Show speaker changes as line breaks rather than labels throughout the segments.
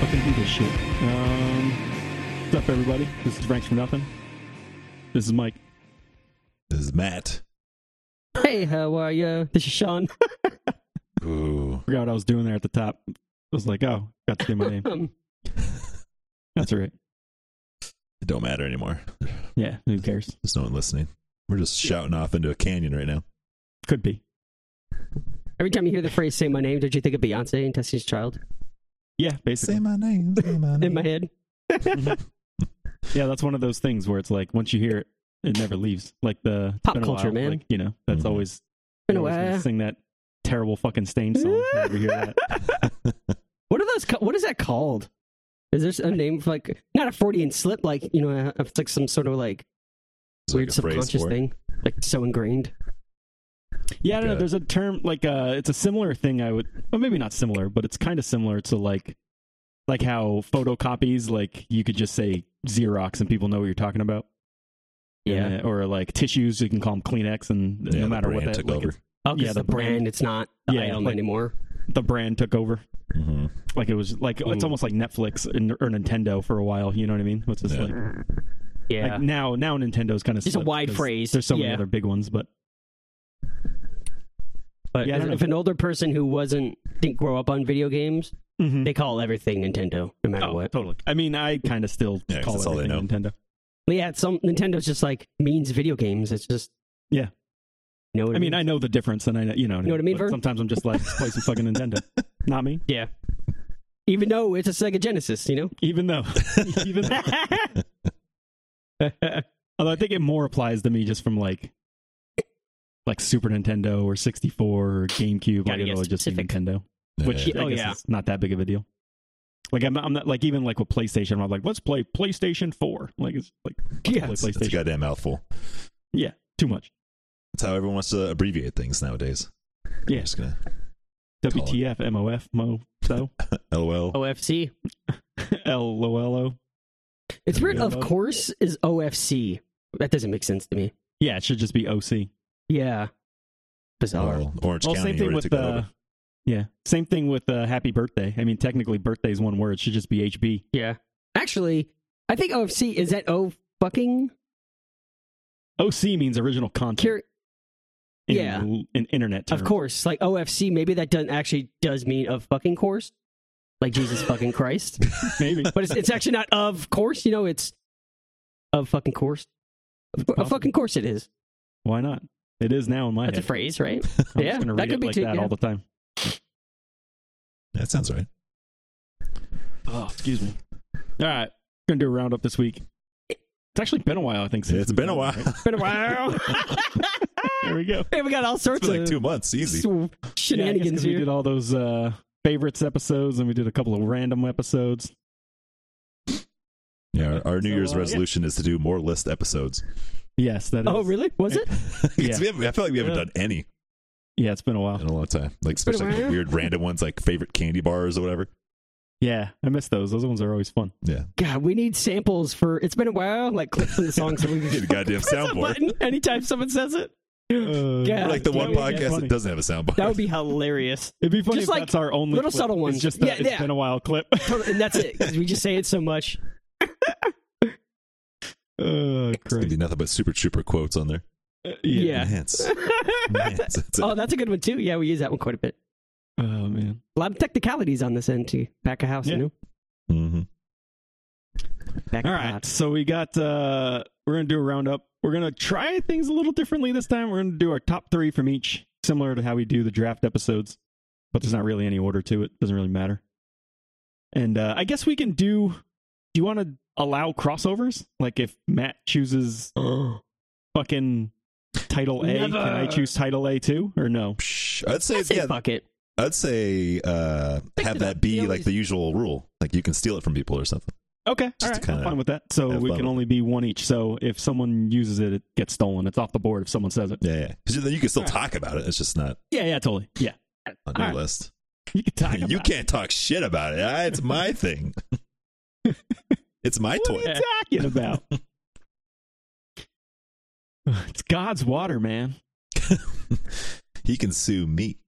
fucking do this shit. Um, what's up, everybody? This is Franks for Nothing. This is Mike.
This is Matt.
Hey, how are you? This is Sean.
Ooh.
Forgot what I was doing there at the top. I was like, oh, got to say my name.
Um,
That's all right.
It don't matter anymore.
Yeah, who cares?
There's no one listening. We're just shouting off into a canyon right now.
Could be.
every time you hear the phrase "Say my name," did you think of Beyonce and Destiny's Child
Yeah, basically.
my name. Say my
in my head?
Mm-hmm. Yeah, that's one of those things where it's like once you hear it, it never leaves. Like the it's
Pop
been a
culture,
while,
man. Mm-hmm.
Like, you know, that's
Mhm.
always.
Been a
you always gonna
while.
Sing that terrible fucking stain song. whenever you hear that.
What are those? ca- What is that called? Is there a name for like not a Freudian slip? Like you know, if it's like some sort of like
It's
weird
like a phrase
subconscious
for it.
thing, like so ingrained.
Yeah, I don't know.
Okay.
There's a term like uh, it's a similar thing. I would, well, maybe not similar, but it's kind of similar to like, like how photocopies, like you could just say Xerox and people know what you're talking about. And, uh, or like tissues, you can call them Kleenex, and no
Yeah, the
matter what
brand
that,
took
like,
over.
it's- Oh,
yeah,
yeah, the
the, brand,
brand.
It's not the
Yeah,
item
like-
anymore.
the brand took over.
Mhm.
Like it was like it's
Mm.
almost like Netflix and, or Nintendo for a while. You know what I mean? What's this
Yeah.
like?
Yeah,
Like now, now Nintendo's kind of
Just a wide phrase,
There's so many
yeah.
other big ones, but
but
yeah, I don't know.
if an older person who wasn't didn't grow up on video games, they call everything Nintendo, no matter
mm-hmm. Oh,
what.
totally. I mean, I kind of still
Yeah, 'cause
call
that's all they
everything Nintendo.
But yeah, it's some Nintendo's just like means video games. It's just
Yeah.
You know what
I mean, I know the difference, and I know you know.
know what I mean,
but
Vern?
Sometimes I'm just like, "Let's play some fucking Nintendo. Not me.
yeah. Even though it's a Sega Genesis, you know.
Even though, even though, although I think it more applies to me just from like, like Super Nintendo or 64 or GameCube. Like
Gotta get
it'll just be
specific.
Nintendo,
Yeah.
which I
Oh,
guess
yeah.
is not that big of a deal. Like I'm not, I'm not like even like with PlayStation, I'm like, let's play PlayStation 4. Like it's like let's
Yeah,
play
It's- it's a
PlayStation.
goddamn mouthful.
Too much.
That's how everyone wants to abbreviate things nowadays.
Yeah.
I'm just gonna Call it.
WTF, MOF, Mo, so,
LOL.
Oh,
OFC.
LOLO.
It's weird. Of
Yeah.
course, is OFC. That doesn't make sense to me.
Yeah, it should just be OC.
Yeah, bizarre.
Well, Orange
Well,
County
same thing
already
with
took that
uh,
over.
yeah, same thing with uh, happy birthday. I mean, technically, birthday is one word. It should just be HB.
Yeah, actually, I think OFC is that O fucking
OC means original content.
cur-
in,
yeah.
in internet terms.
Of course, like OFC. Maybe that doesn't actually does mean of fucking course, like Jesus fucking Christ.
maybe.
But it's, it's actually not of course. You know, it's of fucking course. Of, of
possible.
fucking course, it is.
Why not? It is now in my
That's a
head.
phrase, right?
I'm
yeah,
just gonna
that
read
could
it
be
like
too,
that
yeah.
all the time.
That sounds right.
Oh, excuse me. All right, gonna do a roundup this week. It's actually been a while, I think. Since
It's
we've
been a
done
while.
it, right?
It's
Been a while.
There we go.
Hey, we got all sorts
been like
of
two months. Easy.
sw-
Yeah, I guess 'cause
shenanigans
we
here.
did all those uh, favorites episodes, and we did a couple of random episodes.
Yeah. Our, our New
So,
Year's
uh, yeah.
resolution is to do more list episodes.
Yes, that is.
Oh, really? Was it?
It's-
Yeah.
we haven't- I feel like we haven't
Yeah.
done any
Yeah, it's been a while.
in a long time. Like
been a
especially like, the
while.
weird random ones, like favorite candy bars or whatever.
Yeah, I miss those. Those ones are always fun.
Yeah.
God, we need samples for. It's been a while. Like clips from the song, so we can
Get a goddamn
press a
soundboard.
button anytime someone says it.
We're
Uh,
Yeah.
like the
That
one
would be
podcast
funny.
that doesn't have a soundboard.
That would be hilarious.
It'd be funny
Just
if
like
that's our only
little
clip.
subtle ones.
It's just the,
Yeah,
it's
yeah.
been a while clip. Uh,
Totally, and that's it. 'cause we just say it so much.
oh,
There'd
great. Uh,
be nothing but super trooper quotes on there.
Yeah.
Enhance. Enhance. That's it.
oh, that's a good one too. Yeah, we use that one quite a bit.
Oh man.
A lot of technicalities on this end too. Back of house,
Yeah.
you know.
Mhm.
Back
All
of
right.
house.
So we got. uh We're gonna do a roundup. We're gonna try things a little differently this time. We're gonna do our top three from each, similar to how we do the draft episodes, but there's not really any order to it. Doesn't really matter. And uh I guess we can do. Do you want to allow crossovers? Like if Matt chooses fucking title A, can I
Never.
choose title A too, or no?
Psh, I'd say,
I say
yeah,
fuck it.
I'd say uh,
Fix
have
it
that
up.
be
You
like
always-
the usual rule. Like you can steal it from people or something.
Okay,
Just
all
to
right, I'm
kinda
fine with that. So
have
we
fun
can
with
only be one each. So if someone uses it, it gets stolen. It's off the board if someone says it.
Yeah, yeah. 'Cause then you can still
All right.
talk about it. It's just not
Yeah, yeah, totally. Yeah,
on
All
your
right.
list.
you can talk.
you
about it.
can't talk shit about it. Ah, It's my thing. it's my
What
toy.
are you talking about? it's God's water, man.
He can sue me.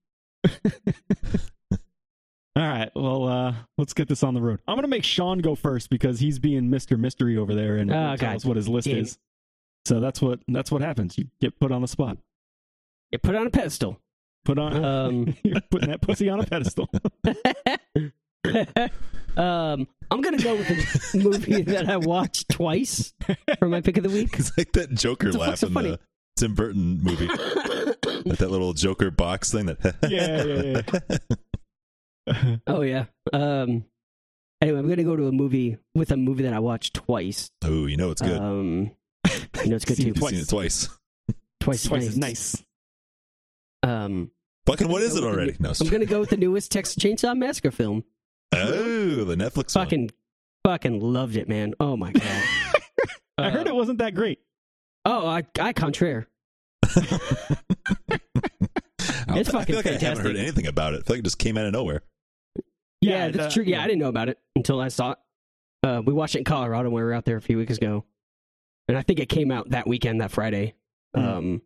All right. Well, uh, let's get this on the road. I'm going to make Sean go first because he's being Mr. Mystery over there and
Oh,
won't tell
God
us what his list
dang it.
is. So that's what that's what happens. You get put on the spot.
You put on a pedestal.
Put on
Um,
you're putting that pussy on a pedestal.
um, I'm gonna go with a movie that I watched twice for my pick of the week.
It's like that Joker
What the
laugh
fuck's so
in
funny?
the Tim Burton movie. like that little Joker box thing that.
Yeah, yeah,
Oh yeah. Um, anyway, I'm gonna go to a movie with a movie that I watched twice.
Oh, you know it's good.
Um, you know it's good
Seen
too.
You've seen it twice.
Twice,
Twice
is
as nice.
Um,
Fucking what is it already? No,
I'm gonna go with the newest Texas Chainsaw Massacre film.
oh, the Netflix one.
Fucking, fucking loved it, man. Oh my god. Uh,
I heard it wasn't that great.
Oh, I, I contraire.
I,
It's
I
fucking
feel like I haven't
fantastic.
heard anything about it. I feel like it just came out of nowhere.
Yeah,
Yeah, that's
the-
true. Yeah, I didn't know about it until I saw it. Uh, we watched it in Colorado when we were out there a few weeks ago, and I think it came out that weekend, that Friday.
Mhm.
Um,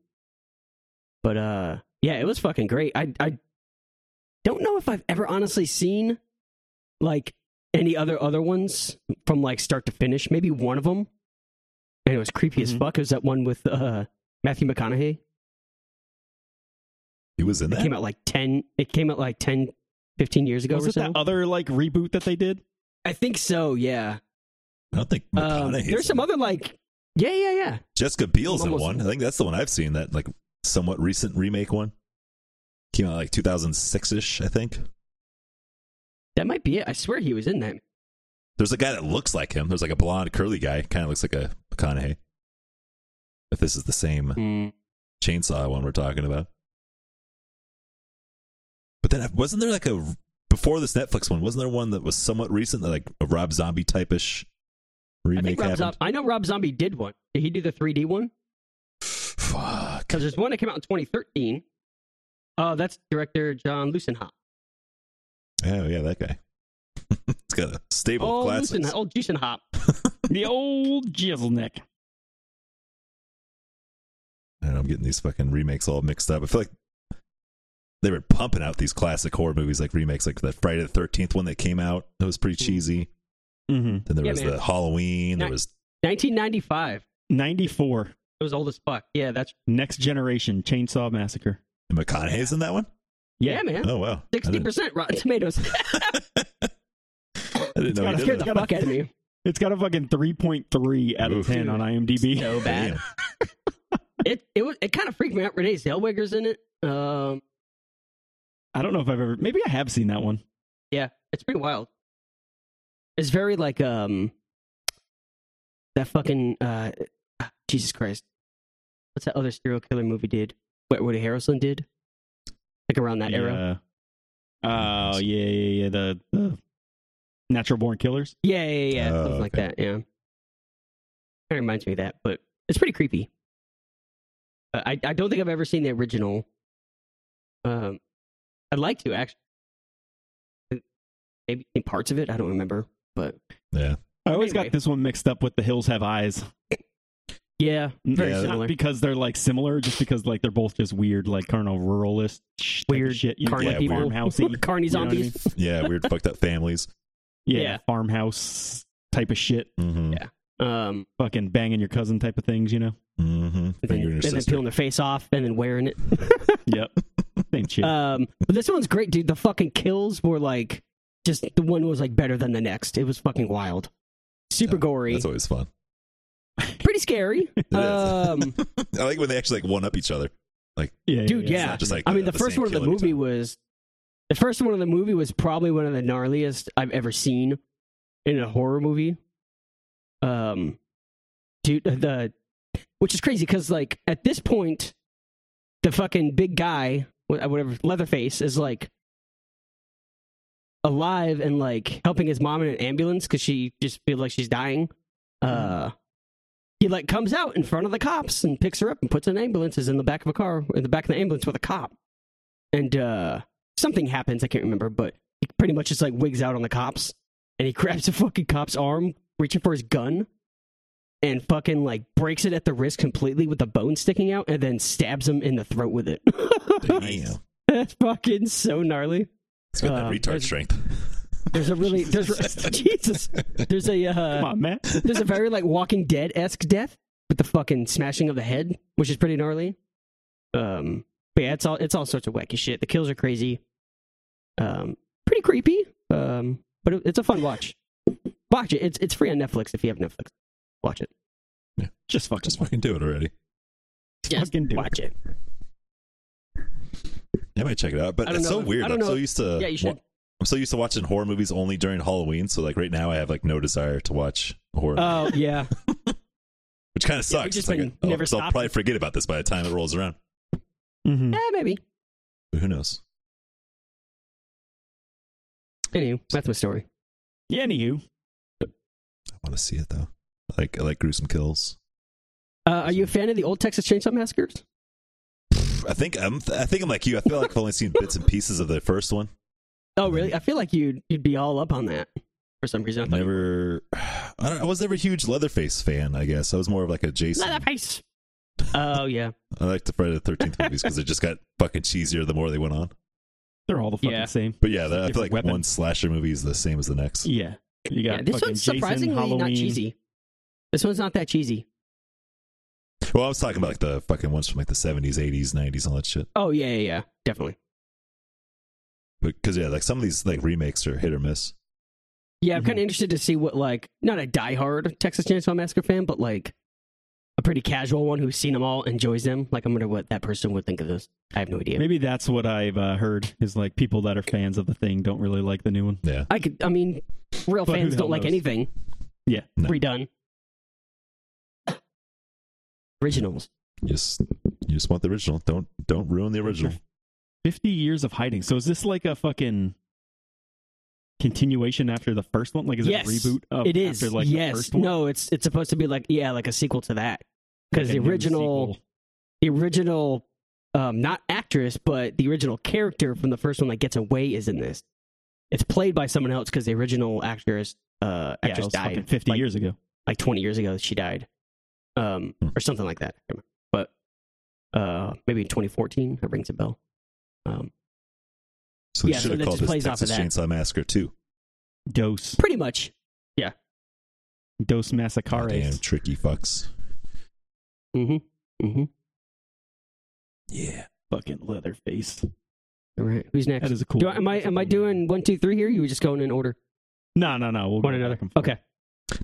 but uh, yeah, it was fucking great. I I don't know if I've ever honestly seen like any other other ones from like start to finish. Maybe one of them, and it was creepy as
Mhm.
fuck. It was that one with uh, Matthew McConaughey.
He was in
It
that.
came out like ten. It came out like 10, 15 years ago
Was
or
it
so.
that other like reboot that they did?
I think so. Yeah.
I don't think
Um,
McConaughey's
there's
in
some
it.
other like, yeah, yeah, yeah.
Jessica Biel's in
Almost-
one. I think that's the one I've seen. That like somewhat recent remake one came out like 2006 ish. I think
That might be it. I swear he was in that.
there's a guy that looks like him. There's like a blonde curly guy, kind of looks like a McConaughey. If this is the same chainsaw one we're talking about, but then wasn't there like a before this Netflix one? Wasn't there one that was somewhat recent, that like a Rob Zombie type ish
I
remake
think Rob
happened?
Zombie. I know Rob Zombie did one. Did he do the 3D one?
Fuck.
Because there's one that came out in 2013. Oh, that's director John Lucenhop.
Oh yeah, that guy. it's got a stable
Oh,
of classics.
Lucenhop. Oh, Lucenhop.
The old jizzleneck.
oh.
I don't know, I'm getting these fucking remakes all mixed up. I feel like they were pumping out these classic horror movies, like remakes, like that Friday the Thirteenth one that came out. That was pretty cheesy.
Mm-hmm.
Then there
Hmm. Yeah,
was
man.
the Halloween. There
Ni-
was
1995.
94.
It was old as fuck. Yeah, that's
Next Generation Chainsaw Massacre.
McConaughey's in that one.
yeah, man.
Oh wow, I
Sixty
didn't,
percent Rotten Tomatoes.
I didn't know
got a-
he did
Scared
that.
the
gotta-
fuck out of me.
It's got a fucking 3.3 out of
Oof.
10 on IMDb.
So bad.
Damn.
It it was, it kind of freaked me out. Renee Zellweger's in it. Um,
I don't know if I've ever. Maybe I have seen that one.
Yeah, it's pretty wild. It's very like um that fucking uh Jesus Christ. What's that other serial killer movie did? What Woody Harrelson did? Like around that era.
Yeah. Oh yeah, yeah, yeah. The, the natural born killers.
Yeah, yeah, yeah. yeah.
Oh,
Something like
okay.
that, yeah. Kind of reminds me of that, but it's pretty creepy. Uh, I I don't think I've ever seen the original. Um I'd like to actually maybe seen parts of it, I don't remember, but
Yeah,
I always
Anyway.
got this one mixed up with The Hills Have Eyes.
yeah, very
Yeah.
Not
similar.
because they're like similar, just because like they're both just weird, like carnal ruralist sh- type of
weird
shit. You
carny
yeah,
people,
weird.
farmhousey.
carny
You know what I
zombies.
mean?
yeah, weird, fucked up families.
Yeah,
Yeah.
farmhouse type of shit.
Mm-hmm.
Yeah. Um,
Fucking banging your cousin type of things. You know.
Mm-hmm.
and then,
Finger in your
and then
sister.
peeling their face off and then wearing it.
yep. Same shit.
Um, but this one's great, dude. The fucking kills were like just the one was like better than the next. It was fucking wild, super
Yeah,
gory,
That's always fun.
pretty scary.
is.
Um,
I like when they actually like one up each other.
yeah, yeah,
dude,
yeah.
It's
yeah.
not just like
I mean,
uh,
the first
same
one of the
kill every
movie
time.
was the first one of the movie was probably one of the gnarliest I've ever seen in a horror movie. Um, dude, the which is crazy because like at this point, the fucking big guy, wh- whatever Leatherface, is like alive and like helping his mom in an ambulance because she just feels like she's dying. Uh, he like comes out in front of the cops and picks her up and puts in ambulances in the back of a car in the back of the ambulance with a cop. And uh, something happens I can't remember, but he pretty much just like wigs out on the cops and he grabs a fucking cop's arm, reaching for his gun. And fucking like breaks it at the wrist completely with the bone sticking out, and then stabs him in the throat with it.
Damn.
That's fucking so gnarly.
He's got
Uh,
that retard
there's-
strength.
There's a really there's Jesus. There's a
Come
uh,
on, man.
there's a very like Walking Dead esque death with the fucking smashing of the head, which is pretty gnarly. Um, but yeah, it's all it's all sorts of wacky shit. The kills are crazy. Um, pretty creepy. Um, but it, it's a fun watch. Watch it. It's it's free on Netflix if you have Netflix. Watch it.
Just fucking,
Just fucking do it already.
Just
fucking do
watch it.
I might check it out,
I
but
don't
it's so
know.
weird.
I don't
I'm so
know.
used to
Yeah, you should.
wa- I'm so used to watching horror movies only during Halloween. So like right now, I have like no desire to watch horror,
Oh yeah.
which kind of
yeah, we've
sucks.
just
It's like,
been
oh,
never
so I'll
stopped.
probably forget about this by the time it rolls around.
Mhm.
Eh, maybe.
But who knows?
Anyway, that's my story.
Yeah, anywho.
I want to see it though. I like I like gruesome kills.
Uh, are you a fan of the old Texas Chainsaw Massacres?
I think I'm. I think I'm like you. I feel like I've only seen bits and pieces of the first one.
Oh really? I feel like you'd you'd be all up on that for some reason. I thought you-
Never. I, don't, I was never a huge Leatherface fan. I guess I was more of like a Jason.
Leatherface. Oh yeah,
I liked the Friday the Thirteenth movies because they just got fucking cheesier the more they went on.
They're all the fucking
Yeah.
same.
But yeah, that, I feel
Different
like
weapon.
one slasher movie is the same as the next.
Yeah. You got
yeah. This
fucking
one's
Jason,
surprisingly
Halloween.
not cheesy. This one's not that cheesy.
Well, I was talking about like the fucking ones from like the seventies, eighties, nineties, all that shit.
Oh yeah, yeah, yeah, definitely.
Because yeah, like some of these like remakes are hit or miss.
Yeah, I'm kind
Mhm.
of interested to see what like not a diehard Texas Chainsaw Massacre fan, but like a pretty casual one who's seen them all, enjoys them. Like I wonder what that person would think of this. I have no idea.
Maybe that's what I've uh, heard is like people that are fans of the thing don't really like the new one.
Yeah,
I could. I mean, real
But who
fans
the
don't
hell
like
knows?
anything.
Yeah.
No.
Redone. Originals.
you just you just want the original. Don't don't ruin the original.
50 years of hiding. So is this like a fucking continuation after the first one? Like is
Yes,
it a reboot of
it is.
after like
yes.
the first one?
No, it's it's supposed to be like yeah, like a sequel to that. Because
Like a
the
new
original,
sequel.
the original, um, not actress, but the original character from the first one that gets away is in this. It's played by someone else because the original actress, uh,
Yeah, it
actress
was fucking
died
50
like,
years ago.
like twenty years ago. She died, um,
Hmm.
or something like that. I can't remember. But uh, maybe twenty fourteen. That rings a bell. Um,
So they
Yeah, so
should have
that
called
just
this
plays off of
Texas Chainsaw Massacre too.
Dose.
pretty much.
Dose
Damn
Massacres.
tricky fucks.
Mm-hmm. Mm-hmm.
Yeah.
Fucking Leatherface.
All right. Who's next?
That is a cool
Do I, am I am I doing one two three here? You were just going in order.
No, no, no. We'll
One
go
another.
back and forth.
Okay.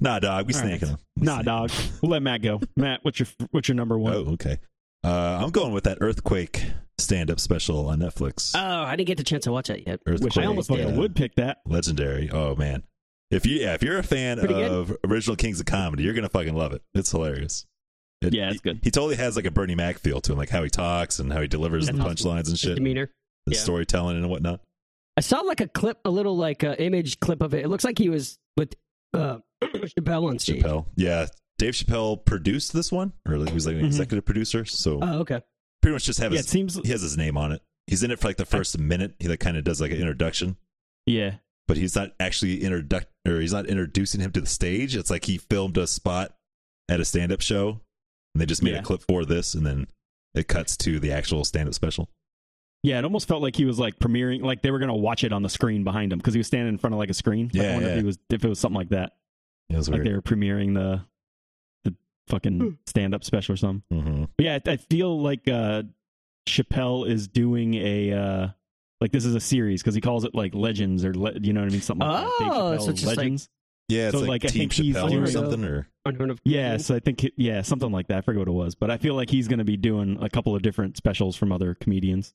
Nah, dog. We
All right.
snaking them. We
Nah,
snaking
dog. We'll let Matt go. Matt, what's your what's your number one?
Oh, okay. Uh, I'm going with that earthquake stand-up special on Netflix.
Oh, I didn't get the chance to watch that yet.
earthquake,
Wish I almost fucking
yeah.
would pick that.
Legendary. Oh man, if you yeah, if you're a fan
Pretty good.
of original Kings of Comedy, you're gonna fucking love it. It's hilarious. It-
Yeah, it's good.
He totally has like a Bernie Mac feel to him, like how he talks and how he delivers the
That's awesome.
punchlines and
His
shit,
demeanor.
the
yeah.
storytelling and whatnot.
I saw like a clip, a little like uh, image clip of it. It looks like he was with uh, Chappelle on stage.
Chappelle, yeah, Dave Chappelle produced this one, or he was like an
Mhm.
executive producer, so
Oh, okay.
pretty much just have
Uh, Yeah, it
his
seems.
he has his name on it. He's in it for like the first minute. He like kind of does like an introduction,
Yeah.
but he's not actually introduct or he's not introducing him to the stage. It's like he filmed a spot at a stand up show and they just made
Yeah.
a clip for this and then it cuts to the actual stand up special.
Yeah, it almost felt like he was like premiering, like they were gonna watch it on the screen behind him because he was standing in front of like a screen. Like, I
Yeah,
wonder
yeah.
if he was if it was something like that,
It was
like
weird.
they were premiering the the
Hmm.
fucking stand up special or something.
hmm
But yeah, I, I feel like uh Chappelle is doing a uh like this is a series because he calls it like Legends or le- you know what I mean something like that. Dave
Oh, so
Chappelle's
it's just like-
Legends.
Yeah, it's
So,
like,
like, I
Team
think he's
Chappelle
doing
or
the-
something, or
Unheard of.
yeah, so I think it- yeah something like that. I forget what it was, but I feel like he's gonna be doing a couple of different specials from other comedians.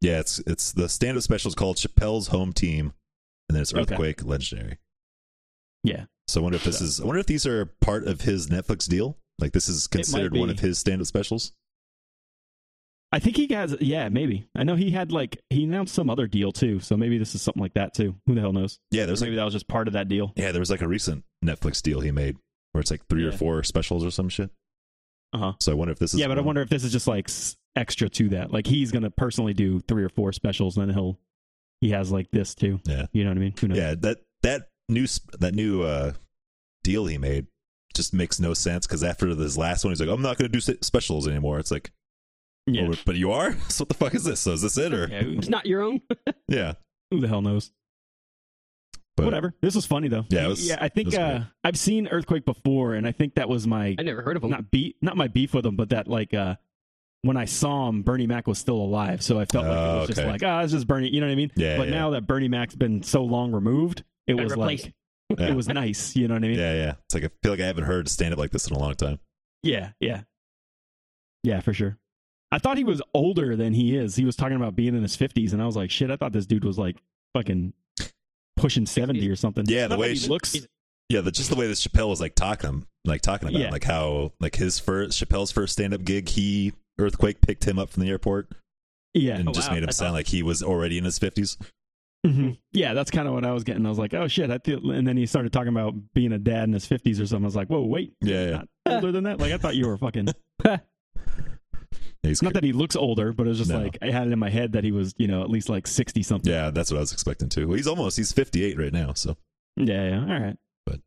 yeah, it's it's the stand up special is called Chappelle's Home Team, and then it's
Okay.
Earthquake Legendary.
Yeah.
So I wonder if this is I wonder if these are part of his Netflix deal. Like this is considered one
be.
of his stand up specials.
I think he has, yeah, maybe. I know he had like he announced some other deal too, so maybe this is something like that too. Who the hell knows?
Yeah,
Or
there's like
maybe that was just part of that deal.
yeah, there was like a recent Netflix deal he made where it's like three or
Yeah.
four specials or some shit.
Uh huh.
So I wonder if this is
Yeah, but I
one.
wonder if this is just like s- extra to that. Like he's gonna personally do three or four specials, and then he'll he has like this too.
Yeah.
you know what I mean? Who knows?
yeah that that new sp- that new uh deal he made just makes no sense because after this last one he's like i'm not going to do s- specials anymore it's like
yeah.
"Oh, but you are so what the fuck is this so is this it or yeah,
Yeah, who-
It's not your own.
Who the hell knows?
But-
Whatever. This was funny though.
Yeah, it was-
yeah. I think
it was
uh,
great.
I've seen Earthquake before, and I think that was my
I never heard of him.
not beat, not my beef with him, but that like uh, when I saw him, Bernie Mac was still alive, so I felt like it
Oh,
was just
okay.
like, ah, it's just Bernie. You know what I mean?
Yeah,
But
yeah.
now that Bernie Mac's been so long removed, it
Been
was
replaced.
like
Yeah.
it was nice. You know what I mean?
yeah, yeah. It's like I feel like I haven't heard stand up like this in a long time.
Yeah, yeah. Yeah, for sure. I thought he was older than he is. He was talking about being in his 50s, and I was like, shit, I thought this dude was like fucking pushing 70 or something.
Yeah,
Not
the
that
way
he
she-
looks.
he's-
Yeah, the, just the way that Chappelle was like talking, like talking about,
Yeah.
like how like his first Chappelle's first stand up gig, he earthquake picked him up from the airport
Yeah.
and
Oh,
just
wow.
made him
That's
sound
awesome.
like he was already in his fifties.
Mhm. Yeah, that's kind of what I was getting. I was like, oh shit. I feel... And then he started talking about being a dad in his 50s or something. I was like, whoa, wait.
Yeah, yeah.
Not older than that? Like, I thought you were fucking.
He's
Not that he looks older, but it was just
No.
like, I had it in my head that he was, you know, at least like 60 something.
yeah, that's what I was expecting too. Well, he's almost he's fifty eight right now, so
Yeah, yeah. All right.
But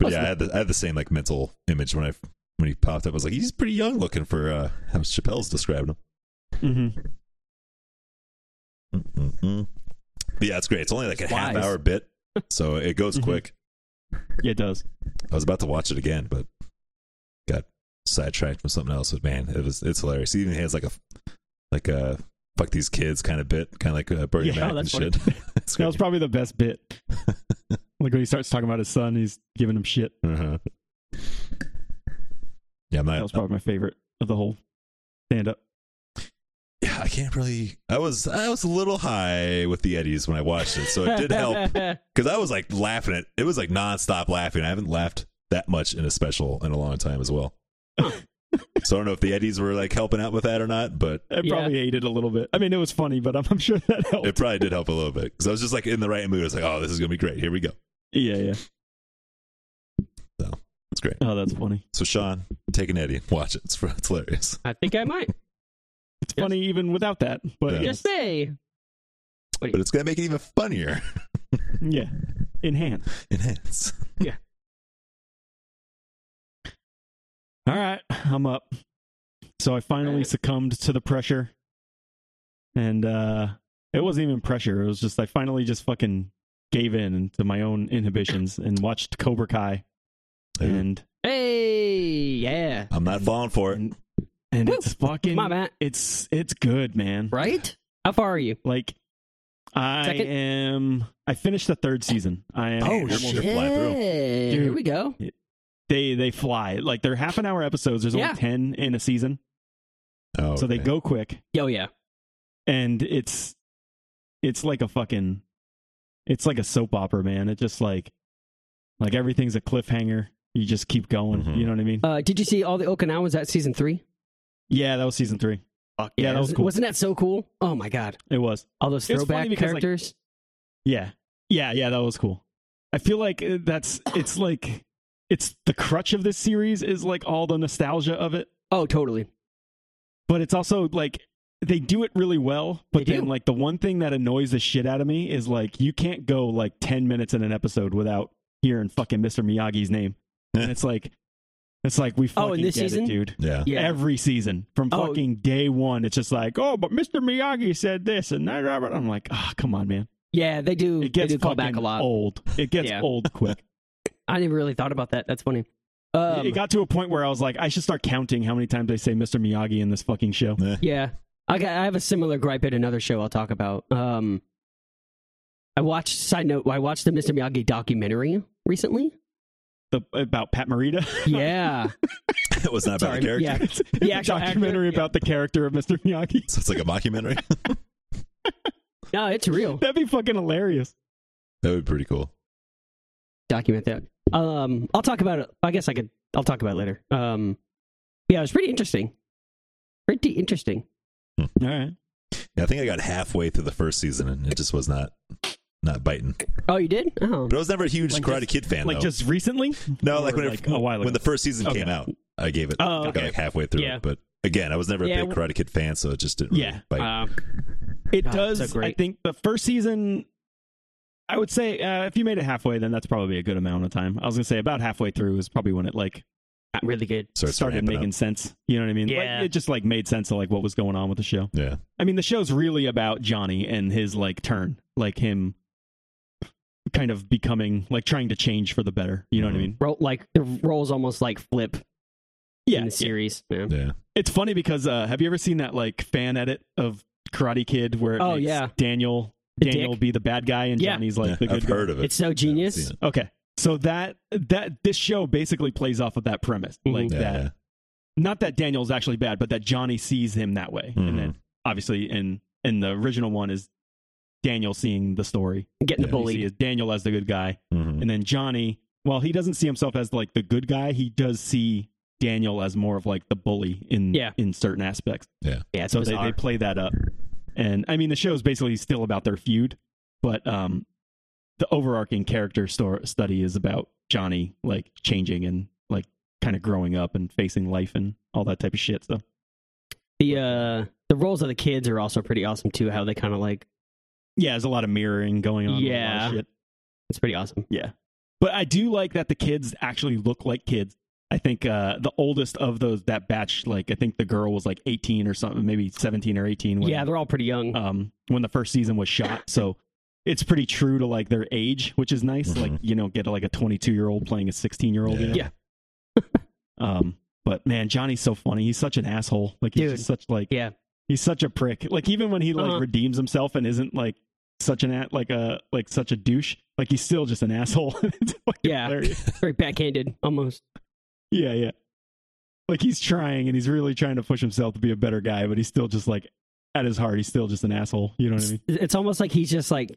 Plus
yeah, I
the-
had, the, I had the same like mental image when I when he popped up. I was like, he's pretty young looking for uh, how Chappelle's describing him.
hmm
Mm-mm-mm. Mm-hmm. But yeah, it's great. It's only like a
It's
half
wise.
hour bit, so it goes
Mhm.
quick.
Yeah, it does.
I was about to watch it again, but got sidetracked from something else. But man, it was it's hilarious. He even has like a like a fuck these kids kind of bit, kind of like a Bernie
Yeah,
Mac
oh,
and
that's
shit. it's
That was
great.
probably the best bit. like when he starts talking about his son, he's giving him shit.
Uh-huh. Yeah, I'm
That
not.
was probably my favorite of the whole stand up.
Yeah, I can't really. I was I was a little high with the Eddies when I watched it, so it did help because I was like laughing at it was like nonstop laughing. I haven't laughed that much in a special in a long time as well. so I don't know if the Eddies were like helping out with that or not, but
I
Yeah.
probably ate it a little bit. I mean, it was funny, but I'm, I'm sure that helped.
it probably did help a little bit because I was just like in the right mood. I was like, oh, this is gonna be great. Here we go.
yeah, yeah.
It's great.
Oh, that's funny.
So Sean, take an Eddie and watch it. It's, it's hilarious.
I think I might.
It's
Yes.
funny even without that. But
Yeah.
yeah,
Just say.
But it's gonna make it even funnier.
yeah. enhance.
Enhance.
All right, I'm up. So I finally
Alright.
succumbed to the pressure, and uh it wasn't even pressure. It was just I finally just fucking gave in to my own inhibitions and watched Cobra Kai, and
Hey, yeah.
I'm not falling for it.
and, and
Woo.
it's fucking
Come on, Matt.
it's it's good, man.
Right? How far are you?
Like I
Second?
am I finished the third season. I am
Oh,
almost-
shit. fly through.
Here we go.
they they fly. Like they're half an hour episodes. There's
Yeah.
only 10 in a season.
Oh,
So they
okay.
go quick
Oh, yeah.
and it's it's like a fucking it's like a soap opera, man. It just like like everything's a cliffhanger. You just keep going.
Mhm.
You know what I mean?
Uh, did you see all the Okinawans at season three?
Yeah, that was season 3.
Fuck
yeah, that was cool.
Wasn't that so cool? Oh, my God.
It was.
All those
It was funny
throwback
because, like,
characters.
Yeah. Yeah, yeah, that was cool. I feel like uh, that's it's like it's the crutch of this series is like all the nostalgia of it,
oh, totally.
but it's also like they do it really well, but
They
then
do.
like the one thing that annoys the shit out of me is like you can't go like 10 minutes in an episode without hearing fucking Mr. Miyagi's name. and it's like it's like we fucking
Eh. Oh, in this
get it,
season?
dude.
Yeah.
Yeah.
Every season from
Oh.
fucking day 1 it's just like, "Oh, but Mr. Miyagi said this and that." I'm like, "Ah, come on, man."
Yeah, they do.
It
they
gets
do call back
fucking
a lot.
old. It gets
Yeah.
old quick.
I never really thought about that. That's funny. Um,
it got to a point where I was like, I should start counting how many times they say Mr. Miyagi in this fucking show.
Eh.
yeah, I got. I have a similar gripe at another show I'll talk about. Um, I watched. Side note: I watched the Mr. Miyagi documentary recently.
The, about Pat Morita.
Yeah,
it was not about
Sorry,
the character.
yeah.
it's, it's
The
a
actual actor,
documentary
yeah.
about the character of Mr. Miyagi.
So it's like a mockumentary.
No, it's real.
That'd be fucking hilarious.
that would be pretty cool.
Document that. Um, I'll talk about it. I guess I could. I'll talk about it later. Um, yeah, it was pretty interesting. Pretty interesting.
All right.
Yeah, I think I got halfway through the first season and it just was not not biting.
Oh, you did? Oh,
But I was never a huge
Like
Karate
just-
Kid fan
Like
though.
just recently?
no,
Or
like when, it-
like a while ago.
when the first season
Okay.
came out, I gave it
Oh,
got
okay.
like halfway through
Yeah.
it. But again, I was never
Yeah,
a big Karate Kid fan, so it just didn't.
Yeah.
really bite.
uh,
It
God,
does.
so great.
I think the first season, I would say, uh, if you made it halfway, then that's probably a good amount of time. I was gonna say about halfway through is probably when it like
Not really good.
Starts
started
ramping up.
making sense. You know what I mean? Like,
Yeah.
it just like made sense of like what was going on with the show.
Yeah.
I mean, the show's really about Johnny and his like turn, like him kind of becoming like trying to change for the better. You know
Mm-hmm.
what I mean?
Ro- like the roles almost like flip
Yeah.
in the series. Yeah.
Yeah.
It's funny because uh have you ever seen that like fan edit of Karate Kid where it
Oh,
makes
yeah.
Daniel
The
Daniel
dick.
be the bad guy and
Yeah.
Johnny's like
Yeah,
the good
I've
guy?
heard of it.
It's so genius.
seen it.
Okay. So that that this show basically plays off of that premise.
Mhm.
Like
Yeah,
that
yeah.
not that Daniel's actually bad, but that Johnny sees him that way.
Mhm.
And then obviously in in the original one is Daniel seeing the story.
Getting
Yeah.
the
He
bully.
sees Daniel as the good guy.
Mhm.
And then Johnny, well, he doesn't see himself as like the good guy. He does see Daniel as more of like the bully in
Yeah.
in certain aspects.
Yeah, it's
so they, they
bizarre.
play that up. And I mean the show's basically still about their feud, but um the overarching character stor study is about Johnny like changing and like kind of growing up and facing life and all that type of shit. So
the uh the roles of the kids are also pretty awesome too. How they kind of like
Yeah, there's a lot of mirroring going on. Yeah.
Yeah. it's pretty awesome.
Yeah. But I do like that the kids actually look like kids. I think uh, the oldest of those that batch, like I think the girl was like 18 or something, maybe 17 or 18. When,
Yeah, they're all pretty young.
um, when the first season was shot, so it's pretty true to like their age, which is nice.
Mhm.
Like you know, get like a 22 year old playing a 16 year old.
Yeah.
You know?
Yeah.
um, but man, Johnny's so funny. He's such an asshole. Like he's
Dude.
just such like
Yeah.
he's such a prick. Like even when he like
Uh-huh.
redeems himself and isn't like such an at like a like such a douche, like he's still just an asshole. It's fucking
Yeah.
hilarious.
Very backhanded almost.
yeah, yeah. Like he's trying and he's really trying to push himself to be a better guy, but he's still just like at his heart, he's still just an asshole. You know what I mean?
It's almost like he's just like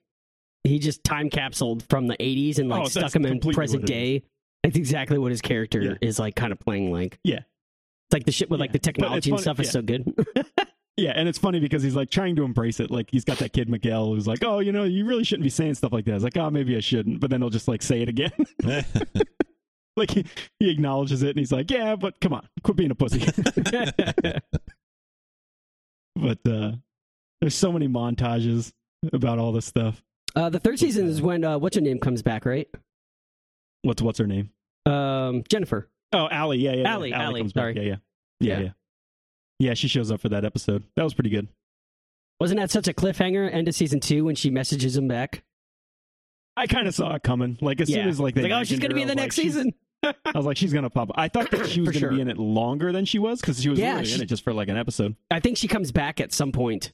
he just time capsuled from the 80s and like
Oh,
stuck
that's
him in
completely
present
what it
day. That's exactly what his character
Yeah.
is like kind of playing like.
Yeah.
It's like the shit with like
Yeah.
the
But it's
technology and
funny-
stuff is
yeah.
so good.
Yeah, and it's funny because he's like trying to embrace it. Like he's got that kid Miguel who's like, "Oh, you know, you really shouldn't be saying stuff like that." It's like, "Oh, maybe I shouldn't," but then he'll just like say it again. like he, he acknowledges it and he's like, "Yeah, but come on, quit being a pussy." but uh there's so many montages about all this stuff.
Uh, the third season is when uh, what's her name comes back, right?
What's what's her name?
Um, Jennifer.
Oh, Allie. Yeah, yeah. yeah.
Ally, Ally,
comes back.
sorry.
Yeah, yeah, yeah,
Yeah.
yeah, yeah. she shows up for that episode. That was pretty good.
Wasn't that such a cliffhanger end of season two when she messages him back?
I kind of saw it coming. Like as soon as like they
like, oh,
mentioned
she's gonna
her,
be
I
in the
was like,
next
she's-
season.
I was like, she's gonna pop. up. I thought that she was
For
gonna be
sure.
in it longer than she was because she was
Yeah,
really
she-
in it just for like an episode.
I think she comes back at some point.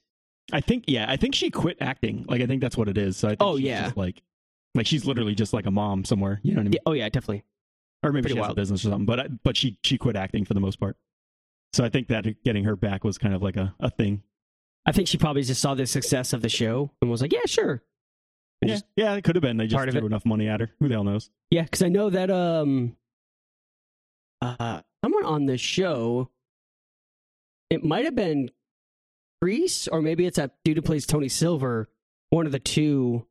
I think, yeah, I think she quit acting. Like, I think that's what it is. So I think
Oh,
she's
yeah.
just like, like she's literally just like a mom somewhere. You know what I mean?
Yeah, oh yeah, definitely.
or maybe
pretty
she has a
wild.
business or something. But I, but she she quit acting for the most part. So I think that getting her back was kind of like a, a thing.
I think she probably just saw the success of the show and was like, yeah, sure. And
Yeah,
just-
yeah, it could have been. They just
Part of
threw
it.
enough money at her. Who the hell knows?
yeah, because I know that um, uh, someone on the show, it might have been Grease or maybe it's that dude who plays Tony Silver. One of the two,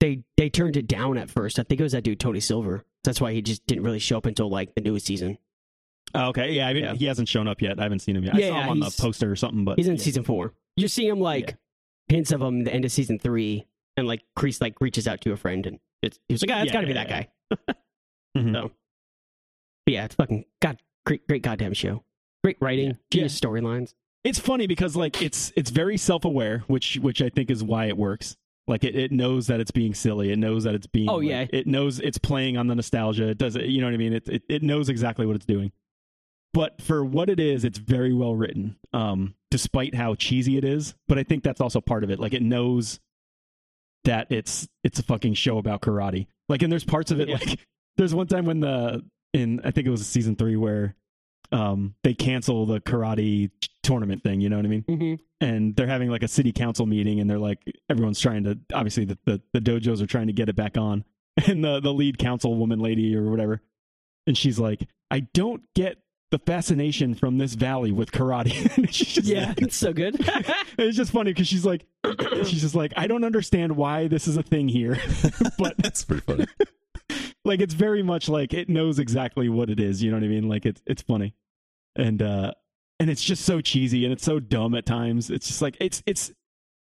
they they turned it down at first. I think it was that dude Tony Silver. That's why he just didn't really show up until like the newest season.
Oh, okay, yeah, I mean,
Yeah.
he hasn't shown up yet. I haven't seen him yet.
Yeah,
I saw
yeah,
him on the
he's-
poster or something. But
He's in
yeah.
season four. You see him like hints of him at the end of season three, and like Crease like reaches out to a friend, and it's he was like, ah, it's
Yeah,
got to be
yeah,
that
yeah.
guy.
Mhm.
So, but yeah, it's fucking god, great, great goddamn show. Great writing,
Yeah.
genius storylines.
it's funny because like it's it's very self-aware which which i think is why it works like it, it knows that it's being silly it knows that it's being
Oh,
like,
yeah.
it knows it's playing on the nostalgia it does it you know what i mean it, it it knows exactly what it's doing but for what it is it's very well written um despite how cheesy it is but i think that's also part of it like it knows that it's it's a fucking show about karate like and there's parts of it
Yeah.
like there's one time when the in i think it was season 3 where um they cancel the karate tournament thing you know what i mean
Mm-hmm.
and they're having like a city council meeting and they're like everyone's trying to obviously the, the, the dojos are trying to get it back on and the, the lead councilwoman lady or whatever and she's like i don't get the fascination from this valley with karate and she's just
Yeah, it's so good.
it's just funny because she's like she's just like i don't understand why this is a thing here but
That's pretty funny.
like it's very much like it knows exactly what it is you know what i mean like it's it's funny and uh and it's just so cheesy and it's so dumb at times it's just like it's it's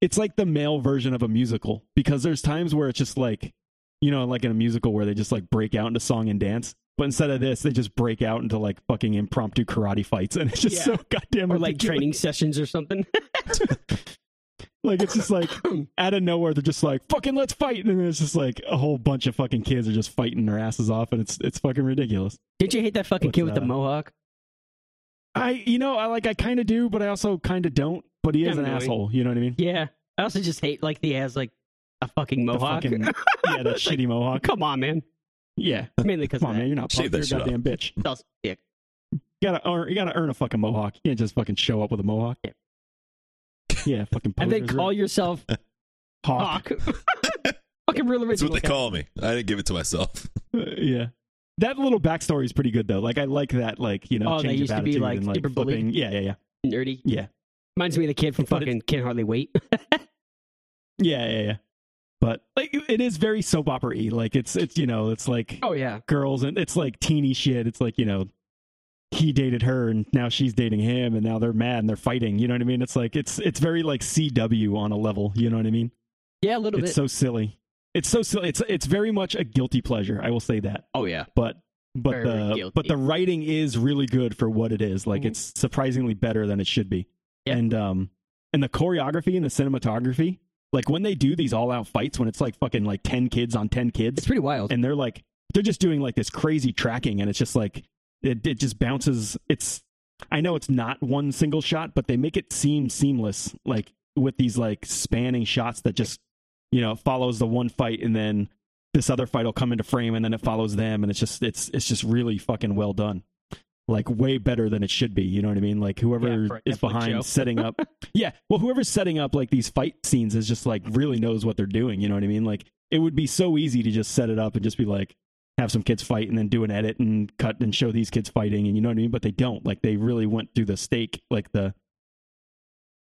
it's like the male version of a musical because there's times where it's just like you know like in a musical where they just like break out into song and dance But instead of this, they just break out into like fucking impromptu karate fights, and it's just so
Yeah.
goddamn
or like
ridiculous.
training sessions or something.
Like it's just like out of nowhere, they're just like fucking let's fight, and then it's just like a whole bunch of fucking kids are just fighting their asses off, and it's it's fucking ridiculous.
Did you hate that fucking
What's
kid with the
that?
mohawk?
I you know I like I kind of do, but I also kind of don't. But he
Yeah,
is
I
an
know.
asshole. You know what I mean?
Yeah. I also just hate like that he has like a fucking
The
mohawk.
fucking- yeah, that
It's like,
shitty mohawk.
Come on, man.
Yeah,
Mainly because
come on, man, you're not punk,
Shave that
you're a
shit off.
goddamn bitch.
It's also dick.
You gotta earn, you gotta earn a fucking mohawk. You can't just fucking show up with a mohawk.
Yeah.
Yeah, fucking.
And then
posers,
call
right?
yourself
hawk.
Hawk. fucking real original.
That's what they
guy.
call me. I didn't give it to myself.
Uh, yeah, that little backstory is pretty good though. Like I like that. Like you know,
Oh, they
change of
used to be,
attitude
like,
and
super
like
bullied.
flipping. Yeah, yeah, yeah,
Nerdy.
yeah,
Reminds me of the kid from
But it's-
fucking Can Hardly Wait.
yeah, yeah, yeah. But like, it is very soap opera y. Like it's it's you know, it's like
oh yeah.
girls and it's like teeny shit. It's like you know, he dated her and now she's dating him and now they're mad and they're fighting. You know what I mean? It's like it's it's very like CW on a level. You know what I mean?
Yeah, a little
it's
bit.
so silly. It's so silly. It's it's very much a guilty pleasure. I will say that.
oh yeah.
But but
Very
the
guilty.
but the writing is really good for what it is. Like
Mhm.
it's surprisingly better than it should be.
Yeah.
And um and the choreography and the cinematography, like when they do these all out fights when it's like fucking like 10 kids on 10
It's
kids
pretty wild.
and they're like they're just doing like this crazy tracking and it's just like it it just bounces it's I know it's not one single shot, but they make it seem seamless like with these like spanning shots that just you know follows the one fight and then this other fight will come into frame and then it follows them and it's just it's it's just really fucking well done like way better than it should be you know what i mean like whoever
Yeah, for a
is
Netflix
behind
show.
setting up yeah well whoever's setting up like these fight scenes is just like really knows what they're doing you know what i mean like it would be so easy to just set it up and just be like have some kids fight and then do an edit and cut and show these kids fighting and you know what i mean but they don't like they really went through the stake like the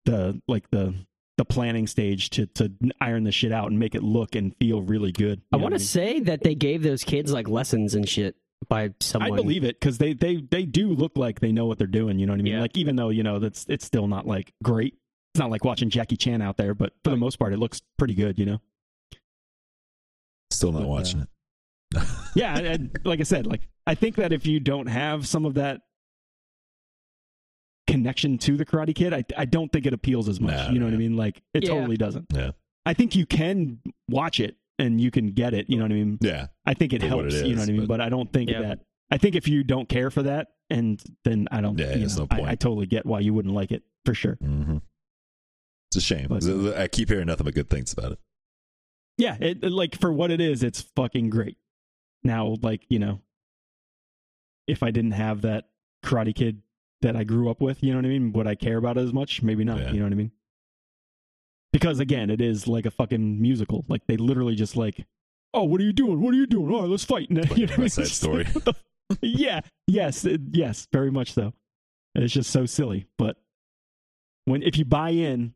the like the the planning stage to to iron the shit out and make it look and feel really good.
I
You know
want
what
to say that they gave those kids like lessons and shit by
mean?
someone.
I believe it because they they they do look like they know what they're doing. You know what I mean?
Yeah.
Like even though you know that's it's still not like great. It's not like watching Jackie Chan out there, but for the most part, it looks pretty good. You know?
Still not
But, uh,
watching it.
Yeah. And, and like I said, like I think that if you don't have some of that connection to the Karate Kid, I I don't think it appeals as much.
Nah,
you know what I
yeah.
mean? Like it
Yeah.
totally doesn't.
Yeah.
I think you can watch it and you can get it. You know what I mean?
Yeah.
I think it
For what
helps,
it
you know
is,
what I mean?
but-
But, I don't think
Yeah.
that. I think if you don't care for that, and then I don't.
Yeah,
you
there's
know,
no
I-
point.
I, totally get why you wouldn't like it for sure.
hmm It's a shame.
But-
I keep hearing nothing but good things about it.
Yeah, it, it- like for what it is, it's fucking great. Now, like you know, if I didn't have that Karate Kid that I grew up with, you know what I mean? Would I care about it as much? Maybe not.
Yeah.
You know what I mean? Because again, it is like a fucking musical. Like they literally just like, oh, what are you doing? What are you doing? All right, let's fight. And then, you know what I mean?
West Side
It's
Story.
yeah, yes, it- yes, very much so. It's just so silly, but when if you buy in,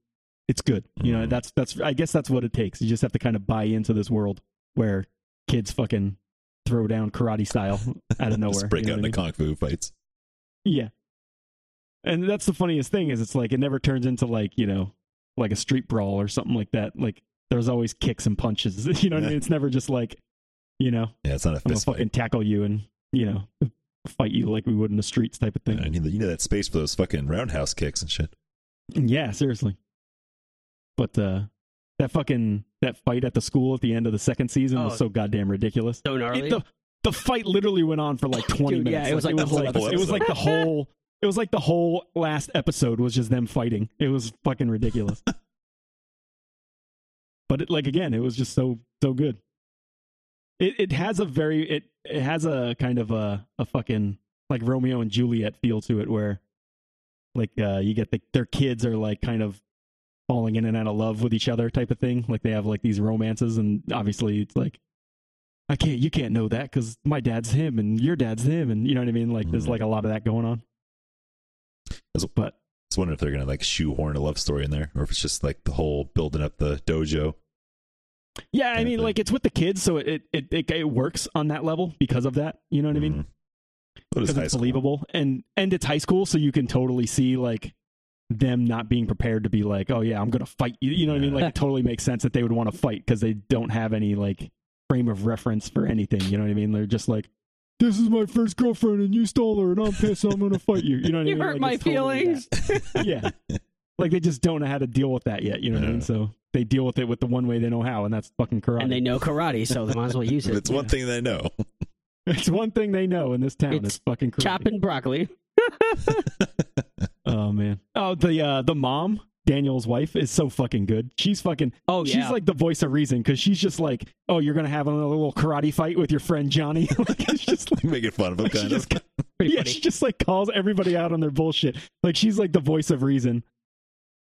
it's good. You know,
Mhm.
that's that's I guess that's what it takes. You just have to kind of buy into this world where kids fucking throw down karate style out of nowhere.
Just break
you know
out
what
into
I mean?
kung fu fights.
Yeah. And that's the funniest thing is it's like it never turns into like, you know, like a street brawl or something like that. Like there's always kicks and punches. You know what I
Yeah.
mean? It's never just like, you know,
Yeah, it's not a
I'm gonna
fist
fucking
fight.
tackle you and you know fight you like we would in the streets type of
I
thing.
need the- you know that space for those fucking roundhouse kicks and shit.
Yeah, seriously. But uh, that fucking that fight at the school at the end of the second season
Oh.
was so goddamn ridiculous.
so gnarly.
It- the the fight literally went on for like 20
Dude, yeah,
minutes.
it was like the whole
it was
episode.
like the whole it was like the whole last episode was just them fighting. It was fucking ridiculous. but it, like again, it was just so so good. It it has a very it it has a kind of a a fucking like Romeo and Juliet feel to it where like uh you get the their kids are like kind of falling in and out of love with each other type of thing. Like they have like these romances and obviously it's like I can't you can't know that cuz my dad's him and your dad's him and you know what I mean like there's
Mhm.
like a lot of that going on.
As-
But
Just wondering if they're gonna like shoehorn a love story in there, or if it's just like the whole building up the dojo.
yeah, I
Yeah,
mean
but-
like it's with the kids so it it it, it works on that level because of that. You know what I mean?
Mhm. But it's
because
high
it's
school.
believable and and it's high school so you can totally see like them not being prepared to be like oh yeah i'm gonna fight you you know what i mean like it totally makes sense that they would want to fight because they don't have any like frame of reference for anything you know what i mean they're just like this is my first girlfriend and you stole her and I'm pissed. So I'm gonna fight you. You know what I
You
mean?
hurt
Like,
my
it's totally that.
feelings.
yeah. Like they just don't know how to deal with that yet. You know what I mean?
Yeah.
So they deal with it with the one way they know how, and that's fucking karate.
and they know karate, so they might as well use
If
it.
it's one thing they know.
it's one thing they know in this town. It's,
It's
fucking karate.
Chopping broccoli.
Oh man. Oh the uh, the mom. Daniel's wife is so fucking good. She's fucking.
Oh yeah.
She's like the voice of reason because she's just like, oh, you're gonna have another little karate fight with your friend Johnny. like it's just like,
Making fun of them,
she
kind of.
just
pretty
yeah,
funny.
she just like calls everybody out on their bullshit. Like she's like the voice of reason.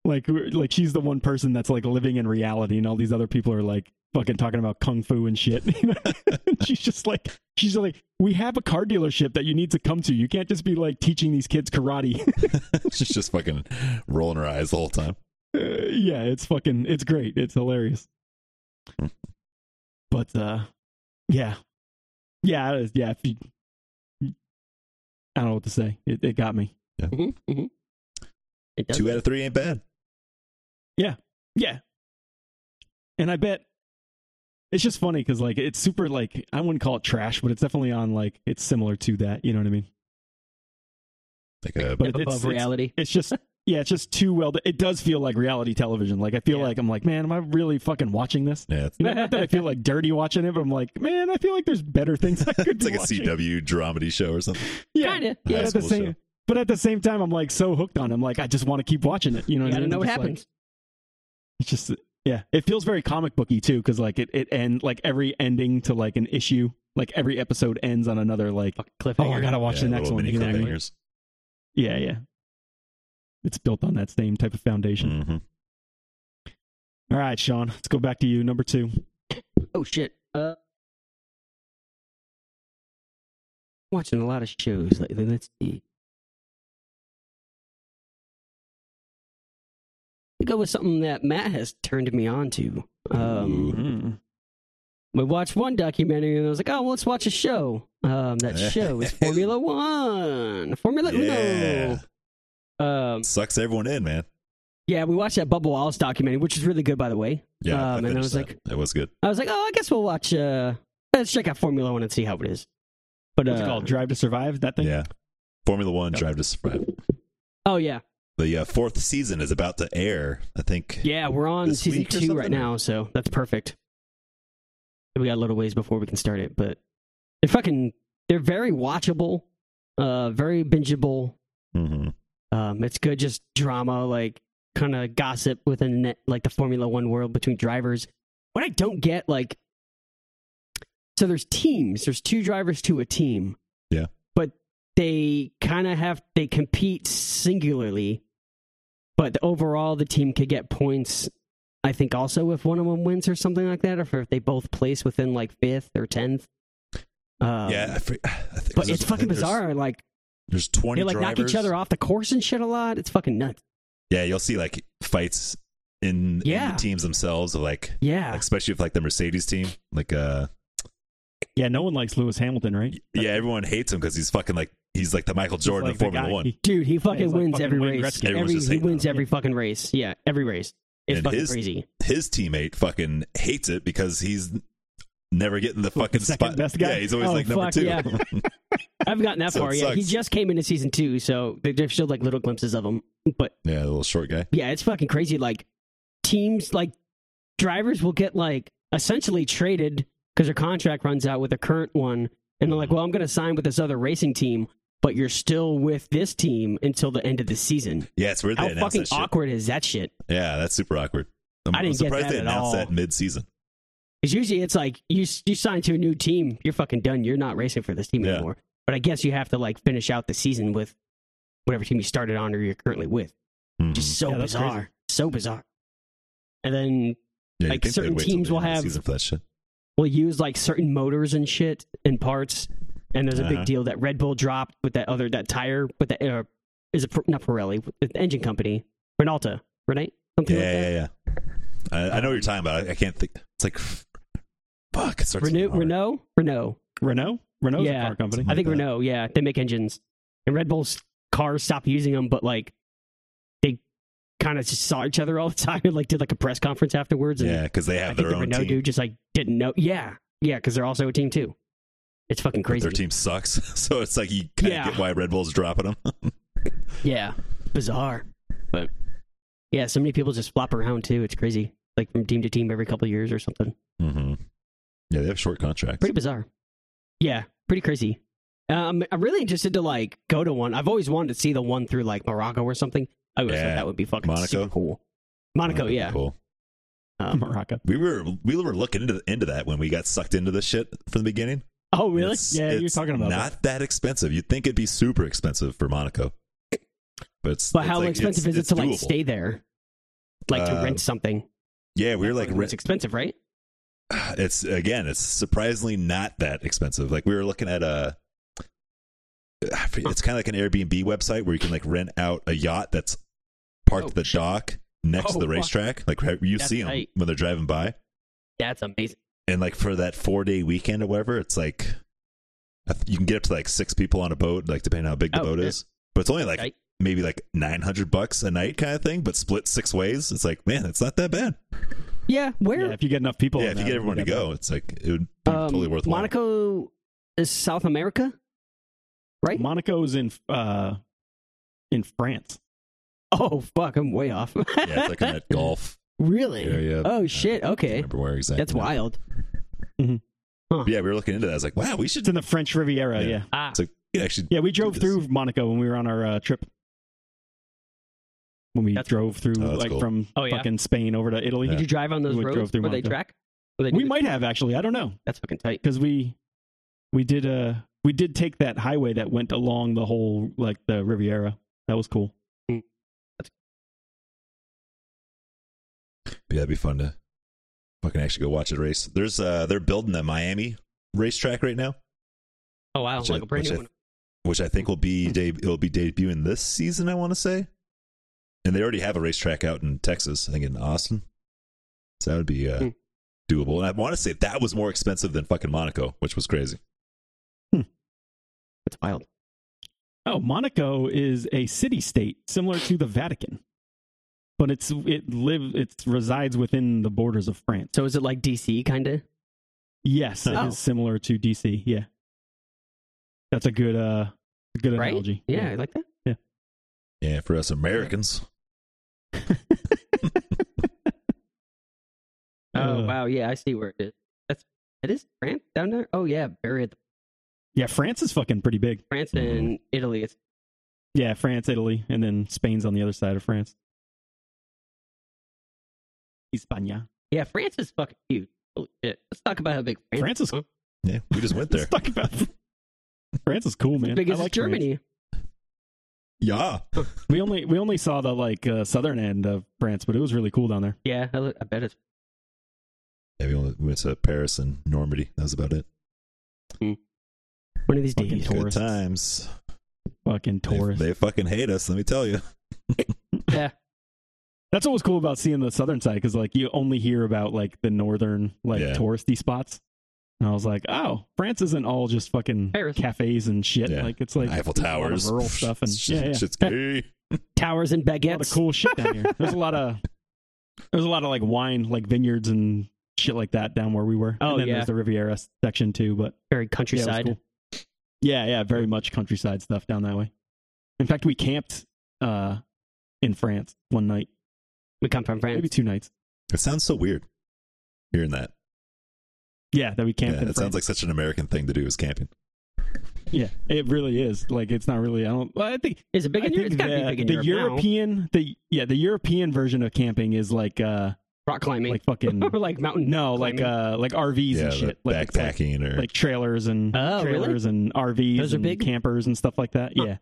Like we're- like she's the one person that's like living in reality, and all these other people are like fucking talking about kung fu and shit. You know? she's just like she's like, we have a car dealership that you need to come to. You can't just be like teaching these kids karate.
She's just fucking rolling her eyes the whole time.
Uh, yeah, it's fucking it's great. It's hilarious. But uh yeah. Yeah, it is- yeah, if you, I don't know what to say. It it got me.
Mhm, mhm. It does.
Two out of three ain't bad.
Yeah. And I bet it's just funny because like it's super like I wouldn't call it trash, but it's definitely on like it's similar to that. You know what I mean?
Like a
But
Above
it's- it's-
reality.
It's just yeah, it's just too well. It does feel like reality television. Like I feel
Yeah.
like I'm like, man, am I really fucking watching this?
yeah, it's,
You know, not that I feel like dirty watching it, but I'm like, man, I feel like there's better things I could
it's
be
like a
watching.
CW dramedy show or something.
Yeah,
Kinda.
But
High
at the
school
same,
show.
but at the same time, I'm like so hooked on. it. I'm like, I just want to keep watching it. You know,
You
what I
gotta
mean?
know what
Just, like,
happens.
it's just yeah, it feels very comic booky too, because like it it end like every ending to like an issue, like every episode ends on another like
Fuck, cliffhanger.
oh I gotta watch
Yeah,
the next
little
one.
mini
you know what I mean?
cliffhangers.
Yeah, yeah. It's built on that same type of foundation.
Mhm.
All right, Sean, let's go back to you. Number two.
Oh shit. Uh, watching a lot of shows lately. Let's see. We go with something that Matt has turned me on to. Um,
Ooh.
we watched one documentary and I was like, oh, well, let's watch a show. Um, that show is Formula One, Formula
Yeah.
Uno. Um,
Sucks everyone in, man.
yeah, we watched that Bubble Wallace documentary, which is really good, by the way.
Yeah,
Um, and I
finished
was
that.
like-
that was good.
I was like, oh, I guess we'll watch. Uh, let's check out Formula One and see how it is. But
What's
uh,
it called? Drive to Survive. That thing.
Yeah, Formula One
Yeah.
Drive to Survive.
Oh yeah,
The uh, fourth season is about to air. I think.
yeah. We're on
This
season
week or
two right
something?
now, so that's perfect. We got a little ways before we can start it, but they're fucking. They're very watchable, uh, very bingeable.
Mhm.
Um, it's good, just drama, like kind of gossip within the, like the Formula One world between drivers. What I don't get, like, so there's teams. There's two drivers to a team.
Yeah.
but they kind of have they compete singularly, but overall the team could get points. I think also if one of them wins or something like that, or if they both place within like fifth or tenth. Um,
yeah, I, fr- I think
but
there's-
it's fucking
there's-
bizarre. Like
There's 20
they like
drivers.
knock each other off the course and shit a lot. It's fucking nuts.
Yeah, you'll see like fights in, in
Yeah.
the teams themselves of like,
Yeah.
like, especially if like the Mercedes team, like uh
Yeah. No one likes Lewis Hamilton, right?
yeah, everyone hates him because he's fucking like he's like the Michael
He's
Jordan
like
of
the
Formula
guy-
One.
he-
Dude, he fucking
he's like
wins
fucking
every
Wayne
race.
Gretzky.
Everyone's
Every,
just
he
hating
wins
on him.
every fucking race. Yeah, every race. It's
And
fucking
his-
crazy.
His teammate fucking hates it because he's never getting the
Like
fucking
the second
spot.
best guy?
Yeah, he's always
Oh,
like
fuck,
number two.
yeah. I've gotten that
So it
far. Yeah, he
sucks.
just came into season two, so they- they've showed like little glimpses of him. But
yeah, the little short guy.
yeah, it's fucking crazy. Like teams, like drivers will get like essentially traded because their contract runs out with the current one, and they're like,
Mm-hmm.
"Well, I'm going to sign with this other racing team." But you're still with this team until the end of the season.
Yeah, it's weird.
How
they announced
fucking
that shit.
awkward is that shit?
Yeah, that's super awkward. I'm,
I didn't
am
get
surprised
that
they
at
announced
all.
that mid season.
Because usually it's like you you sign to a new team, you're fucking done. You're not racing for this team
Yeah.
anymore. But I guess you have to like finish out the season with whatever team you started on or you're currently with.
Hmm.
Just so
Yeah, that's
bizarre,
crazy.
so bizarre. And then
Yeah, you'd
like,
think they'd
certain
wait till
teams
the
will
end of the
have-
season for that shit.
we'll use like certain motors and shit and parts. And there's a
Uh-huh.
big deal that Red Bull dropped with that other that tire, with that uh, is it P- not Pirelli, with the engine company, Renalta, right? Something
Yeah,
like that.
yeah, yeah. I, I know what you're talking about. I, I can't think. It's like, fuck. It starts
Renault,
with an R.
Renault, Renault.
Renault. Renault's
Yeah.
a car company.
I
like
think
that.
Renault, yeah, they make engines, and Red Bull's cars stopped using them, but like they kind of just saw each other all the time and like did like a press conference afterwards. And
Yeah, because they
I
have
think
their
the
own
Renault
team.
dude just like didn't know. Yeah, yeah, because they're also a team too. It's fucking
But
crazy.
Their team sucks, so it's like you kind of
Yeah.
get why Red Bull's dropping them.
Yeah, bizarre, but yeah, so many people just flop around too. It's crazy, like from team to team every couple of years or something.
mm-hmm. Yeah, they have short contracts.
Pretty bizarre. Yeah, pretty crazy. Um, I'm really interested to like go to one. I've always wanted to see the one through like Morocco or something. I always thought
Yeah.
that would be fucking
Monaco?
super cool.
That'd
Monaco,
be
yeah.
Cool.
Um,
Morocco.
We were we were looking into into that when we got sucked into this shit from the beginning.
oh, really?
It's-
Yeah, you were
it's
talking about
not that. expensive. You'd think it'd be super expensive for Monaco, but it's,
But
it's
how
like-
expensive
it's-
is it
it's
to like
doable.
stay there, like to
Uh,
rent something?
Yeah, we were like,
it's expensive, right?
rent- it's again, it's surprisingly not that expensive. Like we were looking at a, it's kind of like an Airbnb website where you can like rent out a yacht that's parked
Oh,
at the dock next to
Oh,
the
fuck.
racetrack. Like you
That's
see them
tight.
when they're driving by.
That's amazing.
and like for that four day weekend or whatever, it's like I th- you can get up to like six people on a boat, like depending on how big the
Oh,
boat
yeah.
is. But it's only like
Right.
maybe like nine hundred bucks a night kind of thing, but split six ways. It's like man, it's not that bad.
Yeah, where
Yeah, if you get enough people.
yeah,
in
if you
that,
get everyone to
that'd be
go, it's like it would be
um,
totally worthwhile.
Monaco is South America,
good.
right?
Monaco's in uh, in France.
oh fuck, I'm way off.
yeah, it's like in that golf.
really?
area.
Oh
Uh,
shit.
I
Okay,
can't remember where exactly?
that's wild.
Yeah, we were looking into that. I was like, wow, we should.
It's in the French Riviera.
Yeah.
Yeah, yeah.
Ah,
It's like we could actually.
we drove
this.
through Monaco when we were on our uh, trip. When we
That's-
drove through,
Oh, that's
like
cool.
from
Oh, yeah.
fucking Spain over to Italy.
did you drive on those
We drove
roads
through
where they
Monaco.
track? Where they
We
do-
might have actually. I don't know
That's fucking tight.
because we we did uh we did take that highway that went along the whole like the Riviera. That was cool.
Yeah, it'd be fun to fucking actually go watch a race. There's uh, they're building the Miami racetrack right now.
Oh wow,
Which I-
like a brand
which
new
I-
one.
which I think will be de- it'll be debuting this season. I want to say, and they already have a racetrack out in Texas. I think in Austin, so that would be uh,
Hmm.
doable. And I want to say that was more expensive than fucking Monaco, which was crazy.
That's wild.
Oh, Monaco is a city state similar to the Vatican, but it's it live it resides within the borders of France.
So is it like DC kind of?
Yes, it is
Oh.
similar to DC. Yeah, that's a good uh good
Right?
analogy.
Yeah, I like that.
Yeah, for us Americans,
Oh
Uh,
wow, yeah, I see where it is. That's it is France down there. Oh yeah, buried
yeah. France is fucking pretty big.
France
Mm-hmm.
and Italy. It's
Yeah, France, Italy, and then Spain's on the other side of France. Hispania.
yeah, France is fucking huge. Holy shit. Let's talk about how big France.
France is
Huh?
yeah, we just went there.
Let's talk about France is cool, man.
Big
I
as
like France.
Germany.
yeah,
We only we only saw the like uh, southern end of France, but it was really cool down there.
Yeah, I, look, I bet it's
yeah, we only went to Paris and Normandy. That was about it.
one of these
Fucking
days.
Good
Tourists.
times.
Fucking
They-
tourists.
They, fucking hate us. Let me tell you.
yeah,
That's what was cool about seeing the southern side because like you only hear about like the northern like
Yeah.
touristy spots. And I was like, oh, France isn't all just fucking
Paris.
cafes and shit.
Yeah.
Like it's like
Eiffel
there's a lot of
Towers,
rural stuff, and yeah, yeah.
shit's gay.
towers and
a lot of
baguettes.
cool shit down here. There's a lot of there's a lot of like wine, like vineyards and shit like that down where we were.
Oh,
and then
yeah.
there's the Riviera section too, but yeah, it
Very
was
countryside.
cool. Yeah, yeah, very much countryside stuff down that way. In fact, we camped uh in France one night,
We come from France.
maybe two nights.
It sounds so weird hearing that.
Yeah, that we camped
Yeah,
in
it sounds
France.
like such an American thing to do is camping.
Yeah, it really is. Like it's not really. I don't. well, I think.
Is it big
I
in Europe?
think
It's gotta be
the,
big in
the
Europe now.
European, the yeah, the European version of camping is like uh,
rock climbing,
like fucking
or like mountain.
no, like
climbing.
uh, like RVs
yeah,
and shit,
the
like it's like,
backpacking or
like trailers and
Oh, really?
uh, trailers and RVs
Those are
and
big?
campers and stuff like that.
Huh.
Yeah,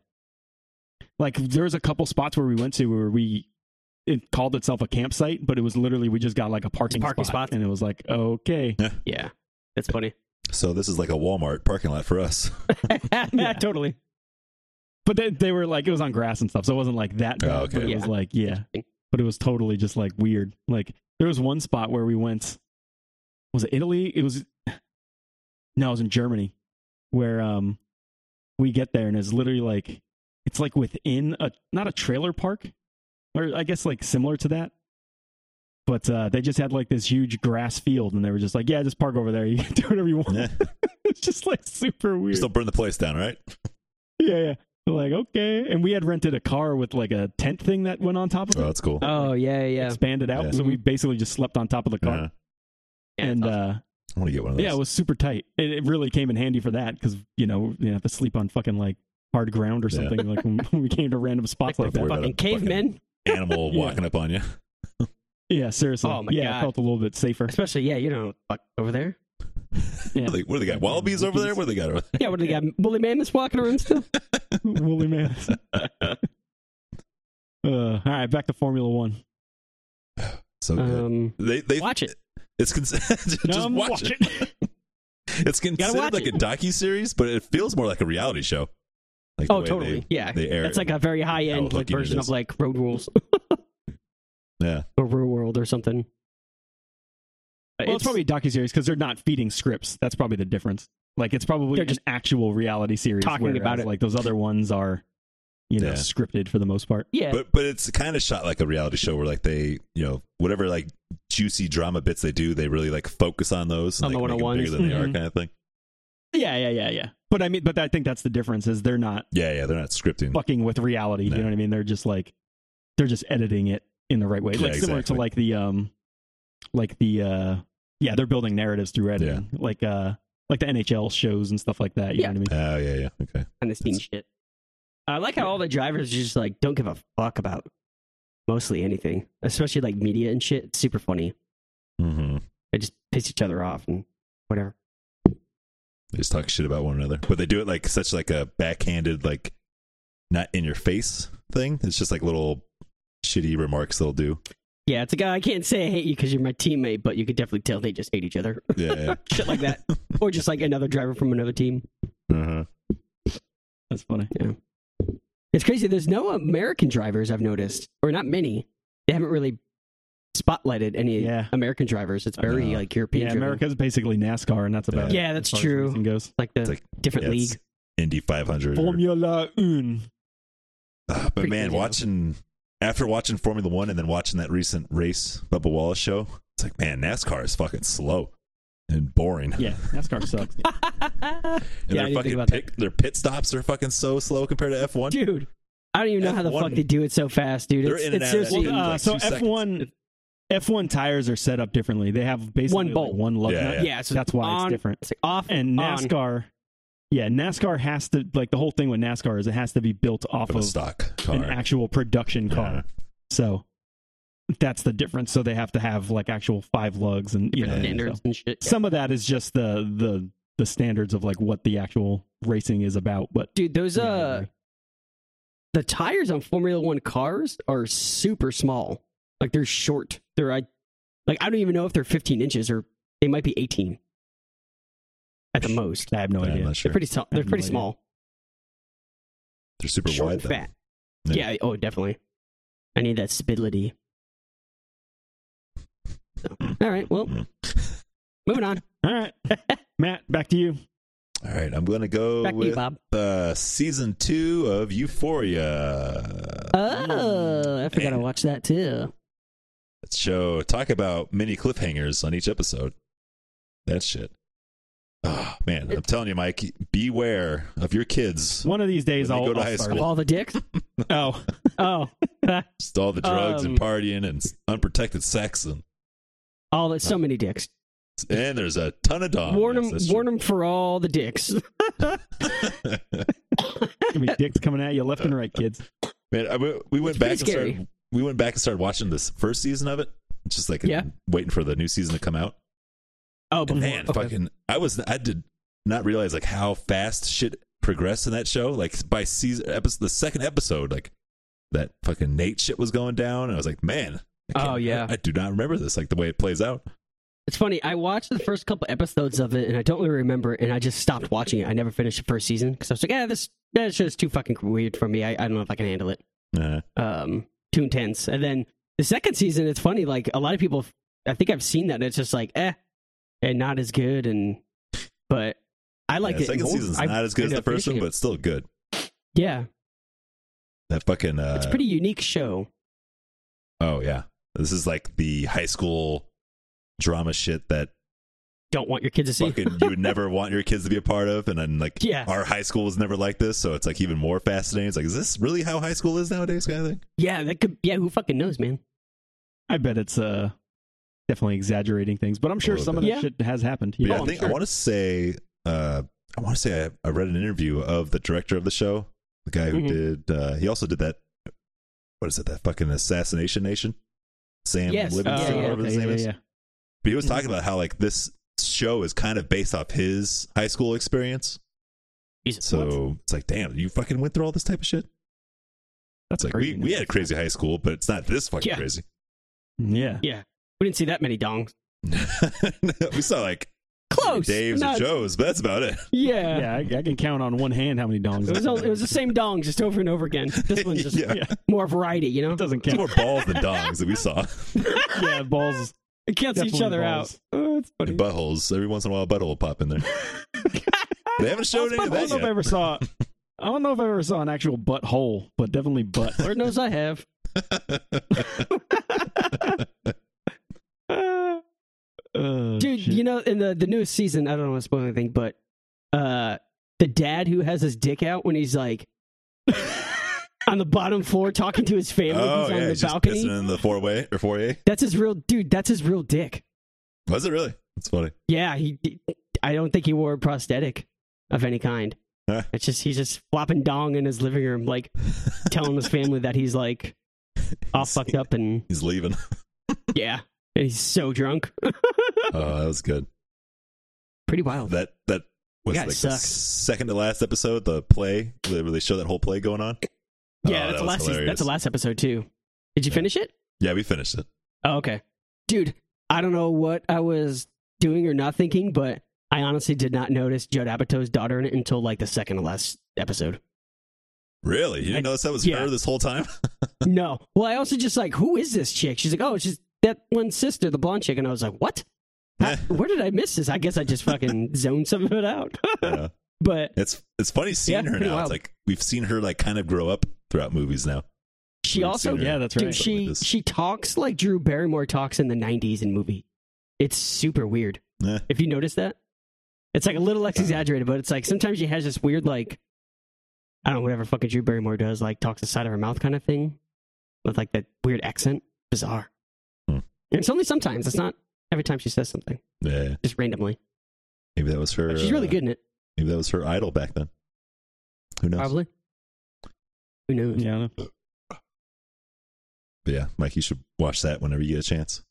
like there was a couple spots where we went to where we it called itself a campsite, but it was literally we just got like a parking,
parking
spot,
spots.
and it was like okay,
yeah, that's funny.
So this is like a Walmart parking lot for us.
yeah, totally. But they, they were like, it was on grass and stuff, so it wasn't like that
Oh,
bad.
okay.
But it was
Yeah.
like, yeah, but it was totally just like weird. Like there was one spot where we went. Was it Italy? It was. No, it was in Germany, where um, we get there and it's literally like, it's like within a not a trailer park, or I guess like similar to that. But uh, they just had like this huge grass field, and they were just like, "Yeah, just park over there. You can do whatever you want."
Yeah.
it's just like super weird.
Just don't burn the place down, right?
yeah, yeah. Like okay, and we had rented a car with like a tent thing that went on top of it,
Oh, that's cool.
Oh yeah, yeah.
expanded out.
Yeah.
So we basically just slept on top of the car,
Yeah.
and uh,
I want to get one of those.
yeah, it was super tight. It, it really came in handy for that because you know you have to sleep on fucking like hard ground or
Yeah.
something. Like when when we came to random spots
Like
like
the
that.
word-
Fucking
fucking-
cavemen,
Animal
Yeah.
walking up on you.
Yeah, seriously.
Oh, my
yeah,
God.
I felt a little bit safer.
especially yeah. You know, fuck over there.
Yeah.
What, do they, what do they got? Wallabies over there? What do they got over there?
Yeah, what do they got? Woolly mammoths walking around still.
Woolly man. uh, all right, back to Formula One.
So good.
Um,
Uh, They they
watch it.
it's con- just
No, I'm
watch, it. It's considered
watch
like
it.
a docu series, but it feels more like a reality show. Like the
Oh,
way
totally. yeah,
They, they air
that's
it.
like a very high
How
end like,
hooking it
version of
is.
like Road Rules
yeah.
or Real World or something.
Well, it's, probably a docuseries because they're not feeding scripts. That's probably the difference. Like it's probably
They're
an
just
actual reality series.
talking
whereas,
about it.
Like those other ones are, you know,
Yeah.
scripted for the most part.
yeah.
But but it's kind of shot like a reality show where like they you know whatever like juicy drama bits they do they really like focus on those and
On the
like, make 'em
101s.
bigger than they are
Mhm.
kind of thing.
Yeah, yeah, yeah, yeah. But I mean, but I think that's the difference is they're not
Yeah yeah they're not scripting.
fucking with reality.
No.
You know what I mean? They're just like they're just editing it in the right way. Like
Yeah,
similar
exactly.
to like the um like the uh yeah, they're building narratives through editing. Like uh like the NHL shows and stuff like that. You
Yeah.
know what I mean?
Oh yeah yeah okay
kind of steam shit. I like how all the drivers just like don't give a fuck about mostly anything, especially like media and shit. It's super funny.
hmm
They just piss each other off and whatever.
they just talk shit about one another but they do it like such like a backhanded like not in your face thing it's just like little shitty remarks they'll do
Yeah, it's like oh, I can't say I hate you because you're my teammate, but you could definitely tell they just hate each other,
yeah, yeah.
shit like that, or just like another driver from another team.
Uh-huh.
That's funny.
It's crazy. There's no American drivers I've noticed, or not many. They haven't really spotlighted any
Yeah.
American drivers. It's very
Uh,
like European.
Yeah,
driven.
America's basically NASCAR, and that's about
Yeah,
it as
that's
far as
true.
racing goes.
like the
It's like-
different
yeah,
league.
it's Indy 500 or-
Formula Un.
Ah, but
Pretty
man,
crazy.
watching after watching Formula One and then watching that recent race Bubba Wallace show, it's like, man, NASCAR is fucking slow and boring.
Yeah, NASCAR sucks.
And
Yeah, I
their
didn't think
fucking
about
pit, their pit stops are fucking so slow compared to F one.
dude. I don't even know how the
F1.
fuck they do it so fast, dude.
They're
It's,
in and
it's
out of that
well,
seriously
thing.
uh,
like
so
two
F one F one tires are set up differently. They have basically
One
like
bolt.
one lug
Yeah,
nut.
yeah.
yeah. So
That's why
on,
it's different.
It's like off
And
on.
NASCAR, yeah, NASCAR has to like the whole thing with NASCAR is it has to be built off
From a
of
stock
an
car.
actual production
Yeah.
car. So that's the difference. So they have to have like actual five lugs and you know
Yeah.
so.
standards and shit. Yeah.
some of that is just the the the standards of like what the actual racing is about. But
Dude, those
yeah, I
uh,
agree.
the tires on Formula One cars are super small. Like they're short. They're I, like I don't even know if they're 15 inches or they might be 18 at the most.
I have no
Yeah, I'm
idea.
not sure.
They're pretty. So-
I
they're
have
pretty
no idea.
small.
They're super
short
wide
and
though.
fat.
Yeah.
Yeah. Oh, definitely. I need that stability. So, all right. Well,
Mhm.
moving on.
All right, Matt, back to you.
All right, I'm gonna
Oh,
go
Back to you,
with
Bob.
uh, season two of Euphoria.
Oh, I forgot
Yeah.
to watch that too.
That show talk about mini cliffhangers on each episode. That shit. Oh, man, I'm telling you, Mike, beware of your kids.
One of these days,
When
I'll,
they go to
I'll
high
start
Of
school.
all the dicks.
it. Oh,
Oh,
Just all the drugs
Um,
and partying and s- unprotected sex and
all the so many dicks.
and there's a ton of
Oh,
dogs.
warn them. Warn them for all the dicks.
gonna be dicks coming at you left and right, kids.
Man, I, we, we went
It's
back
pretty
and
scary.
started. We went back and started watching this first season of it. It's Just like
Yeah.
waiting for the new season to come out.
Oh,
And
before-
man,
okay.
fucking, I was I did not realize like how fast shit progressed in that show. Like by season episode, the second episode, like that fucking Nate shit was going down, and I was like, man, I can't-
Oh, yeah.
I, I do not remember this like the way it plays out.
It's funny. I watched the first couple episodes of it, and I don't really remember. it, And I just stopped watching it. I never finished the first season because I was like, "Yeah, this that show's too fucking weird for me. I, I don't know if I can handle it.
Uh,
Um, too intense." And then the second season, it's funny. Like a lot of people, I think I've seen that. And it's just like, eh, and not as good. And but I liked
yeah,
it.
Second
more.
season's
I
not as good as the
ended up
first one,
finishing
but still good.
it. yeah,
That fucking uh,
it's a pretty unique show.
Oh yeah, this is like the high school drama shit that
don't want your kids to see.
fucking you would never want your kids to be a part of. And then like
Yeah.
our high school was never like this, so it's like even more fascinating. It's like, is this really how high school is nowadays, kind of thing?
Yeah, that could. Yeah, who fucking knows, man?
I bet it's uh definitely exaggerating things, but I'm sure
little
some of that
bit.
shit has happened.
But yeah,
Oh,
I
I'm
think I
sure.
want to say, uh, I want to say I, I read an interview of the director of the show, the guy who
Mhm.
did. Uh, he also did that. What is it? That fucking assassination nation. Sam
Yes.
Oh,
Livingston,
Yeah, yeah. Mm-hmm.
whatever
okay,
his name
yeah,
is.
yeah.
But he was
Mhm.
talking about how like this show is kind of based off his high school experience.
Jesus,
So it's like, damn, you fucking went through all this type of shit.
That's
It's like we,
craziness.
we had crazy high school, but it's not this fucking
Yeah.
crazy.
Yeah.
we didn't see that many dongs.
we saw like
Close.
Dave's
Not-
or Joe's, but that's about it.
Yeah.
Yeah, I, I can count on one hand how many dongs.
It was, all, it was the same dongs just over and over again. This one's just
Yeah.
Yeah.
more variety, you know?
It doesn't
It's
count.
more balls than dongs that we saw.
yeah, balls.
It cancels each
Definitely
other
balls.
out. Oh, that's funny.
And buttholes. Every once in a while, a butthole will pop in there. They haven't
I
showed
don't
any of
know
that
if I
yet.
ever saw. I don't know if I ever saw an actual butthole, but definitely butt.
Lord knows I have.
Oh,
Uh,
Dude,
shit.
you know, in the, the newest season, I don't want to spoil anything, but uh, the dad who has his dick out when he's like on the bottom floor talking to his family
Oh
who's
yeah,
on the
he's just
balcony.
pissing in the four way or foyer.
That's his real dude. That's his real dick.
Was it really? That's funny.
Yeah, he. I don't think he wore a prosthetic of any kind.
Huh.
It's just he's just flopping dong in his living room, like telling his family that he's like all fucked up and
He's leaving.
yeah, and he's so drunk.
Oh, that was good.
Pretty wild.
That that was
Guy
like the
sucks.
second to last episode. The play where they show that whole play going on.
Yeah,
Oh, that
that's the
was
last. season-
hilarious.
That's the last episode too. Did you
Yeah.
finish it?
Yeah, we finished it.
Oh, okay, dude. I don't know what I was doing or not thinking, but I honestly did not notice Judd Apatow's daughter in it until like the second to last episode.
Really? You didn't
I-
notice that was
yeah.
her this whole time?
No. Well, I also just like, who is this chick? She's like, oh, she's that one sister, the blonde chick. And I was like, what? How- where did I miss this? I guess I just fucking zoned some of it out.
yeah.
but
It's it's funny seeing
Yeah,
her
pretty
now.
wild.
It's like we've seen her like kind of grow up throughout movies now.
she
We've
also,
seen her.
yeah, that's
dude,
right.
something like
she
this.
she talks like Drew Barrymore talks in the '90s in movie. It's super weird.
Yeah. Uh-huh.
If you notice that, it's like a little less exaggerated, but it's like sometimes she has this weird like, I don't know, whatever fucking Drew Barrymore does, like talks the side of her mouth kind of thing, with like that weird accent. Bizarre.
Hmm.
And it's only sometimes. It's not every time she says something,
Yeah.
just randomly.
Maybe that was her.
She's really
uh,
good in it.
Maybe that was her idol back then. Who knows?
Probably. Who knows?
yeah, I know.
But yeah, Mike, you should watch that whenever you get a chance.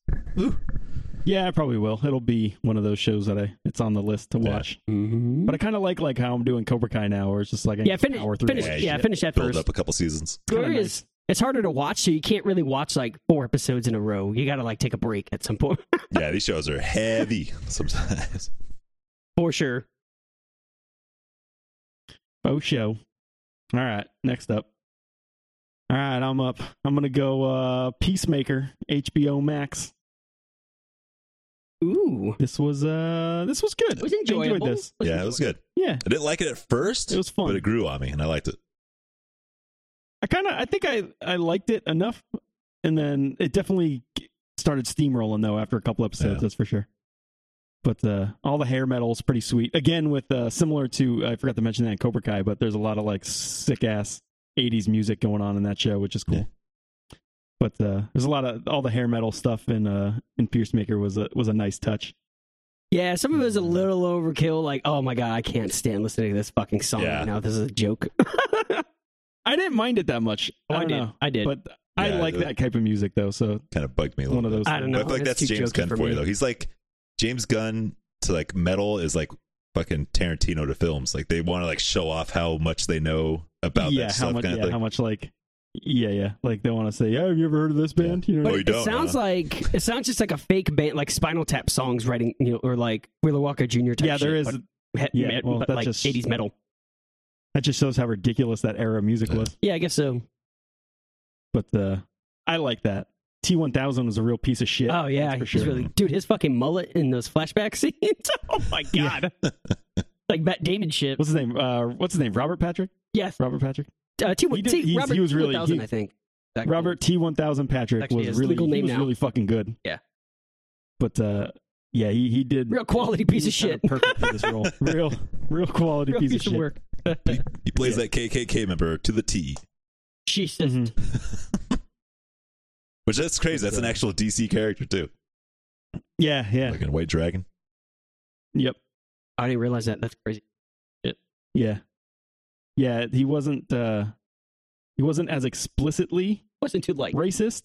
yeah, I probably will. It'll be one of those shows that I it's on the list to
Yeah.
watch.
Mhm.
But I kind of like like how I'm doing Cobra Kai now, where it's just like an
yeah, finish,
hour through.
finish,
Yeah,
yeah,
you should
finish that
Build
first.
up a couple seasons.
kinda
Glory is- it's harder to watch, so you can't really watch like four episodes in a row. You got to like take a break at some point
Yeah, these shows are heavy sometimes.
for sure.
Oh, show. All right, next up. All right, I'm up. I'm gonna go uh Peacemaker, HBO Max.
Ooh,
This was uh this was good.
it was
I
enjoyable.
enjoyed this.
yeah, it was good.
Yeah,
I didn't like it at first,
it was fun.
but it grew on me and I liked it.
I kind of I think I I liked it enough, and then it definitely started steamrolling though after a couple episodes.
Yeah.
That's for sure. But uh, all the hair metal is pretty sweet. Again, with uh, similar to I forgot to mention that in Cobra Kai, but there's a lot of like sick ass '80s music going on in that show, which is cool. But uh, there's a lot of all the hair metal stuff in uh, in Piercemaker was a was a nice touch.
Yeah, some of it was a little overkill. Like, oh my god, I can't stand listening to this fucking song
Yeah.
right now. This is a joke.
I didn't mind it that much.
Oh, I,
don't
did.
know.
I did.
but I
Yeah,
like
it-
that type of music though. So
Kind of bugged me a
it's
little
one of those.
bit.
I don't
things.
know.
But I feel like
that's
that's,
too
James
jokey
Gunn
for
for, you
me.
though. He's like James Gunn to like metal is like fucking Tarantino to films. Like they want to like show off how much they know about
yeah,
that
how
stuff.
much?
kind
Yeah,
of
how
thing.
much? Like, yeah, yeah. Like they want to say, "Yeah, have you ever heard of this band?" You know,
Oh,
But
you
it
don't,
sounds
huh?
like it sounds just like a fake band, like Spinal Tap songs writing, you know, or like Wheeler Walker Jr. type.
yeah. There is.
shit, but, he-
yeah, well,
but
that's
like
just-
'80s metal.
That just shows how ridiculous that era of music
Yeah.
was.
Yeah, I guess so.
But uh, I like that. T1000 was a real piece of shit.
Oh yeah,
that's for
he's
sure.
really dude. His fucking mullet in those flashback scenes. oh my
Yeah.
god, like Matt Damon shit.
What's his name? Uh, what's his name? Robert Patrick.
Yes,
Robert Patrick.
uh, T.
He did-
T
he's-
Robert
he was really-
2000,
he-
I think. That-
Robert T1000 Patrick
Actually
was
his
really
legal
he
name
was
now.
really fucking good.
Yeah.
But uh, Yeah, he, he did
Real quality piece of
He's kinda
shit.
Perfect for this role.
real real quality
Real
piece, of, shit.
work.
He, he plays that KKK member to the T,
Jesus.
Mhm.
which that's crazy. That's an actual DC character too,
Yeah, yeah.
like in White Dragon.
yep.
I didn't realize that. That's crazy.
Yeah. Yeah, he wasn't uh he wasn't as explicitly
Wasn't too like.
racist.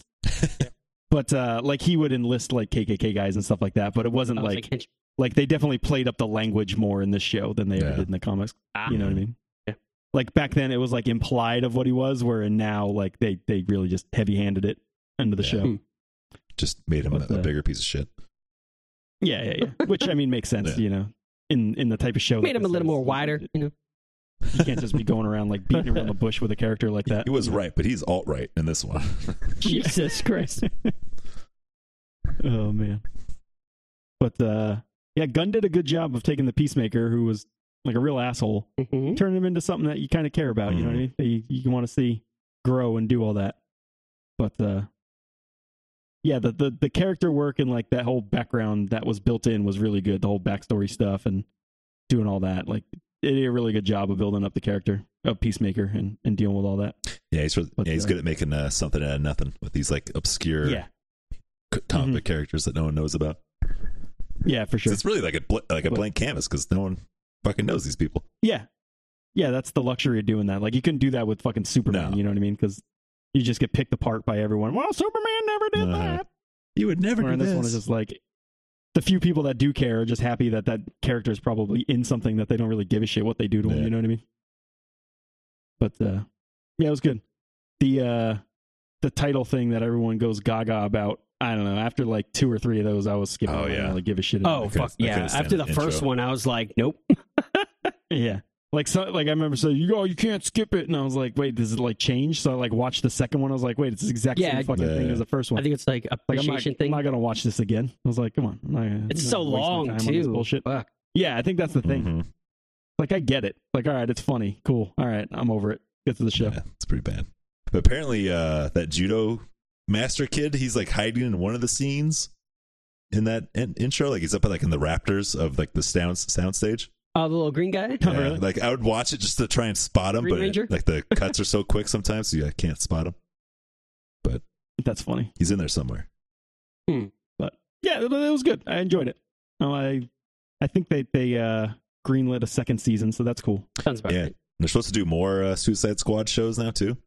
but uh like he would enlist like KKK guys and stuff like that, but it wasn't
I was
like
Oh, like,
like, they definitely played up the language more in this show than they ever
Yeah.
did in the comics.
ah.
You know what I mean?
Yeah.
Like back then it was like implied of what he was, where now like they they really just heavy-handed it into the
Yeah.
show.
Hmm.
Just made him a,
What the-
a bigger piece of shit.
Yeah, yeah, yeah. Which I mean makes sense,
Yeah.
you know. In in the type of show that
Made him a
this
little
is.
more wider, you know.
You can't just be going around like beating around the bush with a character like that.
He was right, but he's alt right in this one.
Jesus Christ.
oh man. But uh yeah, Gunn did a good job of taking the peacemaker who was like a real asshole,
Mhm.
Mm-hmm.
turning him into something that you kind of care about, you know what I mean? That you, you want to see grow and do all that. But uh yeah, the, the the character work and like that whole background that was built in was really good. The whole backstory stuff and doing all that. Like they did a really good job of building up the character of Peacemaker and, and dealing with all that.
yeah, he's really,
But,
yeah, he's
uh,
good at making uh, something out of nothing with these like obscure
Yeah.
c- comic book characters that no one knows about.
Yeah, for
So
sure.
It's really like a bl- like a
But-
blank canvas because no one fucking knows these people.
Yeah. Yeah, that's the luxury of doing that. Like you couldn't do that with fucking Superman,
No.
you know what I mean? Because you just get picked apart by everyone. Well, Superman never did
Uh-huh.
that.
You would never
Where in this one is just like the few people that do care are just happy that that character is probably in something that they don't really give a shit what they do to him.
Yeah.
You know what I mean? But uh, yeah, it was good. The uh, the title thing that everyone goes gaga about. I don't know. After like two or three of those, I was skipping.
Oh,
I
yeah.
didn't really give a shit.
Oh,
I could've-
fuck.
I could've
Yeah.
stand
After the
the
first
intro.
one, I was like, nope.
Yeah. Like so like I remember so you go, oh, you can't skip it. And I was like, wait, does it like change? So I like watched the second one. I was like, wait, it's the exact
Yeah, I-
same fucking
Yeah,
thing
yeah.
as the first
I
one.
think it's like
Like I'm not,
appreciation
I'm
thing.
not gonna watch this again. I was like, come on. I'm not gonna-
It's
I'm not
so
gonna waste my time
long
on this
too.
bullshit.
Fuck.
Yeah, I think that's the thing.
Mhm.
Like I get it. Like, all right, it's funny, cool. All right, I'm over it. Get to the show.
Yeah, it's pretty bad. But apparently, uh, that judo master kid, he's like hiding in one of the scenes in that in- intro. Like he's up like in the raptors of like the sound sound stage.
Oh, the little green guy.
Oh, really?
Like I would watch it just to try and spot him,
Green
but
Ranger?
like the cuts are so quick sometimes, so you I can't spot him.
That's funny.
He's in there somewhere.
Yeah, it, it was good. I enjoyed it. Oh, I I think they they uh greenlit a second season, so that's cool.
Sounds about
Yeah.
right.
And they're supposed to do more uh, Suicide Squad shows now too.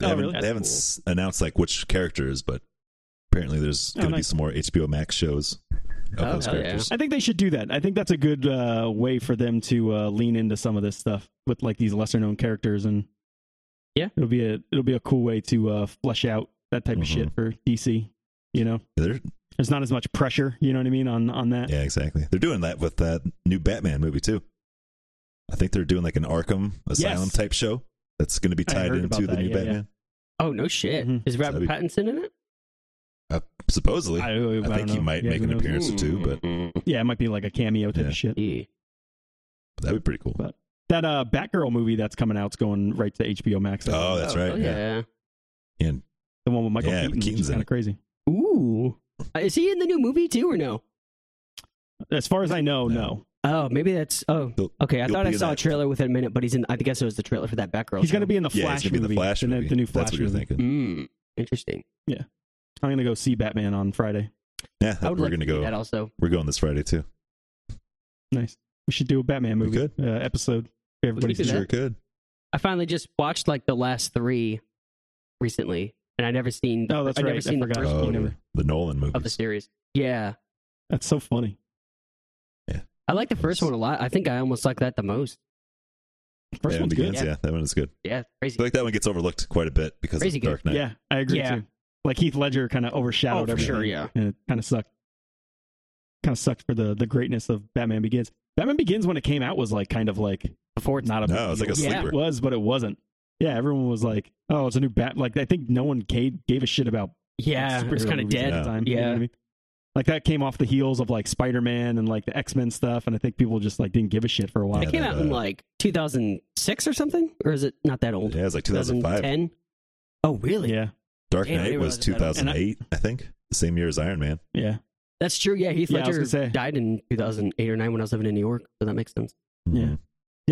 They
Oh,
haven't,
really?
They
That's
haven't
cool.
s- announced like which characters, but apparently there's
Oh,
going to be
nice.
some more HBO Max shows of
Oh,
those
hell yeah.
characters.
I think they should do that. I think that's a good uh, way for them to uh, lean into some of this stuff with like these lesser known characters, and
Yeah.
it'll be a it'll be a cool way to uh, flesh out that type of
Mhm.
shit for DC. You know,
They're-
there's not as much pressure. You know what I mean on on that.
Yeah, exactly. They're doing that with that new Batman movie too. I think they're doing like an Arkham Asylum
Yes.
type show that's going to be
I
tied
heard
into
about
the
that,
new
yeah, yeah.
Batman.
Oh no shit.
Mhm.
Is Robert
That'd be-
Pattinson in it?
Uh, supposedly,
I, I
I,
don't
think he
know.
might
Yeah,
make
who
an
knows?
appearance or two, but
Mm-hmm.
Yeah, it might be like a cameo type
Yeah.
of shit.
Yeah.
that'd be pretty cool.
But- That uh, Batgirl movie that's coming out's going right to HBO Max. I
Oh,
think.
that's
Oh,
right.
hell
Yeah.
yeah.
And
the one with Michael
yeah,
Keaton,
Keaton's in
kind
it.
of crazy.
Ooh. Uh, Is he in the new movie too or no?
As far as I know,
Yeah.
no.
Oh, maybe that's oh.
He'll-
Okay, I
he'll
thought
be
I
in
saw a
that.
trailer with it in a minute, but he's in. I guess it was the trailer for that Batgirl.
He's going to be in the
yeah,
Flash
it's gonna be in
movie.
the Flash
the,
movie.
the new Flash
that's what you're
movie.
thinking.
Mm, interesting.
I'm going to go see Batman on Friday.
Yeah,
I
we're
would like
going
to
to
do
go.
that also.
We're going this Friday too.
Nice. We should do a Batman
We
movie
could.
Uh, episode. Everybody's
do that.
Sure could.
I finally just watched like the last three recently, and I never seen. The,
Oh, that's
I
right.
Never
I
seen the
forgot.
first
Oh,
Oh,
yeah.
the, the Nolan movie.
of the series. Yeah,
That's so funny.
I like the first one a lot. I think I almost like that the most.
First one's good.
begins. Yeah. that one is good.
Yeah,
I
crazy.
feel like that one gets overlooked quite a bit because
Crazy
of
good.
Dark Knight.
Yeah, I agree
Yeah.
too. Like Heath Ledger kind of overshadowed
Oh, for
everything.
sure, yeah.
and it kind of sucked. Kind of sucked for the the greatness of Batman Begins. Batman Begins when it came out was like kind of like
Before it's
not a
No, it's like a
Yeah.
sleeper.
it was, but it wasn't. Yeah, everyone was like, "Oh, it's a new Bat." Like I think no one gave, gave a shit about
yeah,
like,
it was
superhero
kind of
movies at
dead.
the time. you know
Yeah.
what I mean? Like that came off the heels of like Spider Man and like the X Men stuff, and I think people just like didn't give a shit for a while.
Yeah,
It came
that,
out in
uh,
like 2006 or something, or is it not that old?
Yeah, it was like 2005.
2010. Oh, really?
Yeah,
Dark
Damn, I
Knight
didn't
was
realize it was that old.
And I-
2008, I think, the same year as Iron Man.
yeah.
That's true. Yeah, Heath
Yeah, I was
Ledger
gonna say.
died in 2008 or 9 when I was living in New York, so that makes sense.
Mm-hmm.
Yeah. Yeah,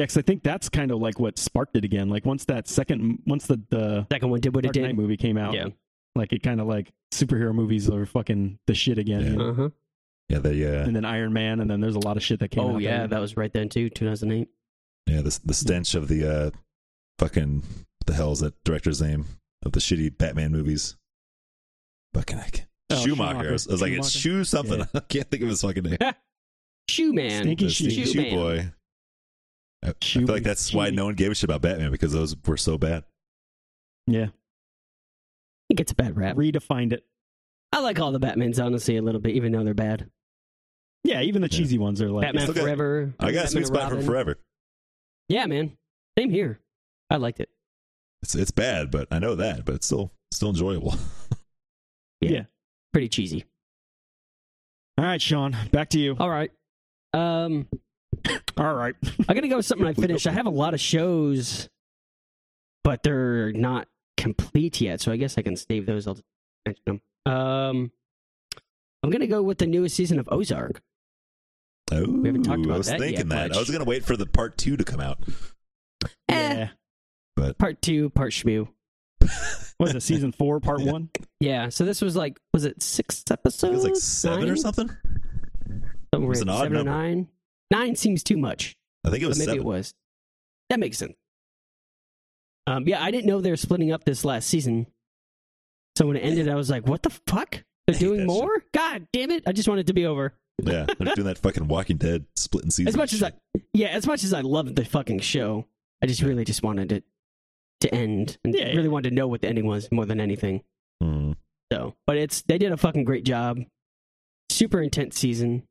because I think that's kind of like what sparked it again. Like once that second, once the the
Second one did what
Dark
it
Knight
did.
movie came out,
Yeah.
like it kind of like superhero movies are fucking the shit again.
Yeah.
you know?
Uh huh.
Yeah, they uh
And then Iron Man, and then there's a lot of shit that came out.
Oh yeah,
that
that was right then too. 2008.
yeah, the the stench of the uh fucking what the hell is that director's name of the shitty Batman movies? Fucking I can't.
Oh,
Schumacher.
Schumacher.
I was like, it's shoe something.
Yeah.
I can't think of his fucking name.
Shoe man.
Stinky
The
Shoe.
Stinky
Shoe Man.
shoe boy. I, I
Shoe-
feel like that's why
Shoe-
no one gave a shit about Batman because those were so bad.
yeah,
He gets a bad rap.
redefined it.
I like all the Batmans honestly a little bit, even though they're bad.
Yeah, even the
Yeah.
cheesy ones are like
Batman
still got-
Forever.
I got a
Batman
sweet
and
spot for
Robin.
forever.
Yeah, man. Same here. I liked it.
It's it's bad, but I know that, but it's still still enjoyable.
Pretty cheesy.
All right, Sean, back to you.
All right. Um,
All right,
I'm gonna go with something I finished. I have a lot of shows, but they're not complete yet, so I guess I can save those. I'll just mention them. Um, I'm gonna go with the newest season of Ozark.
Oh,
haven't talked about
I was
that
thinking
yet
that.
much.
I was gonna wait for the part two to come out.
Eh,
yeah.
Part two, part schmoo.
Was it season four, part one?
Yeah. So this was like, was it six episodes?
It was like seven
Nine?
or something.
Somewhere
was
at
an odd
seven or
number.
nine. Nine seems too much.
I think it
but
was
maybe
seven.
it was. That makes sense. Um, yeah, I didn't know they were splitting up this last season. So when it ended, I was like, "What the fuck? They're
hate
doing
that
more? God damn it! I just want it to be over."
Yeah, they're doing that fucking Walking Dead splitting season.
As much as I, yeah, as much as I loved the fucking show, I just really just wanted it to end. And
Yeah, yeah.
really wanted to know what the ending was more than anything.
Mm.
So, but it's they did a fucking great job. Super intense season.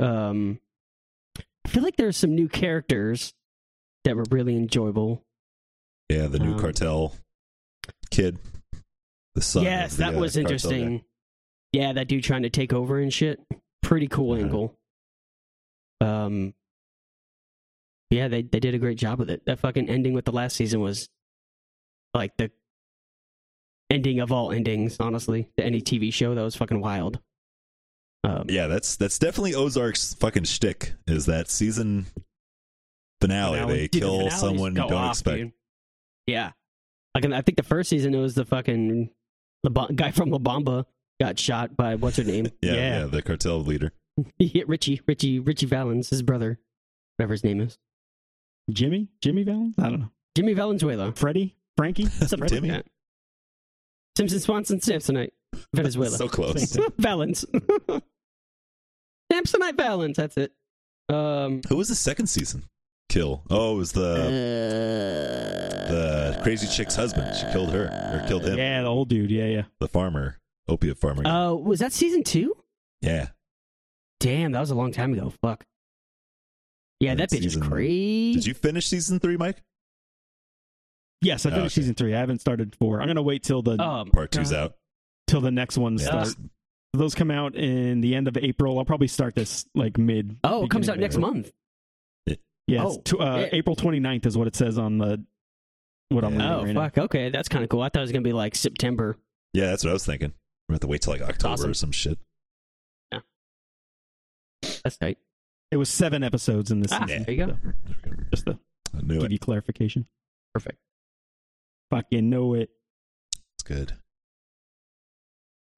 Um, I feel like there's some new characters that were really enjoyable.
yeah, the new
Um,
cartel kid, the son.
yes,
of the,
that
uh,
was
cartel
interesting. Yeah, that dude trying to take over and shit. Pretty cool
Uh-huh.
angle. Um, yeah, they they did a great job with it. That fucking ending with the last season was like the ending of all endings, honestly, to any TV show. That was fucking wild. Um,
guy. Yeah, that's that's definitely Ozark's fucking shtick. Is that season finale?
Finale.
oh, They
Dude, the
kill
finales
someone you
go
don't
off,
expect.
dude. Yeah, like in- I think the first season it was the fucking the bo- guy from La Bamba got shot by what's her name.
Yeah,
Yeah.
yeah, the cartel leader.
He hit Richie, Richie, Richie Valens, his brother, whatever his name is.
Jimmy, Jimmy Valens? I don't know.
Jimmy Valenzuela.
Freddie, Frankie,
Something like
Timmy?
that. Simpson Swanson Samsonite. Venezuela.
So
Same
close.
thing.
Valens. Samsonite Valens, that's it. Um uh,
Who was the second season? Kill. Oh, it was the the crazy chick's husband. She killed her or killed him.
yeah, the old dude. Yeah, yeah.
The farmer, opiate farmer. guy.
Oh, was that season two?
yeah,
Damn, that was a long time ago. Fuck. Yeah,
That
that bitch is
season-
crazy.
Did you finish season three, Mike?
Yes, I
Oh,
finished
okay.
season three. I haven't started four. I'm gonna wait till the
oh, my
Part two's
God.
out.
till the next one
Yeah,
starts.
just-
Those come out in the end of April. I'll probably start this like mid.
Oh, it comes
beginning
out
of
next
April.
month.
Yeah, it's
Oh,
tw- uh,
yeah.
April 29th is what it says on the what I'm
Yeah.
reading
Oh,
right now.
fuck. Okay, that's kind of cool. I thought it was going to be like September.
yeah, that's what I was thinking. We have to wait till like October
Awesome.
or some shit.
That's right.
It was seven episodes in this
Ah,
season.
there you go.
so
There we go.
just to
I knew
give
it.
you clarification.
Perfect.
Fucking know it.
It's good.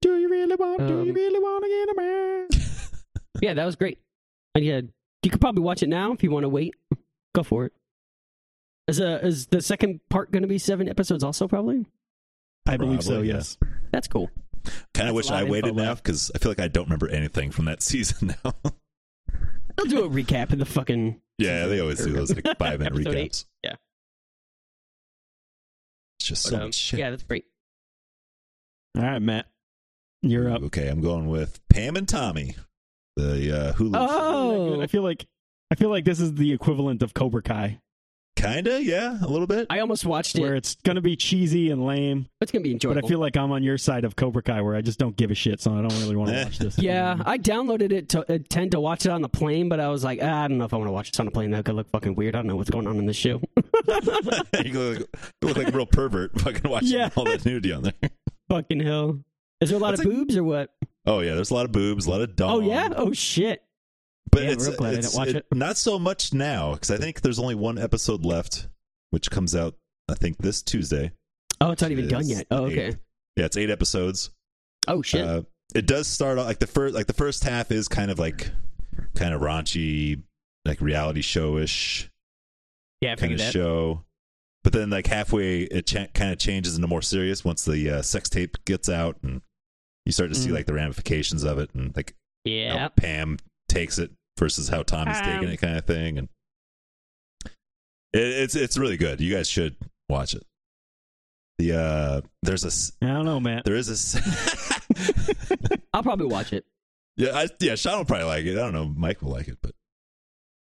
Do you really want? do you
Um,
really want to get a man?
yeah, that was great. And yeah, you could probably watch it now if you want to wait. Go for it. Is uh, is the second part going to be seven episodes? Also, probably.
I believe so.
Probably, yeah.
Yes.
That's cool.
Kind
That's a
of wish
lot
I
of info
waited now
left.
because I feel like I don't remember anything from that season now.
They'll do a recap in the fucking.
yeah, they always do those like five minute
Episode eight.
recaps.
Yeah.
It's just
but,
so
um,
much shit.
Yeah, that's great.
All right, Matt, you're up.
Okay, I'm going with Pam and Tommy, the uh, Hulu. show.
Oh,
I feel like I feel like this is the equivalent of Cobra Kai,
Kinda, yeah, a little bit.
I almost watched
where
it.
it's gonna be cheesy and lame,
It's gonna be enjoyable.
but I feel like I'm on your side of Cobra Kai, where I just don't give a shit, so I don't really want to watch this.
yeah, I downloaded it to intend to watch it on the plane, but I was like, ah, I don't know if I want to watch this on a plane. That could look fucking weird. I don't know what's going on in this show.
you look, like- you look like a real pervert fucking watching
Yeah.
all that nudity on there.
fucking hell. Is there a lot
That's
of boobs or what?
Oh yeah, there's a lot of boobs, a lot of dong.
Oh yeah. Oh shit.
but
Yeah,
it's,
real glad I didn't
it's-
watch it.
not so much now because I think there's only one episode left, which comes out I think this Tuesday.
Oh, it's not even done
It's
yet. Oh,
eight.
okay.
Yeah, it's eight episodes.
Oh shit.
Uh, it does start out like the first like the first half is kind of like kind of raunchy, like reality showish
yeah, I
kind
figured
of
that.
show. But then like halfway, it cha- kind of changes into more serious once the uh, sex tape gets out and you start to see
Mm.
like the ramifications of it and like how
Yeah.
Pam takes it versus how Tommy's taking
Pam.
it kind of thing. And it, it's it's really good. You guys should watch it. The uh, there's a s-
I don't know, Matt.
there is a s-
I'll probably watch it.
yeah I, yeah Sean will probably like it. I don't know. Mike will like it, but.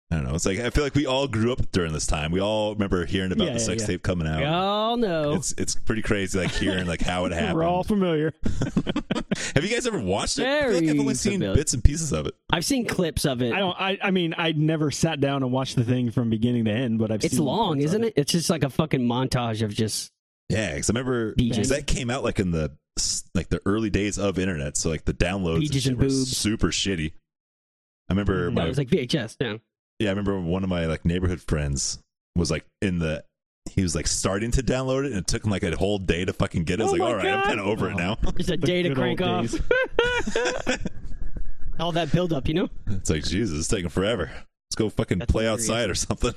I don't know. It's like I feel like we all grew up during this time. We all remember hearing about
Yeah,
the
yeah,
sex
yeah.
tape coming out.
Oh no.
It's it's pretty crazy, like hearing like how it happened.
We're all familiar.
Have you guys ever watched it? I feel like I've
Very
only seen
familiar.
bits and pieces of it.
I've seen clips of it.
I don't. I. I mean, I never sat down and watched the thing from beginning to end, but I've.
It's
seen
long,
parts of
isn't it? It's just like a fucking montage of just
Yeah, because I remember
Beaches.
'cause that came out like in the s- like the early days of internet, so like the downloads and
Beaches
shit
and
were
boobs.
super shitty. I remember
Mhm.
no,
my
it was like VHS. Yeah.
yeah, I remember one of my like neighborhood friends was like in the he was like starting to download it and it took him like a whole day to fucking get it. I
Oh
was like,
my
all right, I'm
God.
kind of over it now.
Just
The
a day to
good old
crank off
days.
all that build up, you know?
it's like Jesus, it's taking forever. Let's go fucking
That's
play
hilarious.
outside or something.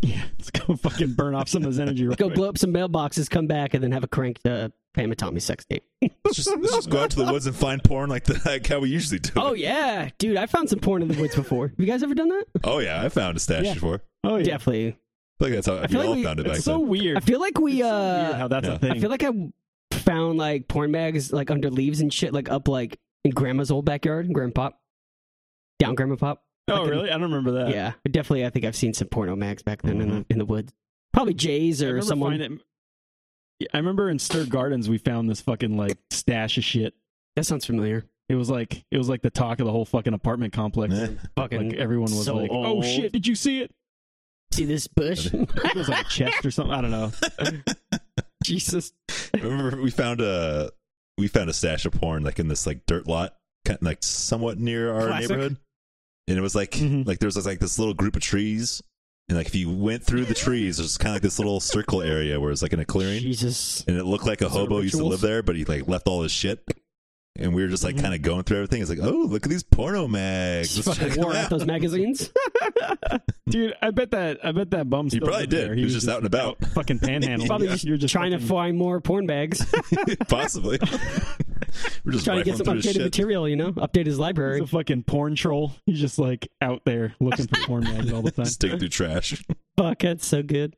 Yeah, let's go fucking burn off some of his energy. Real
Go
quick.
blow up some mailboxes, come back, and then have a crank to Pam and Tommy sex tape.
let's just let's just go out to the woods and find porn like the like how we usually do.
Oh
it.
yeah, dude! I found some porn in the woods before. Have you guys ever done that?
oh yeah, I found a stash
Yeah.
before.
Oh yeah,
Definitely.
I feel like that's how
feel
we
like
all
we-
found it back
it's so
then.
weird.
I feel like we.
It's so
uh
weird how that's
yeah.
a thing.
I feel like I found like porn mags like under leaves and shit, like up like in grandma's old backyard, in grandpop, down grandma pop.
oh
like in-
really? I don't remember that.
yeah, definitely. I think I've seen some porno mags back then in the in the woods. Probably Jays
Mm-hmm. I
or
remember
someone.
finding- Yeah, I remember in Stir Gardens we found this fucking like stash of shit.
That sounds familiar.
It was like it was like the talk of the whole fucking apartment complex.
Eh.
Fucking
Like everyone was
so
like, "Oh
old.
shit, did you see it?"
see this bush.
I think it was like chest or something. I don't know. Jesus.
Remember we found a we found a stash of porn like in this like dirt lot, kind like somewhat near our
Classic.
neighborhood, and it was like
Mhm.
like there was like this little group of trees, and like if you went through the trees, there's kind of like this little circle area where it's like in a clearing,
Jesus.
and it looked like a
Sort of
hobo used to
rituals.
live there, but he like left all his shit. And we were just like
Mhm.
kind of going through everything. It's like, oh, look at these porno mags.
Just
Let's check
fucking
them
wore out
out.
those magazines.
Dude, I bet that I bet that bum
He
still
probably
lived there.
did. He was just out and about.
fucking panhandling.
Probably just
You're just
trying to
fucking-
find more porn bags.
Possibly. We're just
trying to get
rifling
some
through his
updated
shit.
material. You know, update his
He's
library.
a fucking porn troll. He's just like out there looking for porn mags all the time.
Just dig through trash.
Fuck, that's so good.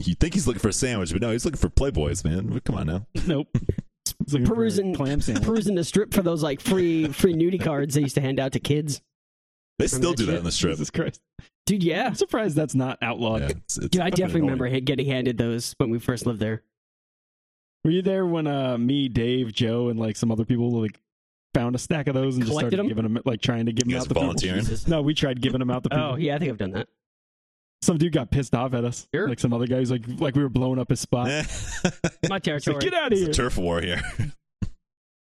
You think he's looking for a sandwich, but no, he's looking for Playboys, man. Come on now.
Nope. He's looking for a
Perusing-
clam sandwich.
perusing the strip for those like free free nudie cards they used to hand out to kids.
They still
that
do that
shit.
in the strip.
Jesus Christ.
Dude, yeah.
I'm surprised that's not outlawed.
Yeah, it's- it's
Dude, I
fucking
definitely
annoying.
remember ha- getting handed those when we first lived there.
Were you there when uh me, Dave, Joe, and like some other people like found a stack of those and just
Collected
started
them?
giving them like trying to give
You
them
guys
out the people?
volunteering?
Jesus.
No, we tried giving them out the people.
Oh, yeah, I think I've done that.
Some dude got pissed off at us.
Sure.
Like some other guy who's like like we were blowing up his spot.
Eh,
My
It's like,
territory.
get out of
it's
here.
a turf war here.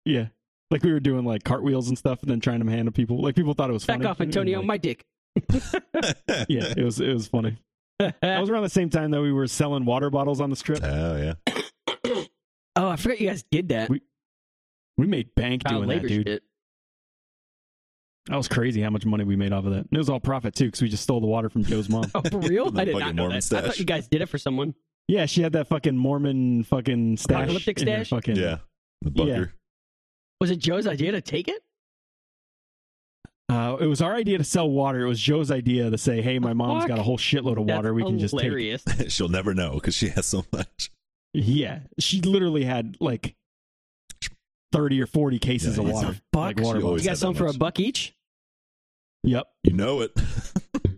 Yeah. Like we were doing like cartwheels and stuff and then trying to hand to people. Like people thought it was
Back
funny.
off, Antonio.
Like,
My dick.
yeah, it was it was funny. That was around the same time that we were selling water bottles on the strip.
Oh yeah.
oh, I forgot you guys did that.
We- We made bank
Child
doing that,
labor
dude.
shit.
That was crazy how much money we made off of that. And it was all profit too, because we just stole the water from Joe's mom.
Oh, for real?
The
I did
fucking
not know
Mormon
that. I
stash.
thought you guys did it for someone.
Yeah, she had that fucking Mormon fucking stash.
Apocalyptic
in her
stash?
Fucking,
Yeah. The bunker.
Was it Joe's idea to take it?
Uh, it was our idea to sell water. It was Joe's idea to say, "Hey, my mom's
Fuck.
got a whole shitload of water.
That's
we can just take." it."
hilarious.
She'll never know because she has so much.
Yeah, she literally had like thirty or forty cases
Yeah,
of
it's
water.
a fuck.
Like water
She
bottles.
always
You got
had that
some for a
much.
buck each?
Yep,
You know
Oh,
it.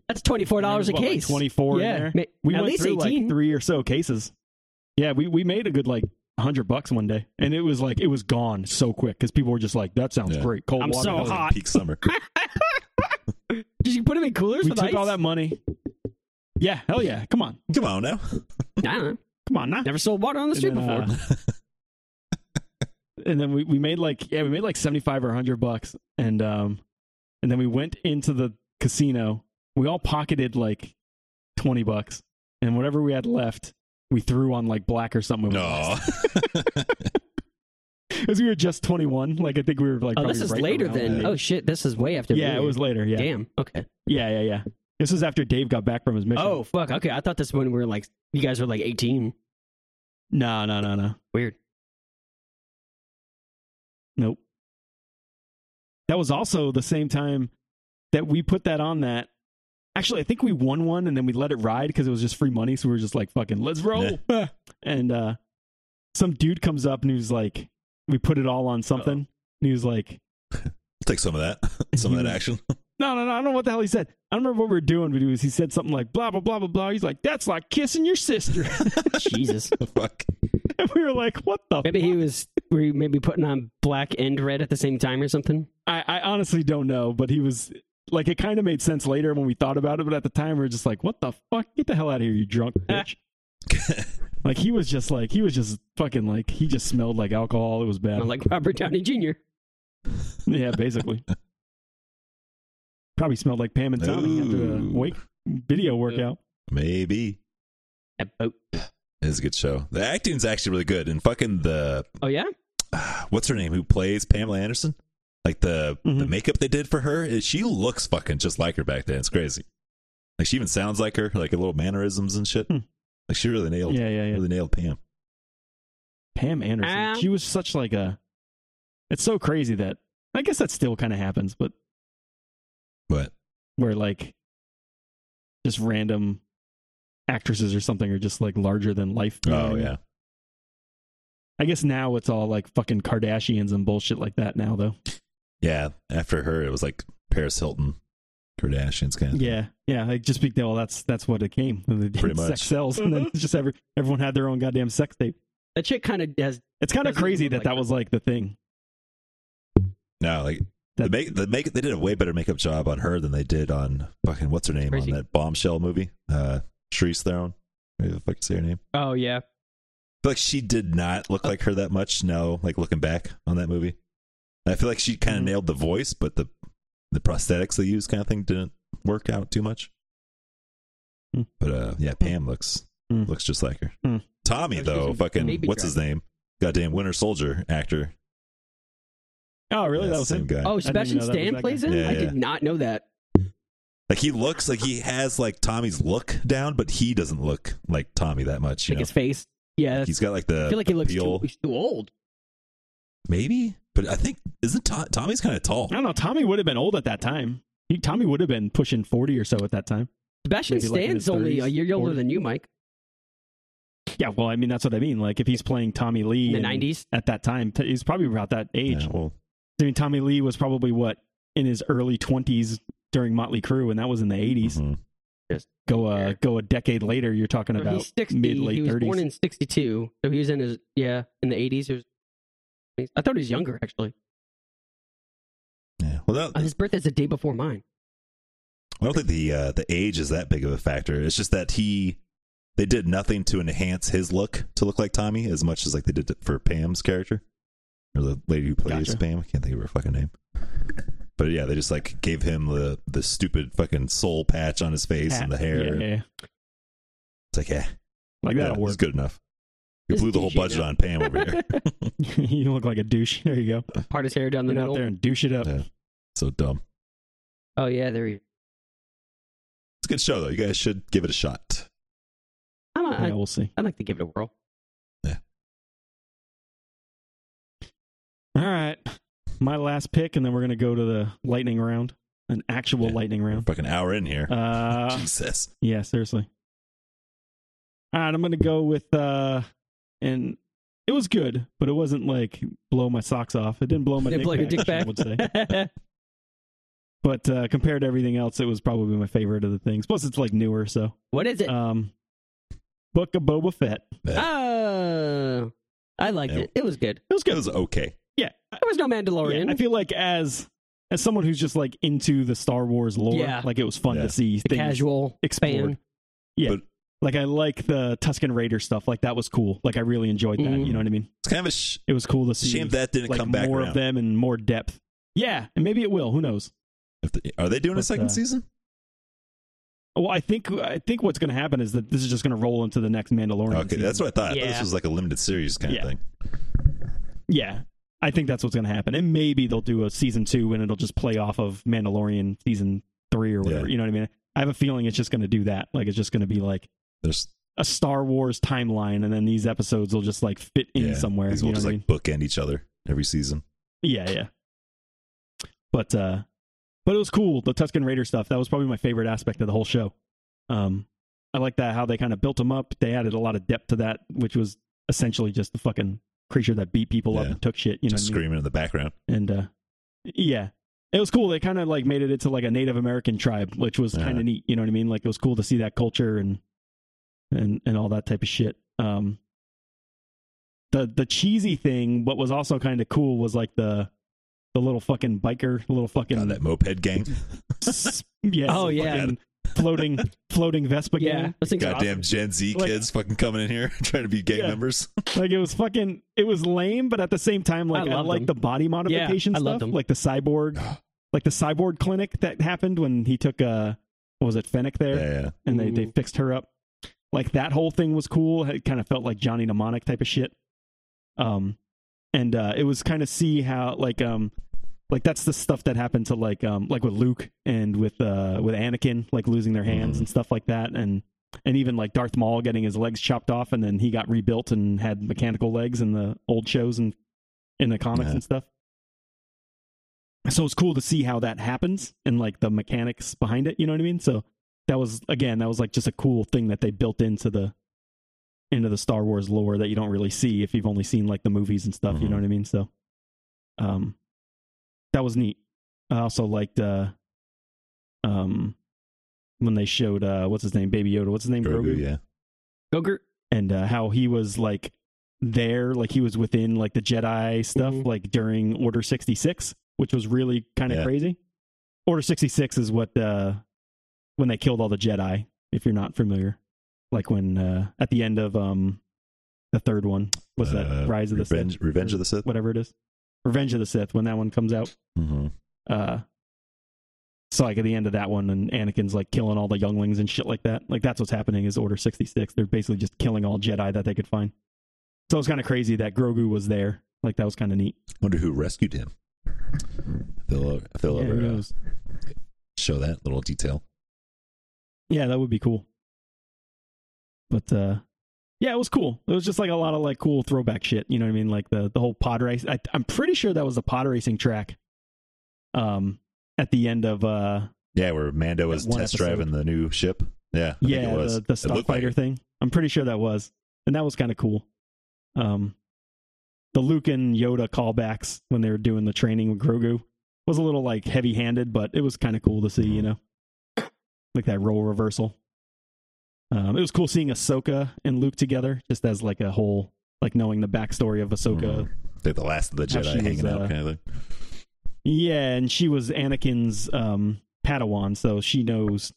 That's twenty four dollars a
What, like
case.
Twenty four.
yeah,
in there.
ma-
We
at
went
least
through
eighteen.
like three or so cases. Yeah, we we made a good like hundred bucks one day, and it was like it was gone so quick because people were just like, "That sounds
Yeah.
great, cold
I'm
water."
so
That was
hot.
Peak summer.
Did you put them in coolers
we
with
took
ice?
all that money. Yeah, hell yeah! Come on,
Come on now.
I don't know.
come on, nah.
Never sold water on the
And uh,
street
then,
before.
uh, and then we, we made like yeah we made like 75 or 100 bucks and um and then we went into the casino we all pocketed like 20 bucks and whatever we had left we threw on like black or something
No.
because we were just 21 like i think we were like
Oh, this
probably
is
right
later
around
than.
that.
Oh shit, this is way after.
yeah it
me.
was later yeah
Damn. Okay.
yeah yeah yeah this was after dave got back from his mission
Oh fuck. Okay, I thought this one we were like you guys were like eighteen.
no no no no
Weird.
Nope. That was also the same time that we put that on that. Actually, I think we won one and then we let it ride because it was just free money. So we were just like, fucking, let's roll. and uh, some dude comes up and he's like, we put it all on something. And he was like,
I'll take some of that. Some of that action.
no, no, no, I don't know what the hell he said. I don't remember what we were doing, but he was he said something like blah blah blah blah blah. He's like, that's like kissing your sister.
Jesus.
Fuck.
and we were like, what the?
Maybe he was. Were you maybe putting on black and red at the same time or something?
I, I honestly don't know, but he was like, it kind of made sense later when we thought about it, but at the time we were just like, what the fuck? Get the hell out of here, you drunk bitch. like, he was just like, he was just fucking like, he just smelled like alcohol. It was bad.
Like Robert Downey Jr.
yeah, basically. Probably smelled like Pam and Tommy after the
Ooh.
wake video workout.
Maybe.
That boat.
It's a good show. The acting's actually really good. And fucking the
Oh yeah.
what's her name who plays Pamela Anderson? Like the the
Mhm.
makeup they did for her, it- she looks fucking just like her back then. It's crazy. Like she even sounds like her, like her little mannerisms and shit.
Hmm.
Like she really nailed,
Yeah, yeah, yeah.
really nailed Pam.
Pam Anderson.
Ah.
she was such like a. It's so crazy that I guess that still kind of happens, but
But
where like just random actresses or something are just like larger than life. you know what I
oh
mean?
yeah,
I guess now it's all like fucking Kardashians and bullshit like that now, though.
yeah. After her, it was like Paris Hilton, Kardashians kind of. thing.
Yeah, yeah. Like just be well, that's that's what it came. They did
Pretty much.
sex sells, and then it's just every everyone had their own goddamn sex tape.
That chick kind of has.
It's kind of
Doesn't
crazy
look
that
like
that
her.
was like the thing.
No, like the
That-
make the make they did a way better makeup job on her than they did on fucking what's her name
Crazy.
on that bombshell movie, uh, Charlize Theron. Maybe the fuck say her name.
Oh yeah.
I feel like she did not look like her that much. No, like looking back on that movie, I feel like she kind of
Mm-hmm.
Mhm.
nailed the voice, but the the prosthetics they used kind of thing didn't work out too much.
Hmm.
But uh, yeah, Pam looks
Hmm.
looks just like her.
Hmm.
Tommy
There's just
though,
a
fucking
baby
what's his name? Goddamn Winter Soldier actor.
Oh, really?
Yeah,
that was
same
him.
guy.
Oh,
didn't
Sebastian
know that was
Stan
that
plays
guy.
in.
Yeah,
I
yeah.
did not know that.
Like he looks like he has like Tommy's look down, but he doesn't look like Tommy that much. You
Like
know?
his face. Yeah. that's-
He's got like the
uh,
I feel like he looks too,
peel.
he's too old.
maybe, but I think isn't To- Tommy's kind of tall.
I don't know. Tommy would have been old at that time. He, Tommy would have been pushing forty or so at that time.
Sebastian
Maybe like in
Stan's
his
only a
30s,
year older
40s.
than you, Mike.
Yeah, well, I mean, that's what I mean. Like, if he's playing Tommy Lee
In the
and-
nineties.
at that time, t- he's probably about that age.
Yeah, well,
I mean, Tommy Lee was probably what in his early twenties during Motley Crue, and that was in the 80s
mhm.
Go uh, go a decade later, you're talking about
He's sixty.
mid
he
late
was born
thirties.
in sixty two, so he was in his yeah in the eighties. I thought he was younger actually.
Yeah. Well,
Uh,
that,
his birthday's the day before mine.
I don't think the uh, the age is that big of a factor. It's just that he they did nothing to enhance his look to look like Tommy as much as like they did to- for Pam's character or the lady who plays
Gotcha.
Pam. I can't think of her fucking name. But yeah, they just like gave him the the stupid fucking soul patch on his face and the hair.
yeah, yeah, yeah.
It's like yeah,
like
yeah,
that'll
it's good enough. You
This
blew the whole
DJ
budget
now.
on Pam over here.
work. you look like a douche. There you go.
Part his hair down the
Get out
middle.
there and douche it up.
Yeah. so dumb.
Oh yeah, there he.
It's a good show though. You guys should give it a shot.
I'm a,
Yeah, we'll see.
I, would like to give it a whirl.
All right, my last pick, and then we're gonna go to the lightning round, an actual
Yeah.
lightning round.
Fucking hour in here.
Uh,
Jesus.
Yeah, seriously. All right, I'm gonna go with uh and it was good, but it wasn't like blow my socks off. It didn't blow my
Didn't
dick
blow your
back,
dick back?
I would say. But uh compared to everything else, it was probably my favorite of the things. Plus it's like newer, so
what is it?
Uh,
um Book of Boba Fett.
oh, I liked
Yeah.
it. It was good.
It was good. It was okay.
Yeah. I-
There was no Mandalorian.
yeah, I feel like as as someone who's just like into the Star Wars lore,
Yeah.
like it was fun
Yeah.
to see
the
things
casual
explored.
fan.
Yeah.
But-
Like I like the Tuscan Raider stuff. Like that was cool. Like I really enjoyed that.
Mhm.
You know what I mean?
It's kind of a sh-
It was cool to see
shame that didn't
like
come back
more
around.
of them and more depth. Yeah, and maybe it will. Who knows?
If the- are they doing a
But,
second
uh,
season?
Well, I think I think what's going to happen is that this is just going to roll into the next Mandalorian.
Okay,
season.
that's what I thought. I thought this
Yeah.
was like a limited series kind
Yeah.
of thing.
Yeah, I think that's what's going to happen. And maybe they'll do a season two, and it'll just play off of Mandalorian season three or whatever.
Yeah.
You know what I mean? I have a feeling it's just going to do that. Like it's just going to be like
There's
a Star Wars timeline, and then these episodes will just like fit in
yeah,
somewhere.
These
you
will
know
just
what I
like
mean?
bookend each other every season.
Yeah, yeah. But uh but it was cool, the Tuscan Raider stuff. That was probably my favorite aspect of the whole show. Um I like that how they kind of built them up. They added a lot of depth to that, which was essentially just the fucking creature that beat people up
Yeah.
and took shit, you know.
just
what I mean?
screaming in the background.
And uh yeah. It was cool. They kind of like made it into like a Native American tribe, which was kind
Uh-huh.
of neat, you know what I mean? Like it was cool to see that culture and and and all that type of shit. Um the the cheesy thing, what was also kind of cool was like the the little fucking biker, little fucking
God, that moped gang.
s- yeah,
Oh,
the
yeah.
fucking floating floating Vespa
yeah,
gang.
those things are
Goddamn Gen Z
Like-
kids fucking coming in here trying to be gang
Yeah.
members.
Like it was fucking, it was lame, but at the same time, like
I
I,
loved
like
them.
the body modification
I
stuff,
loved them.
like the cyborg, like the cyborg clinic that happened when he took uh, what was it Fennec there,
Yeah, yeah.
and they they fixed her up. Like that whole thing was cool. It kind of felt like Johnny Mnemonic type of shit. Um, and uh, it was kind of see how like um like that's the stuff that happened to like um like with Luke and with uh with Anakin like losing their hands
Mhm.
and stuff like that and and even like Darth Maul getting his legs chopped off and then he got rebuilt and had mechanical legs in the old shows and in the comics
Yeah.
and stuff. So it's cool to see how that happens and like the mechanics behind it, you know what I mean? So that was again, that was like just a cool thing that they built into the into the Star Wars lore that you don't really see if you've only seen like the movies and stuff, you
Mhm.
know what I mean? So um that was neat. I also liked uh um when they showed uh what's his name, Baby Yoda, what's his name?
Grogu, yeah.
Gogurt.
and uh, how he was like there, like he was within like the Jedi stuff,
Mhm.
like during Order sixty six, which was really kind of
Mm-hmm. Yeah.
crazy. Order sixty six is what uh, when they killed all the Jedi. If you're not familiar, like when uh, at the end of um the third one was
Uh,
that Rise of the
Revenge,
Sith,
Revenge of the Sith.
whatever it is, Revenge of the Sith. When that one comes out,
Mm-hmm.
uh so like at the end of that one and Anakin's like killing all the younglings and shit like that. Like that's what's happening is Order 66. They're basically just killing all Jedi that they could find. So it was kind of crazy that Grogu was there. Like that was kind of neat.
Wonder who rescued him. If they'll, if they'll
yeah, who
ever uh,
knows?
show that little detail.
Yeah, that would be cool. But uh yeah, it was cool. It was just like a lot of like cool throwback shit, you know what I mean? Like the the whole pod race. I I'm pretty sure that was the pod racing track. Um at the end of uh
Yeah, where Mando was
That one
test
episode.
driving the new ship. Yeah, I think
yeah,
it was.
the, the
It looked like
Starfighter
it.
thing. I'm pretty sure that was, and that was kind of cool. Um, the Luke and Yoda callbacks when they were doing the training with Grogu was a little like heavy-handed, but it was kind of cool to see, you know,
Mm-hmm.
like that role reversal. Um, it was cool seeing Ahsoka and Luke together, just as like a whole, like knowing the backstory of Ahsoka.
Mhm. Like the last of the
How she
Jedi
was,
hanging out
uh,
kind of thing.
Yeah, and she was Anakin's um Padawan, so she knows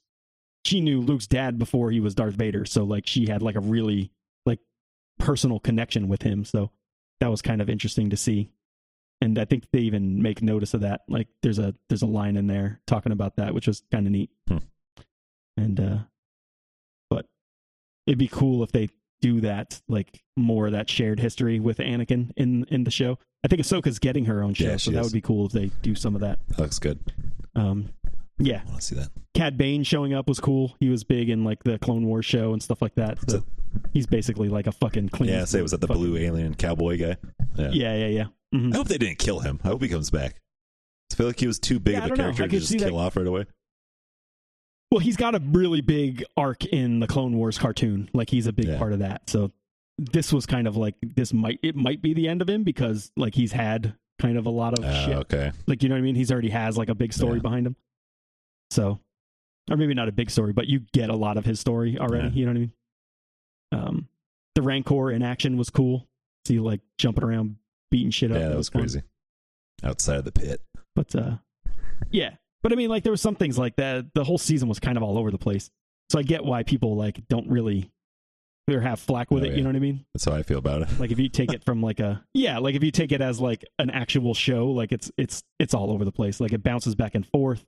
she knew Luke's dad before he was Darth Vader, so like she had like a really like personal connection with him, so that was kind of interesting to see. And I think they even make notice of that. Like there's a there's a line in there talking about that, which was kind of neat.
Hmm.
And uh but it'd be cool if they do that like more of that shared history with Anakin in in the show. I think Ahsoka's getting her own show,
Yeah,
so
she
that
is.
would be cool if they do some of that.
That looks good.
Um, yeah,
I want to see that.
Cad Bane showing up was cool. He was big in like the Clone Wars show and stuff like that.
So-
So he's basically like a fucking clean.
yeah, say was that the
fucking-
blue alien cowboy guy? Yeah.
Yeah, yeah, yeah. Mhm.
I hope they didn't kill him. I hope he comes back. I feel like he was too big
Yeah, I
of a
don't know.
character
I
to
could
just
see
kill
that-
off right away.
Well, he's got a really big arc in the Clone Wars cartoon. Like he's a big
Yeah.
part of that. So this was kind of like this might it might be the end of him because like he's had kind of a lot of
Ah,
Oh, shit
okay.
Like you know what I mean? He's already has like a big story
Yeah.
behind him. So or maybe not a big story, but you get a lot of his story already,
Yeah.
you know what I mean? Um the Rancor in action was cool. See like jumping around beating shit up.
Yeah,
It
that was
fun.
crazy. Outside of the pit.
But uh yeah. But I mean like there were some things like that the whole season was kind of all over the place. So I get why people like don't really They're half flack with
Oh,
it.
yeah.
You know what I mean?
That's how I feel about it.
Like if you take it from like a yeah, like if you take it as like an actual show, like it's it's it's all over the place. Like it bounces back and forth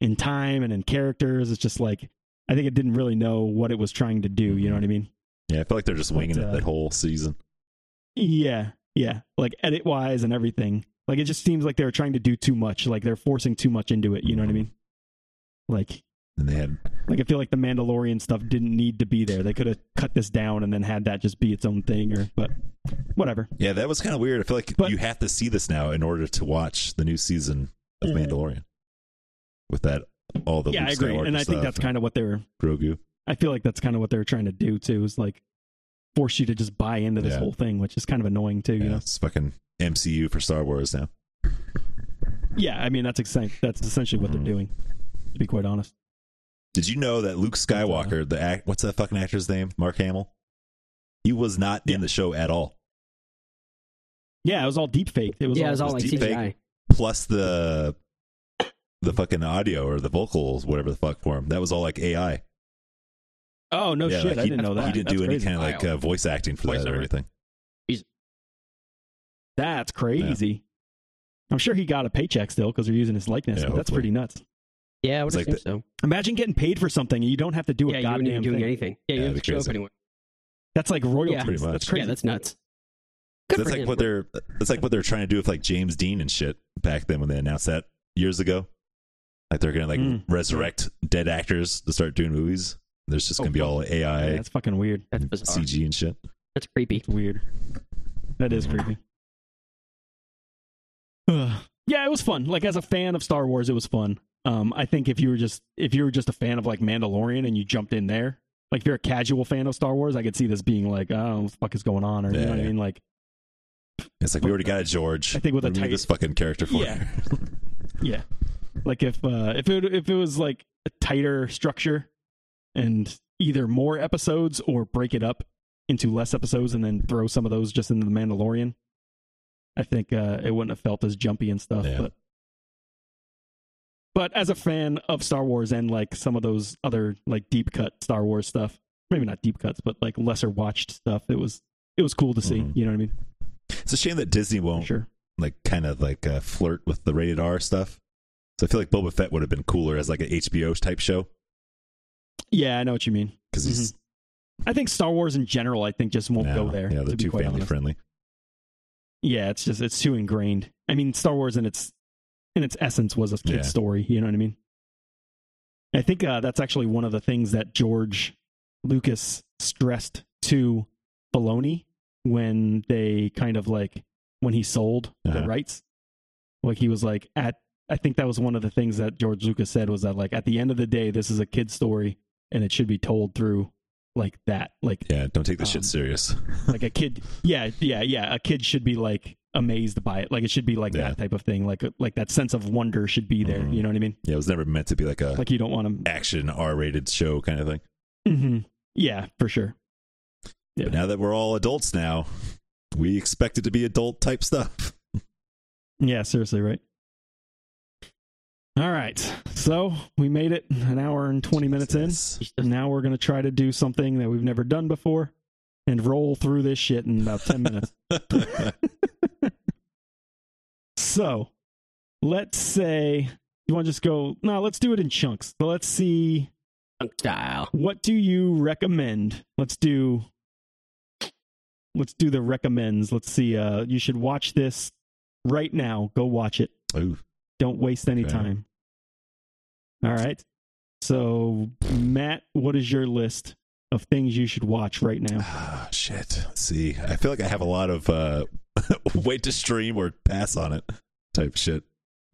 in time and in characters. It's just like I think it didn't really know what it was trying to do. You know what I mean?
Yeah, I feel like they're just winging
uh,
it that whole season.
Yeah, yeah. Like edit wise and everything. Like it just seems like they were trying to do too much. Like they're forcing too much into it. You know what I mean? Like
And they had
Like I feel like the Mandalorian stuff didn't need to be there. They could have cut this down and then had that just be its own thing or but whatever.
Yeah, that was kind of weird. I feel like
But-
you have to see this now in order to watch the new season of
Mhm.
Mandalorian. With that all the
yeah, I
Luke
agree.
Skywalker
And I think
stuff
that's kind of what they were
and Grogu.
I feel like that's kind of what they were trying to do too, is like force you to just buy into this
Yeah.
whole thing, which is kind of annoying too,
Yeah,
you know.
It's fucking MCU for Star Wars now.
Yeah, I mean that's exen- that's essentially what they're
Mhm.
doing, to be quite honest.
Did you know that Luke Skywalker, the act, what's that fucking actor's name? Mark Hamill. He was not in the show at all.
Yeah, it was all deep faked. It was
yeah,
all,
it was all like
It's deep fake.
CGI.
Plus the the fucking audio or the vocals, whatever the fuck for him. That was all like AI.
Oh no
yeah,
shit,
like
I
he-
didn't know that.
He didn't
that's
do any
crazy.
kind of like
Wow.
uh, voice acting for that
Voiceover.
or anything.
That's crazy. I'm sure he got a paycheck still because they're using his likeness,
Yeah,
but that's
hopefully.
pretty nuts.
Yeah, I would
It's like
assume so.
Imagine getting paid for something and you don't have to do a
yeah, you wouldn't
goddamn
even doing
thing.
anything.
Yeah,
Yeah, you
that'd
didn't
be
show up
crazy.
anywhere.
That's like royalties.
Yeah.
Pretty
That's
much.
crazy.
Yeah, that's nuts. Good
that's
for
like
him.
what they're that's like what they're trying to do with like James Dean and shit back then when they announced that years ago. Like they're gonna like
Mm.
resurrect dead actors to start doing movies. There's just
Oh,
gonna be all
Yeah,
AI,
that's fucking weird.
That's bizarre.
CG and shit.
That's creepy.
It's weird. That is creepy. Ugh. yeah, it was fun. Like as a fan of Star Wars, it was fun. Um, I think if you were just if you were just a fan of like Mandalorian and you jumped in there, like if you're a casual fan of Star Wars, I could see this being like, oh, what the fuck is going on, or you
Yeah,
know what I
yeah.
mean? Like,
It's like we already got a George.
I think with a
Remove
tight-
this fucking character for
Yeah. yeah, like if uh, if it if it was like a tighter structure and either more episodes or break it up into less episodes and then throw some of those just into the Mandalorian, I think uh, it wouldn't have felt as jumpy and stuff.
Yeah.
But but as a fan of Star Wars and like some of those other like deep cut Star Wars stuff, maybe not deep cuts, but like lesser watched stuff, it was it was cool to see.
Mhm.
You know what I mean?
It's a shame that Disney
For
won't
sure.
like kind of like uh, flirt with the rated R stuff. So I feel like Boba Fett would have been cooler as like an HBO type show
Yeah, I know what you mean.
because he's
I think Star Wars in general, I think just Mm-hmm. won't
no,
go there.
Yeah, they're
to be
too
quite
family
honest.
friendly.
yeah it's just it's too ingrained i mean star wars in its in its essence was a kid's
Yeah.
story you know what i mean i think uh, that's actually one of the things that george lucas stressed to Filoni when they kind of like when he sold the
Uh-huh.
rights like he was like at i think that was one of the things that george lucas said was that like at the end of the day this is a kid's story and it should be told through like that like
Yeah, don't take this
Um,
shit serious.
like a kid yeah yeah yeah a kid should be like amazed by it like it should be like
Yeah.
that type of thing like uh, like that sense of wonder should be there
Mhm.
you know what i mean
Yeah, it was never meant to be like a
like you don't want to
action R rated show kind of thing.
hmm yeah for sure
But
Yeah.
now that we're all adults now, we expect it to be adult type stuff.
yeah seriously right all right so we made it an hour and 20 minutes in
Yes.
now we're going to try to do something that we've never done before and roll through this shit in about 10 minutes So let's say you want to just go. No, let's do it in chunks. So let's see.
Punk style.
What do you recommend? Let's do. Let's do the recommends. Let's see. Uh, you should watch this right now. Go watch it.
Ooh,
Don't waste any
Okay.
time. All right. So Matt, what is your list of things you should watch right now?
ah, shit. Let's see. I feel like I have a lot of uh, wait to stream or pass on it type shit.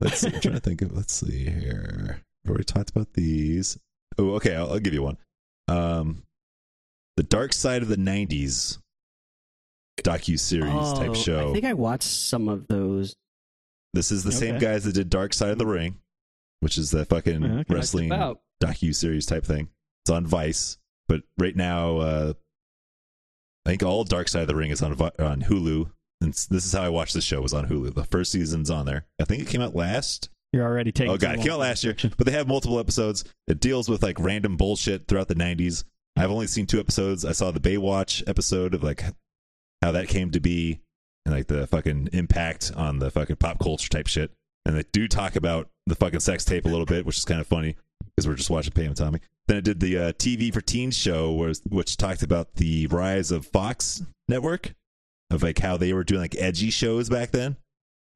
Let's see. I'm trying to think of. Let's see here. We've already talked about these. Oh, okay. I'll, I'll give you one. Um, the Dark Side of the '90s docu series type show.
Oh, I think I watched some of those.
This is the same
Okay.
guys that did Dark Side of the Ring, which is the fucking
Yeah, okay.
wrestling
About.
docu series type thing. It's on Vice, but right now, uh, I think all Dark Side of the Ring is on Vi- on Hulu. And s- this is how I watched the show was on Hulu. The first season's on there. I think it came out last.
You're already taking.
oh god,
too
it came
long.
out last year. But they have multiple episodes. It deals with like random bullshit throughout the '90s. I've only seen two episodes. I saw the Baywatch episode of like how that came to be and like the fucking impact on the fucking pop culture type shit. And they do talk about the fucking sex tape a little bit, which is kind of funny because we're just watching Pam and Tommy. Then I did the uh, TV for Teens show, where, which talked about the rise of Fox Network, of like how they were doing like edgy shows back then,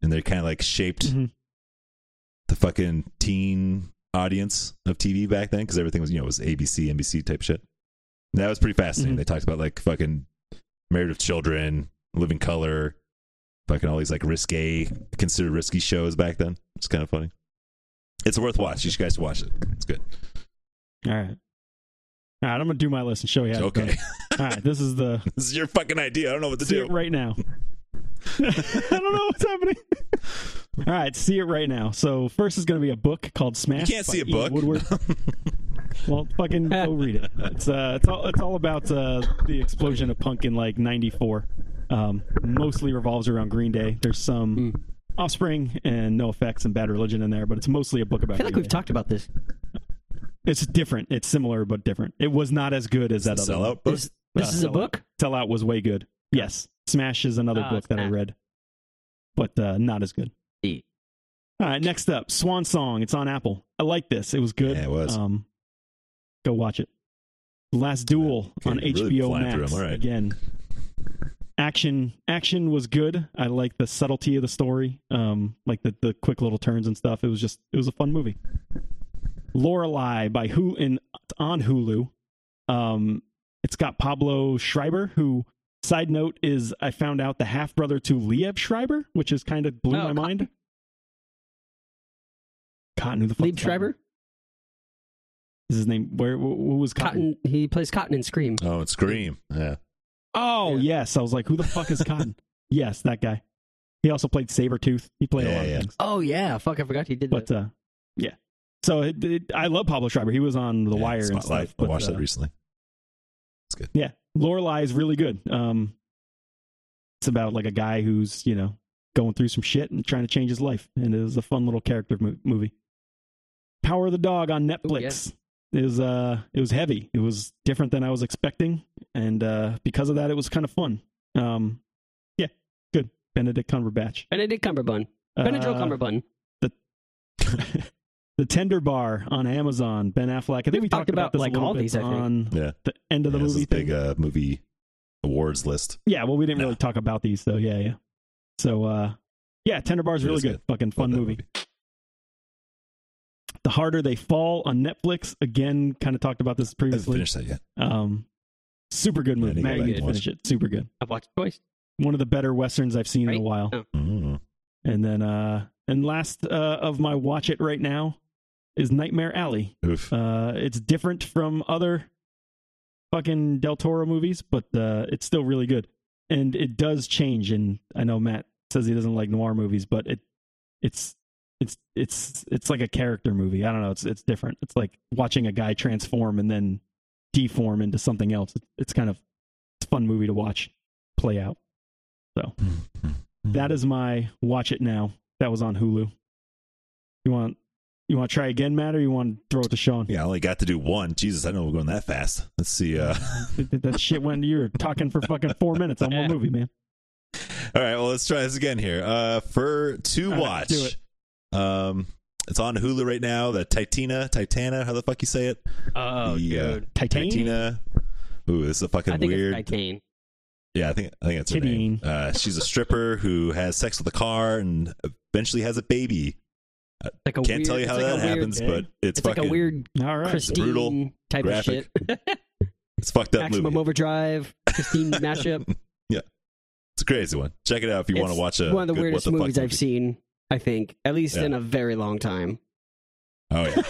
and they kind of like shaped
Mhm.
the fucking teen audience of TV back then because everything was you know it was ABC, NBC type shit. And that was pretty fascinating.
Mhm.
They talked about like fucking Married with Children, Living Color, fucking all these like risque, considered risky shows back then. It's kind of funny. It's worth watch. You guys should watch it. It's good.
All right. All right, I'm gonna do my list and show you. How it's
okay.
done. All right, this is the
this is your fucking idea. I don't know what to
see
do.
it right now. I don't know what's happening. All right, see it right now. So first is gonna be a book called
You
Smash.
can't
by
see a
Ian
book.
Woodward. Well, fucking go read it. It's uh, it's all it's all about uh, the explosion of punk in like '94. Um, mostly revolves around Green Day. There's some
Hmm.
Offspring and No Effects and Bad Religion in there, but it's mostly a book about.
I feel like
Green
we've
Day.
talked about this.
It's different. It's similar but different. It was not as good as that other one.
Sellout book.
This, this
Uh,
is a
sellout.
book.
Sellout was way good. Yes, Smash is another
Oh,
book that I
Smash.
read, but uh, not as good.
Eat.
All right, next up, Swan Song. It's on Apple. I like this. It was good.
Yeah, it was.
Um, go watch it. Last Duel
Okay,
on
really
HBO
flying through
Max
'em. All right.
again. Action, action was good. I like the subtlety of the story, um, like the the quick little turns and stuff. It was just, it was a fun movie. Lorelei by Who in on Hulu. Um, it's got Pablo Schreiber, who side note is I found out the half brother to Liev Schreiber, which is kind of blew my
Oh, Cotton.
mind. Cotton, who the fuck?
Lieb
is Cotton?
Schreiber.
is his name. Where wh- who was Cotton?
Cotton. He plays Cotton in Scream.
Oh, and Scream. Yeah.
Oh
Yeah.
yes, I was like, who the fuck is Cotton? yes, that guy. He also played Sabretooth. He played a
Yeah,
lot of
yeah.
things.
Oh yeah, fuck! I forgot he did
But
that.
uh, yeah. So it, it, I love Pablo Schreiber. He was on The
Yeah,
Wire and
Spotlight.
stuff. but,
I watched
uh,
that recently.
Yeah, Lorelai is really good. Um, it's about like a guy who's you know going through some shit and trying to change his life, and it was a fun little character mo- movie. Power of the Dog on Netflix is uh, it was heavy. It was different than I was expecting, and uh, because of that, it was kind of fun. Um, yeah, good. Benedict Cumberbatch.
Benedict Cumberbun.
Uh,
Benedict Cumberbun.
The Tender Bar on Amazon. Ben Affleck. I think we,
We've
talked,
talked about,
this
like,
a little
all
bit
these, I think.
on
Yeah.
the end of the
yeah this
movie
is
thing.
big uh, movie awards list.
Yeah, well, we didn't really
No.
talk about these, though. Yeah, yeah. So, uh, yeah, Tender Bar's
It
really
is
good.
good.
Fucking fun
Love that
movie. The Harder They Fall on Netflix. Again, kind of talked about this
I haven't
previously.
finished that yet.
Um, super good
Yeah, I
movie.
need to go
Matt, you
back
need
and
to
watch
finish it. Super good.
I've watched it twice.
One of the better westerns I've seen in a
Right?
while.
Oh.
Mm.
And then, uh, and last uh, of my watch it right now is Nightmare Alley.
Oof.
Uh, it's different from other fucking Del Toro movies, but uh, it's still really good. And it does change. And I know Matt says he doesn't like noir movies, but it it's it's it's it's like a character movie. I don't know. It's it's different. It's like watching a guy transform and then deform into something else. It's, it's kind of it's a fun movie to watch play out.
Mm-hmm.
That is my watch it now. That was on Hulu. You want you want to try again, Matt, or you want to throw it to Sean?
Yeah, I only got to do one. Jesus, I know we're going that fast. Let's see. Uh,
Th- th- that shit went. You were talking for fucking four minutes on one movie, man.
all right, well, let's try this again here. Uh, for to
All right,
watch,
do it.
um, it's on Hulu right now. The Titina, Titana, how the fuck you say it?
Oh,
The, uh,
dude.
Titanic.
Titina. Ooh, this is a fucking
I think
weird.
it's Titane.
Yeah, I think I think that's her name. Uh, she's a stripper who has sex with a car and eventually has a baby.
Like a
Can't
weird,
tell you how
it's
that
like a weird-
happens,
gay.
but it's,
It's like
fucking
a weird
All right.
Christine
brutal,
type
graphic,
of shit.
it's fucked up
Maximum
movie.
Overdrive, Christine mashup.
It's a crazy one. Check it out if you want to
It's
watch a
One of the
good
weirdest
what the fuck
movies I've
movie.
seen, I think, at least
Yeah.
in a very long time.
Oh yeah,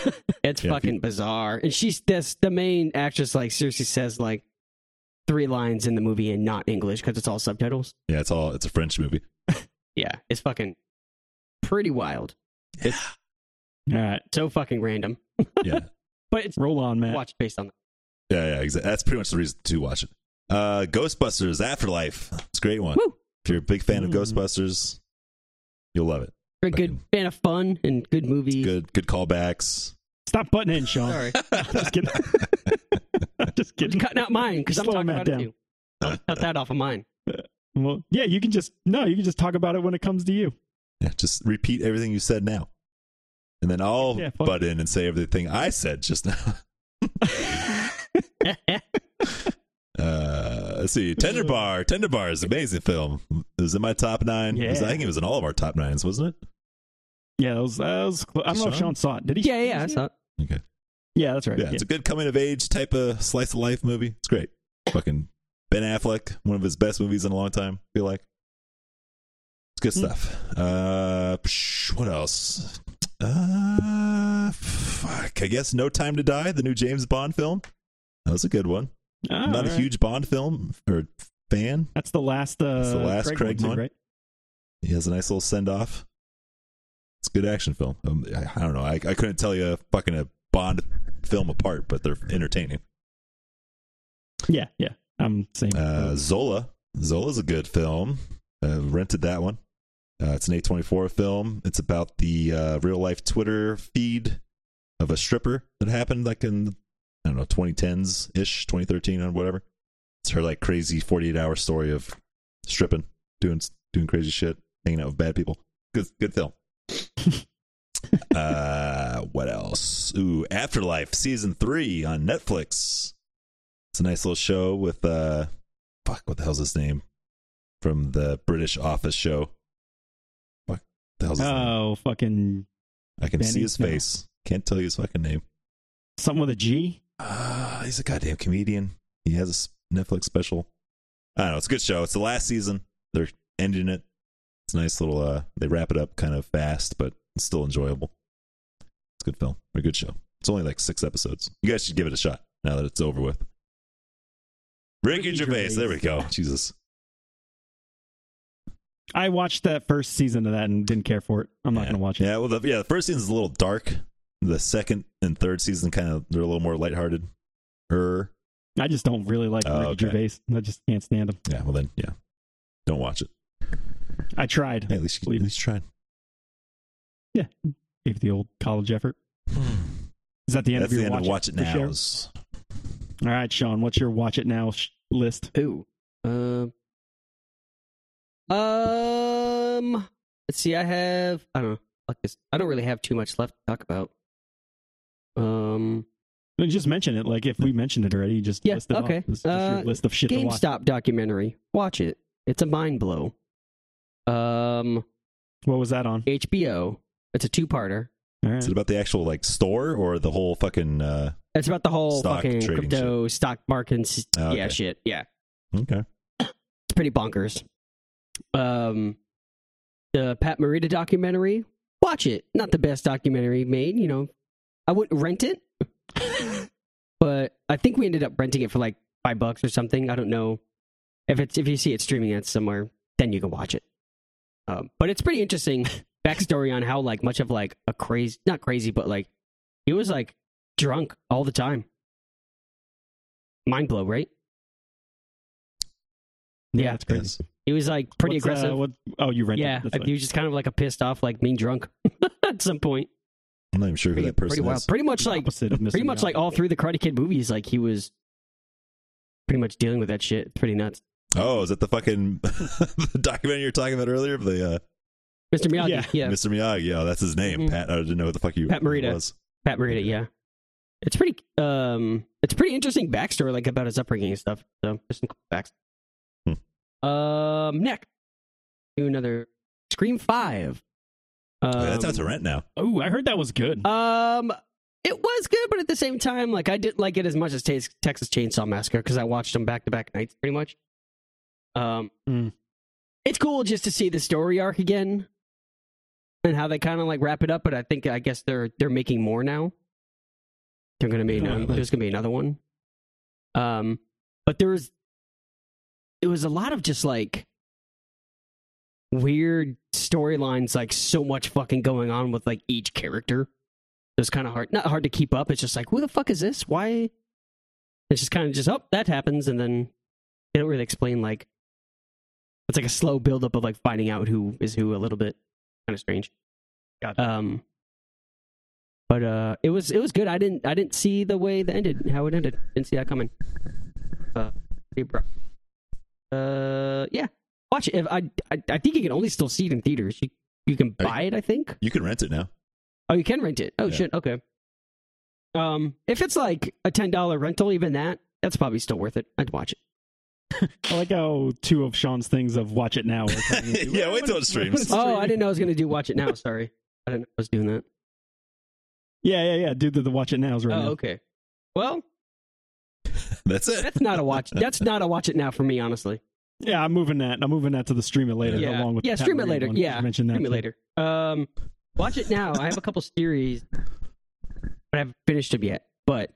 It's
Yeah, if
fucking bizarre. And she's this, the main actress, like, seriously says, like, three lines in the movie in not English because it's all subtitles.
yeah. It's all it's a French movie.
Yeah, it's fucking pretty wild.
All right.
So fucking random.
Yeah,
But it's
Roll on, Matt.
watched based on that.
yeah, yeah. Exactly. That's pretty much the reason to watch it. Uh, Ghostbusters Afterlife. It's a great one.
Woo!
If you're a big fan of
Mm.
Ghostbusters, you'll love it.
Very good fan of fun and good movies.
Good, good callbacks.
Stop butting in, Sean.
Sorry.
Just kidding. I'm just kidding.
cutting out mine because I'm
Slow
talking
Matt
about
down.
it too. I'll cut that off of mine.
Well, yeah, you can just no, you can just talk about it when it comes to you.
Yeah, just repeat everything you said now. And then I'll
Yeah, fuck.
butt in and say everything I said just now. Uh, let's see. Tender Bar. Tender Bar is an amazing film. It was in my top nine. It was-
Yeah.
I think it was in all of our top nines, wasn't it?
Yeah, that was, that was cl- I don't know if
Sean?
Sean saw it. Did he?
yeah, yeah, I
Did he see
saw it.
it? Yeah, that's right.
Yeah,
Yeah,
it's a good coming of age type of slice of life movie. It's great. Fucking Ben Affleck, one of his best movies in a long time, I feel like. It's good
Hmm.
stuff. Uh, psh, what else? Uh, fuck. I guess No Time to Die, the new James Bond film. That was a good one.
Ah,
I'm not a
alright.
huge Bond film or fan.
That's the last. Uh,
That's the last Craig
too,
one.
right?
He has a nice little send off. It's a good action film. Um, I, I don't know. I, I couldn't tell you fucking a Bond film apart, but they're entertaining.
Yeah, yeah. I'm saying.
Uh, Zola. Zola's a good film. Uh, rented that one. Uh, it's an A24 film. It's about the uh, real life Twitter feed of a stripper that happened like in, I don't know, 2010s ish, 2013 or whatever. It's her like crazy 48 hour story of stripping, doing doing crazy shit, hanging out with bad people. Good good film. uh, what else? Ooh, Afterlife season three on Netflix. It's a nice little show with uh, fuck, what the hell's his name from the British Office show? Fuck, the hell's his name?
oh, fucking
I can see
Benny?
his
No.
face. Can't tell you his fucking name.
something with a G.
Ah, he's a goddamn comedian. He has a s- Netflix special. I don't know. It's a good show. It's the last season. They're ending it. It's a nice little. uh They wrap it up kind of fast, but it's still enjoyable. It's a good film. A good show. It's only like six episodes. You guys should give it a shot now that it's over with. Ricky,
Ricky
Gervais.
Gervais.
There we go. Jesus.
I watched that first season of that and didn't care for it. I'm not
yeah.
gonna watch it.
Yeah. Well, the, yeah. The first season's a little dark. The second and third season kind of they're a little more lighthearted. Er.
I just don't really like
Oh,
Ricky
okay.
Gervais. I just can't stand him.
Yeah. Well, then, yeah. Don't watch it.
I tried.
Hey, at least you,
Believe
at
it.
least try.
Gave the old college effort. Is that the end
Hmm. That's
of
the
your
end of
watch,
Watch It
for sure?
Nows.
All right, Sean. What's your watch it now sh- list?
Ooh. Um. um. Let's see. I have. I don't know. Fuck this. I don't really have too much left to talk about. Um.
I mean, Just mention it. Like if we mentioned it already, you just
Yeah,
list it off.
okay.
This is just your
Uh,
list of shit to watch.
GameStop documentary. Watch it. It's a mind blow. Um.
What was that on?
HBO. It's a two-parter.
All right.
Is it about the actual like store or the whole fucking? uh
It's about the whole
Stock
fucking
trading
crypto stock markets.
Oh,
Yeah,
okay.
shit. Yeah.
Okay.
it's pretty bonkers. Um, the Pat Morita documentary, watch it. Not the best documentary made, you know. I wouldn't rent it, but I think we ended up renting it for like five bucks or something. I don't know if it's if you see it streaming it somewhere, then you can watch it. Um, but it's pretty interesting backstory on how like much of like a crazy, not crazy, but like he was like drunk all the time. Mind blow, right? Yeah.
that's crazy.
Yes.
He was like pretty
What's, uh,
aggressive.
what, oh, you rented.
yeah,
That's right.
he was just kind of like a pissed off, like mean drunk at some point.
I'm not even sure who that person
pretty wild.
is.
Pretty much
The
like
opposite of Mr.
pretty much
Miyagi.
like all through the Karate Kid movies, like he was pretty much dealing with that shit. It's pretty nuts.
Oh, is that the fucking the documentary you were talking about earlier? of The uh,
Mr. Miyagi, yeah,
Yeah.
Mr. Miyagi. Yeah, that's his name.
Mhm.
Pat. I didn't know what the fuck you.
Pat Morita.
Was.
Pat Morita, yeah. It's pretty um it's pretty interesting backstory like about his upbringing and stuff. So there's some cool facts.
Hmm.
Um next. Do another Scream Five. Um,
Oh, Yeah, that's out to rent now.
Oh, I heard that was good.
Um, it was good, but at the same time, like I didn't like it as much as Tas- Texas Chainsaw Massacre because I watched them back to back nights pretty much. Um,
Mm.
it's cool just to see the story arc again and how they kind of like wrap it up. But I think I guess they're they're making more now. They're gonna be
Oh,
another,
nice.
there's gonna be another one. Um, but there was it was a lot of just like weird storylines like so much fucking going on with like each character it was kind of hard not hard to keep up it's just like who the fuck is this why it's just kind of just oh that happens and then they don't really explain like it's like a slow buildup of like finding out who is who a little bit kind of strange
Gotcha.
um But uh, it was it was good. I didn't I didn't see the way that ended how it ended. Didn't see that coming. Uh, pretty abrupt. Uh, yeah. Watch it. If I, I I think you can only still see it in theaters. You you can
Are you-
buy it. I think.
You can rent it now.
Oh, you can rent it. Oh
Yeah.
shit. Okay. Um, if it's like a ten dollar rental, even that, that's probably still worth it. I'd watch it.
I like how two of Sean's things of watch it now. Are turning into-
Yeah, wait till it streams.
Oh, I didn't know I was gonna do watch it now. Sorry, I didn't know I was doing that.
Yeah, yeah, yeah. Dude, the, the watch it nows right
Oh,
now.
okay. Well,
That's it.
that's not a watch. That's not a watch it now for me, honestly.
Yeah, I'm moving that. I'm moving that to the stream it later.
Yeah.
along with
Yeah,
the Pat
stream it
Morita
later.
one.
Yeah,
mention that.
Stream it later. Um, watch it now. I have a couple series, but I haven't finished them yet. But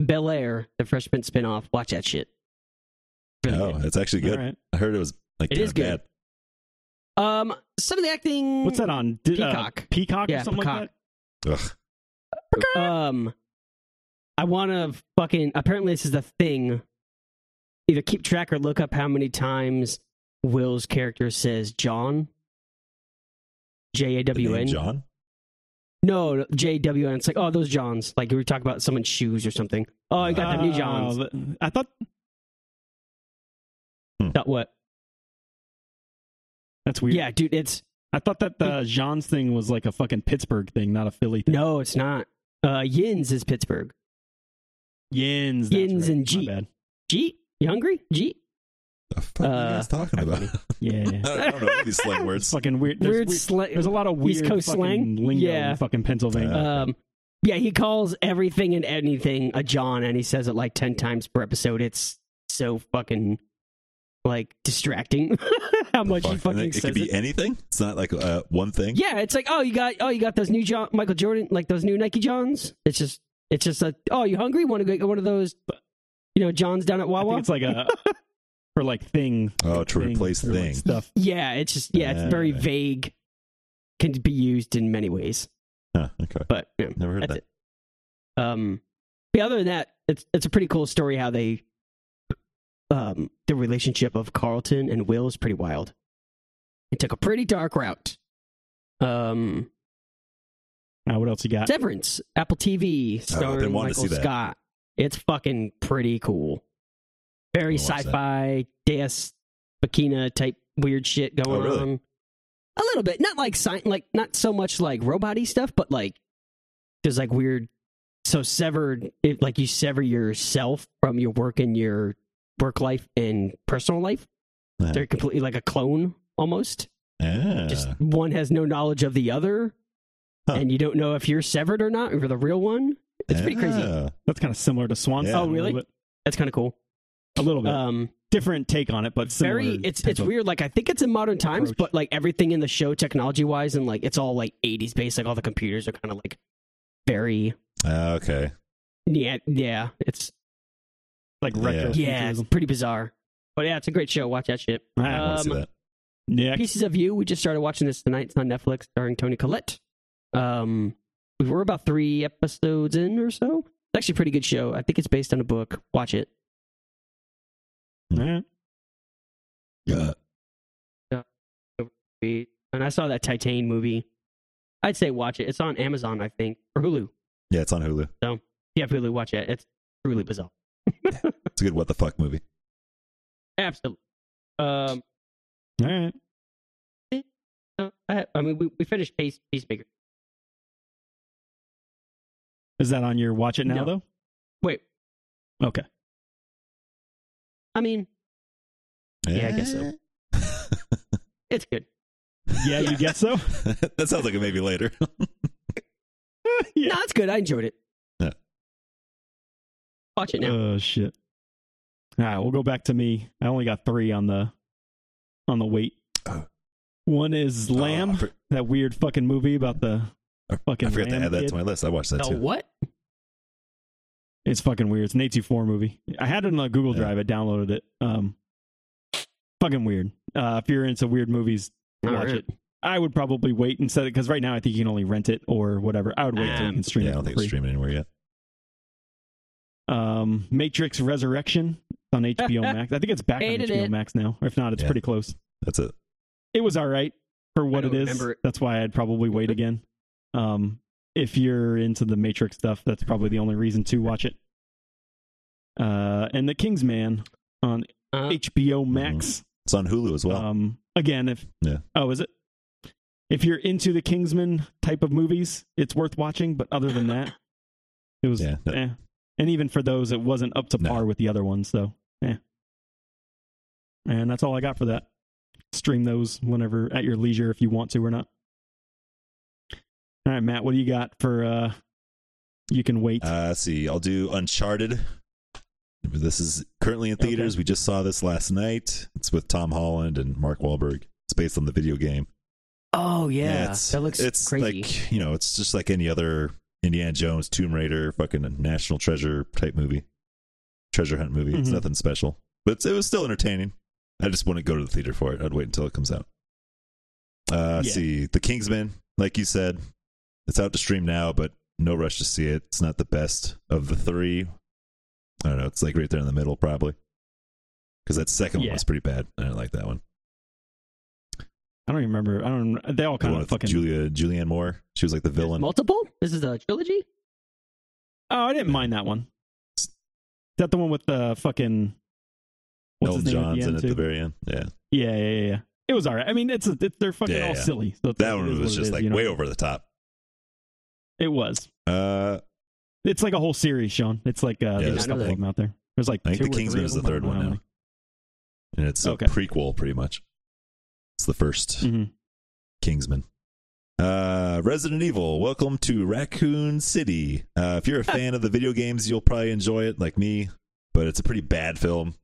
Bel Air, the freshman spinoff, watch that shit. Really
Oh,
good.
that's actually
All
good.
right.
I heard it was like
It
kinda
is good.
bad.
Um, some of the acting.
What's that on? Did, uh,
Peacock.
Peacock
Yeah,
or something
Peacock.
like
Ugh.
Um, I want to fucking. Apparently, this is the thing. Either keep track or look up how many times Will's character says John. J A
The name
W N.
John?
No, no, J W N. It's like, oh, those Johns. Like we were talking about someone's shoes or something. Oh, you
that?
got them new Johns.
Oh, th- I thought
Thought what?
that's weird.
Yeah, dude, it's
I thought that the Johns thing was like a fucking Pittsburgh thing, not a Philly thing.
no, it's not. Uh, Yins is Pittsburgh.
Yins, that's
Yins
right.
and
My
Jeep.
bad.
Jeet, you hungry? Jeet.
The fuck are you
Uh,
guys talking about?
Yeah,
I don't know any these slang
it's
words.
fucking weird. There's
Weird, slang.
There's a lot of weird
East Coast
fucking
slang?
lingo
Yeah.
in fucking Pennsylvania.
Um, yeah, he calls everything and anything a John, and he says it like ten times per episode. It's so fucking like distracting how much he
Fuck. And
fucking
it, it
says
could be
it.
anything. It's not like uh, one thing.
Yeah, it's like oh you got oh you got those new John Michael Jordan like those new Nike Johns. It's just it's just a oh you hungry want to go get one of those you know Johns down at
I
Wawa.
think it's like a for like thing.
Oh, to
thing,
replace
or, like,
thing.
stuff.
yeah, it's just yeah it's very
Uh.
vague. Can be used in many ways,
Huh, okay.
but you know.
Never heard
That's
that.
it. Um, but other than that, it's it's a pretty cool story how they, um, the relationship of Carlton and Will is pretty wild. It took a pretty dark route. Um,
Uh, what else you got?
Severance, Apple
Oh, I've
TV,
been
starring
wanting to
Michael
see that.
Scott. It's fucking pretty cool. Very
I'm gonna watch that.
sci-fi, Deus Machina type weird shit going
Oh, really?
on. A little bit, not like sci- like not so much like robot-y stuff, but like there's like weird. So severed, it, like you sever yourself from your work and your work life and personal life.
Yeah.
They're completely like a clone almost
Ah.
just one has no knowledge of the other
Huh.
and you don't know if you're severed or not or the real one it's pretty crazy
Ah.
That's kind of similar to Swan.
Yeah.
Song
Oh, really?
A little bit.
that's kind of cool
A little bit.
um
Different take on it, but similar.
very it's
type
it's
of-
weird like i think it's in modern times
approach.
but like everything in the show technology wise and like it's all like 80s based like all the computers are kind of like very
Ah, okay.
yeah yeah it's
Like
Yeah.
retro.
yeah it's
futurism.
pretty bizarre but yeah it's a great show watch that shit
All
I
right.
want to see
Um,
that.
Next.
Pieces of You. We just started watching this tonight. It's on Netflix, starring Tony Collette. Um, we were about three episodes in or so. It's actually a pretty good show. I think it's based on a book. Watch it.
All right.
Yeah.
We- And I saw that Titan movie. I'd say watch it. It's on Amazon, I think, or Hulu.
yeah, it's on Hulu.
Yeah, Hulu. Watch it. It's truly bizarre.
It's a good what the fuck movie.
Absolutely. Um,
All right.
I, I mean, we, we finished Pace, Peacemaker.
Is that on your watch it now
No.
though?
Wait,
Okay.
I mean, Yeah, I guess so. it's good.
Yeah, you guess so.
that sounds like a maybe later.
yeah.
No, it's good. I enjoyed it.
Yeah.
Watch it now.
Oh shit. All right, we'll go back to me. I only got three on the on the wait.
Oh.
One is Lamb,
Oh, I, for-
that weird fucking movie about the
I
fucking.
I forgot to
lamb
add that
kid.
to my list. I watched that
The
too.
what?
It's fucking weird. It's an eight two four movie. I had it on a Google
Yeah.
Drive. I downloaded it. Um, fucking weird. Uh, if you're into weird movies,
All
watch
right.
it. I would probably wait and set it because right now I think you can only rent it or whatever. I would wait till you
Um,
can stream
yeah, I
it.
don't
for
think it's
free.
streaming anywhere yet.
Um, Matrix Resurrection on HBO Max. I think it's back on
Hated
HBO
it.
Max now. Or if not, it's
Yeah.
pretty close.
That's it.
It was all right for what
don't
it is.
remember it.
That's why I'd probably wait again. Um, if you're into the Matrix stuff, that's probably the only reason to watch it. Uh, and The Kingsman on
Uh,
HBO Max.
It's on Hulu as well.
Um, again, if
Yeah.
oh, is it? If you're into the Kingsman type of movies, it's worth watching. But other than that, it was
Yeah, no.
eh. And even for those, it wasn't up to
No.
par with the other ones, though. Yeah. And that's all I got for that. Stream those whenever at your leisure if you want to or not. All right, Matt, what do you got for uh you can wait.
Uh, let's see, I'll do Uncharted. This is currently in theaters. We just saw this last night. It's with Tom Holland and Mark Wahlberg. It's based on the video game.
oh yeah,
it's,
that looks
it's
crazy.
like you know, it's just like any other Indiana Jones, Tomb Raider, fucking National Treasure type movie, treasure hunt movie. It's
Mm-hmm.
Mhm.
nothing special, but it's, it was still entertaining. I just wouldn't go to the theater for it. I'd wait until it comes out. Uh,
Yeah.
See, The Kingsman, like you said, it's out to stream now, but no rush to see it. It's not the best of the three. I don't know. It's like right there in the middle, probably. Because that second
Yeah.
one was pretty bad. I didn't like that one.
I don't even remember. I don't they all
The
kind
one
of
with
fucking
Julia Julianne Moore. She was like the villain.
Multiple? This is a trilogy.
Oh, I didn't mind that one. Is that the one with the fucking what's
Elton
his name
John's
at the
in
end
at
too?
the very end. Yeah,
Yeah, yeah, yeah, yeah. It was all right. I mean, it's, a, it's they're fucking
Yeah,
all
yeah.
silly. So it's
that
like, it
one
is
was
what it
just
is,
like
you know?
way over the top.
It was.
Uh,
It's like a whole series, Sean. It's like uh,
Yeah,
there's a
I know
couple of
that.
them out there. There's like
I think
two
the
or three
Kingsman
of
is the
them. I
third
don't
one
know how
now, and it's
Okay.
a prequel, pretty much. It's the 1st
many. Mhm.
Kingsman. Uh, Resident Evil, welcome to Raccoon City. Uh, if you're a fan of the video games, you'll probably enjoy it, like me. But it's a pretty bad film.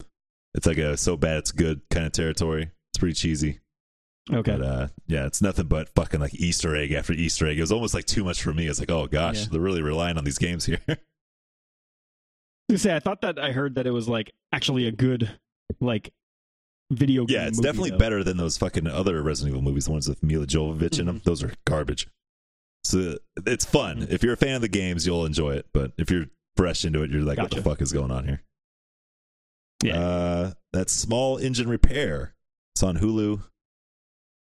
It's like a so bad it's good kind of territory. It's pretty cheesy.
Okay.
But uh, yeah, it's nothing but fucking like Easter egg after Easter egg. It was almost like too much for me. It's like, oh gosh,
Yeah.
they're really relying on these games here.
You say I thought that I heard that it was like actually a good like video game.
Yeah, it's
movie,
definitely
though.
better than those fucking other Resident Evil movies, the ones with Mila Jovovich in them.
Mm-hmm.
Those are garbage. So it's fun.
Mhm.
If you're a fan of the games, you'll enjoy it. But if you're fresh into it, you're like, what the
Gotcha.
fuck is going on here?
Yeah.
Uh, that small engine repair. It's on Hulu.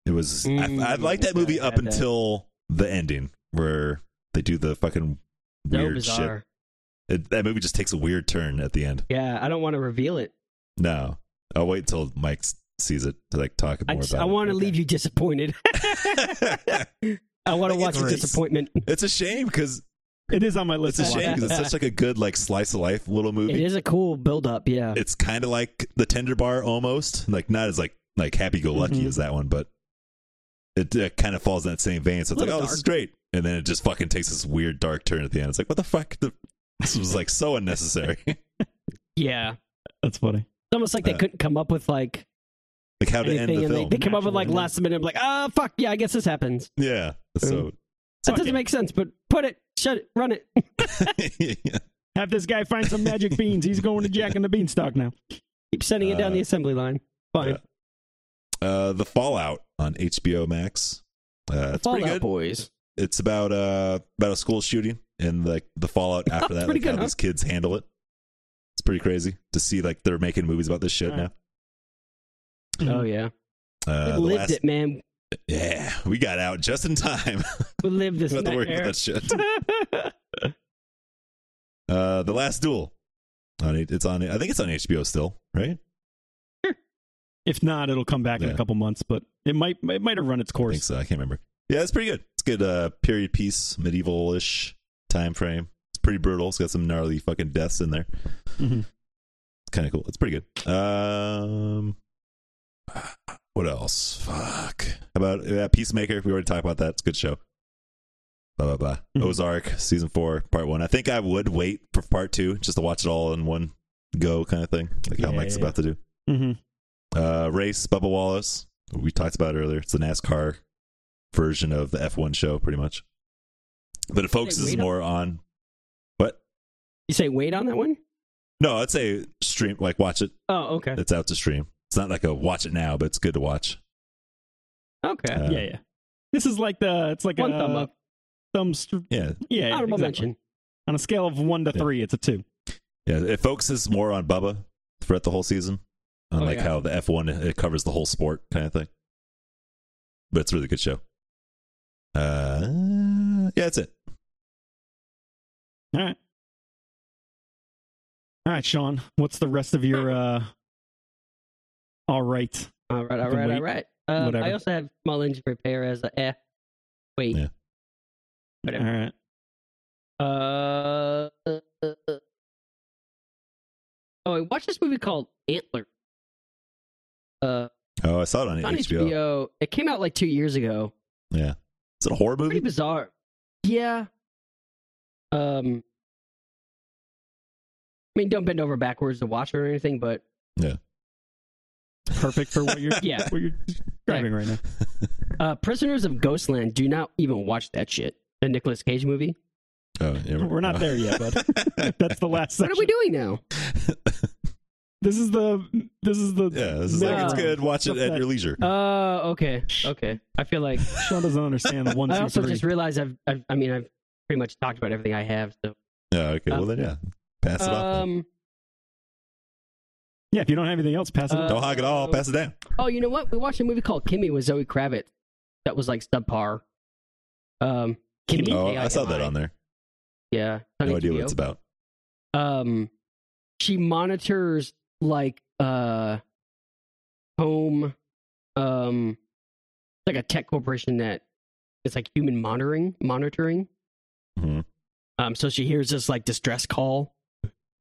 It was.
Mm,
I, I liked that
yeah,
movie
I
up
had that.
until the ending where they do the fucking
No
weird shit.
bizarre.
It, that movie just takes a weird turn at the end.
Yeah, I don't want to reveal it.
No, I'll wait till Mike s- sees it to like talk
I,
more
just,
about
I
it.
want to leave you disappointed. I want to
Like,
watch
it's-
the
it's-
disappointment.
It's a shame because
It is on my list.
it's a
to watch.
shame because it's such like a good like slice of life little
It
movie.
is a cool build up. Yeah.
It's kind of like the Tender Bar almost, like not as like like happy go lucky
Mm-hmm.
Mhm.
as that one, but it uh, kind of falls in that same vein. So it's like,
Little
oh, this is great, and then it just fucking takes this weird dark turn at the end. It's like, what the fuck? The- this was like so unnecessary.
Yeah.
That's funny.
It's almost like they
Uh,
couldn't come up with like
like how to end
anything,
the
and they,
film.
they come up with like
Natural
last minute, like, ah, fuck, yeah, I guess this happens.
yeah, so
That
Fuck it.
doesn't make sense, but put it, shut it, run it.
Have this guy find some magic beans. He's going to Jack and the Beanstalk now.
Keep sending it down
Uh,
the assembly line. Fine.
yeah. uh, the Fallout on HBO Max. Uh, it's pretty
Fallout
good.
Boys.
it's about uh about a school shooting and like the fallout after that
Pretty
like how
good, huh?
these kids handle it it's pretty crazy to see like they're making movies about this shit
Alright.
Oh, yeah.
now uh
we
the
lived
last-
it, man.
yeah we got out just in time
We lived this
about to worry about
nightmare.
that shit uh the last duel on it it's on i think it's on hbo still right
if not, it'll come back in
Yeah.
a couple months, but it might it might have run its
i
course.
think so i can't remember yeah it's pretty good it's good uh period piece medieval-ish time frame it's pretty brutal it's got some gnarly fucking deaths in there Mm-hmm.
Mhm.
kind of cool. It's pretty good. Um, what else? Fuck. How about yeah, Peacemaker? We already talked about that. It's a good show. Blah blah blah.
Mhm.
Ozark season four, part one. I think I would wait for part two just to watch it all in one go, kind of thing, like how
Yeah,
Mike's
yeah,
about to do.
Mhm.
Uh, race Bubba Wallace. We talked about it earlier. It's the NASCAR version of the F one show, pretty much. But it focuses
wait on-
more on what?
You say wait on that one?
No, I'd say stream like watch it
Oh, okay.
it's out to stream. It's not like a watch it now, but it's good to watch.
Okay.
Uh,
yeah, yeah. This is like the it's like
one
a
thumb up.
thumb str-
Yeah,
yeah, yeah,
Honorable
exactly.
mention.
On a scale of one to
Yeah.
three, it's a two.
yeah. It focuses more on Bubba throughout the whole season, on
Oh,
like
yeah.
how the F one it covers the whole sport kind of thing. But it's a really good show. Uh, yeah, that's it.
All right. All right, Sean. What's the rest of your uh all right?
All right, all
Can
right,
wait.
all right. Um,
Whatever.
I also have small engine repair as a eh. Wait.
Yeah.
Whatever.
All right.
Uh, uh, uh, uh. oh, I watched this movie called Antler. Uh,
Oh, I saw it on,
on
HBO.
HBO. It came out like two years ago.
Is it a horror
Pretty
movie?
bizarre. Yeah. Um. I mean, don't bend over backwards to watch it or anything, but
Perfect for what you're
yeah.
what you're describing right now.
Uh, Prisoners of Ghostland, do not even watch that shit. The Nicolas Cage movie.
Oh, yeah,
We're not there yet, bud. That's the last
What
section.
are we doing now?
This is the this is the
yeah, this is
No.
like it's good. Watch it at your leisure.
Oh, okay, okay. I feel like
Sean doesn't understand the one,
I
two,
also
three.
just realized I've, I've, I mean, I've pretty much talked about everything I have. So,
Yeah, okay. Well then, yeah, pass it off. then.
um,
Yeah, if you don't have anything else, pass it
Uh,
on.
Don't hog it all. Pass it down.
oh, you know what? We watched a movie called Kimmy with Zoe Kravitz. That was like subpar. Um, Kimmy.
Oh, I saw that on there.
Yeah,
No idea what it's about.
Um, she monitors like uh, home, um, like a tech corporation that it's like human monitoring, monitoring.
Mhm.
Um, so she hears this like distress call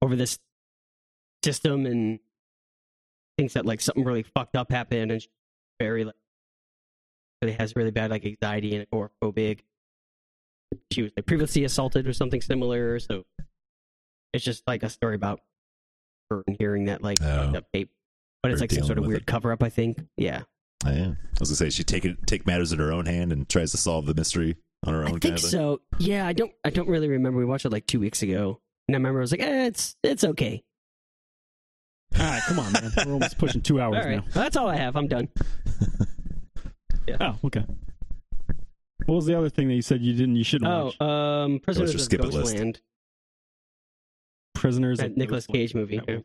over this system and thinks that like something really fucked up happened, and she's very like really has really bad like anxiety and agoraphobic. She was like previously assaulted or something similar, so it's just like a story about her and hearing that like
Oh.
fucked up tape. But it's
Her
like some
dealing
sort of
with
weird
it.
cover up, I think. Yeah,
Oh, yeah. I was gonna say she take it take matters in her own hand and tries to solve the mystery on her own.
I
kind
think
of thing.
so. Yeah, I don't. I don't really remember. We watched it like two weeks ago, and I remember I was like, eh, "It's it's okay."
All right, come on, man. We're almost pushing two
All
hours
right,
now.
Well, that's all I have. I'm done.
Oh, okay. What was the other thing that you said you didn't you shouldn't
Oh,
watch?
um, Prisoners
your
of
skip it list?
Ghostland,
Prisoners
that
of
Nicolas Cage movie.
That one.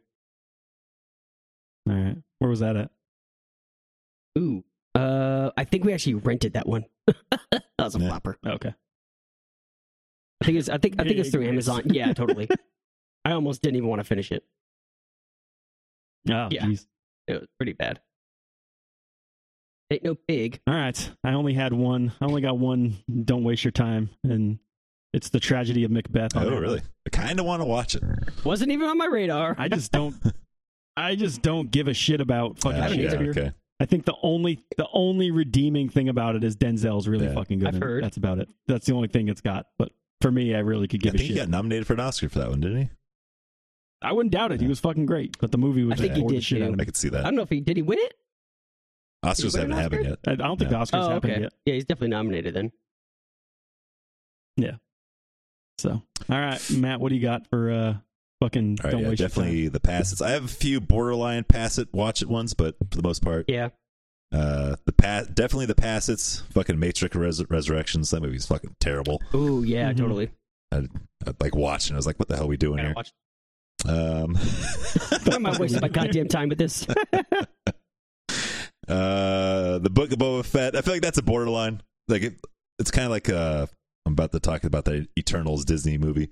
All right. Where was that at?
Ooh, uh, I think we actually rented that one. that was a
Yeah.
flopper.
Okay.
I think it's. I think. I think it's through
Big miss.
Amazon. Yeah, totally. I almost didn't even want to finish it.
Oh,
Yeah.
jeez.
It was pretty bad. Ain't no pig.
All right. I only had one. I only got one. Don't waste your time. And it's the tragedy of Macbeth. on
Oh,
Amazon.
really? I kind of want to watch it.
Oh,
Wasn't even on my radar.
I just don't. I just don't give a shit about fucking
Ah,
don't
yeah,
Shakespeare.
okay.
I think the only the only redeeming thing about it is Denzel's really
Yeah.
fucking good.
I've
in it.
heard.
That's about it. That's the only thing it's got. But for me, I really could
I
give a
think he
shit.
got nominated for an Oscar for that one, didn't
I wouldn't doubt it. He
Yeah.
was fucking great, but the movie was
I
just
think he
bored the
did
shit out of
he?
me.
I could see
I
that.
don't know if he did. He win it.
Oscars
Did he win
haven't
an
happened yet.
I I don't think
No.
the Oscars
Oh,
happened
okay.
yet.
Yeah, he's definitely nominated then.
So, all right, Matt, what do you got for uh fucking?
All right,
don't
yeah,
waste your time?
definitely the pass it's I have a few borderline pass it, watch it ones, but for the most part,
Yeah.
uh, the pass definitely the pass it's fucking Matrix Res- Resurrections. That movie's fucking terrible.
Ooh, yeah,
Mhm.
totally.
I, like watching, I was like, what the hell are we doing
Gotta
here?
watch.
Um,
Why am I wasting my goddamn time with this?
uh, the Book of Boba Fett. I feel like that's a borderline. Like it, it's kind of like uh, I'm about to talk about the Eternals Disney movie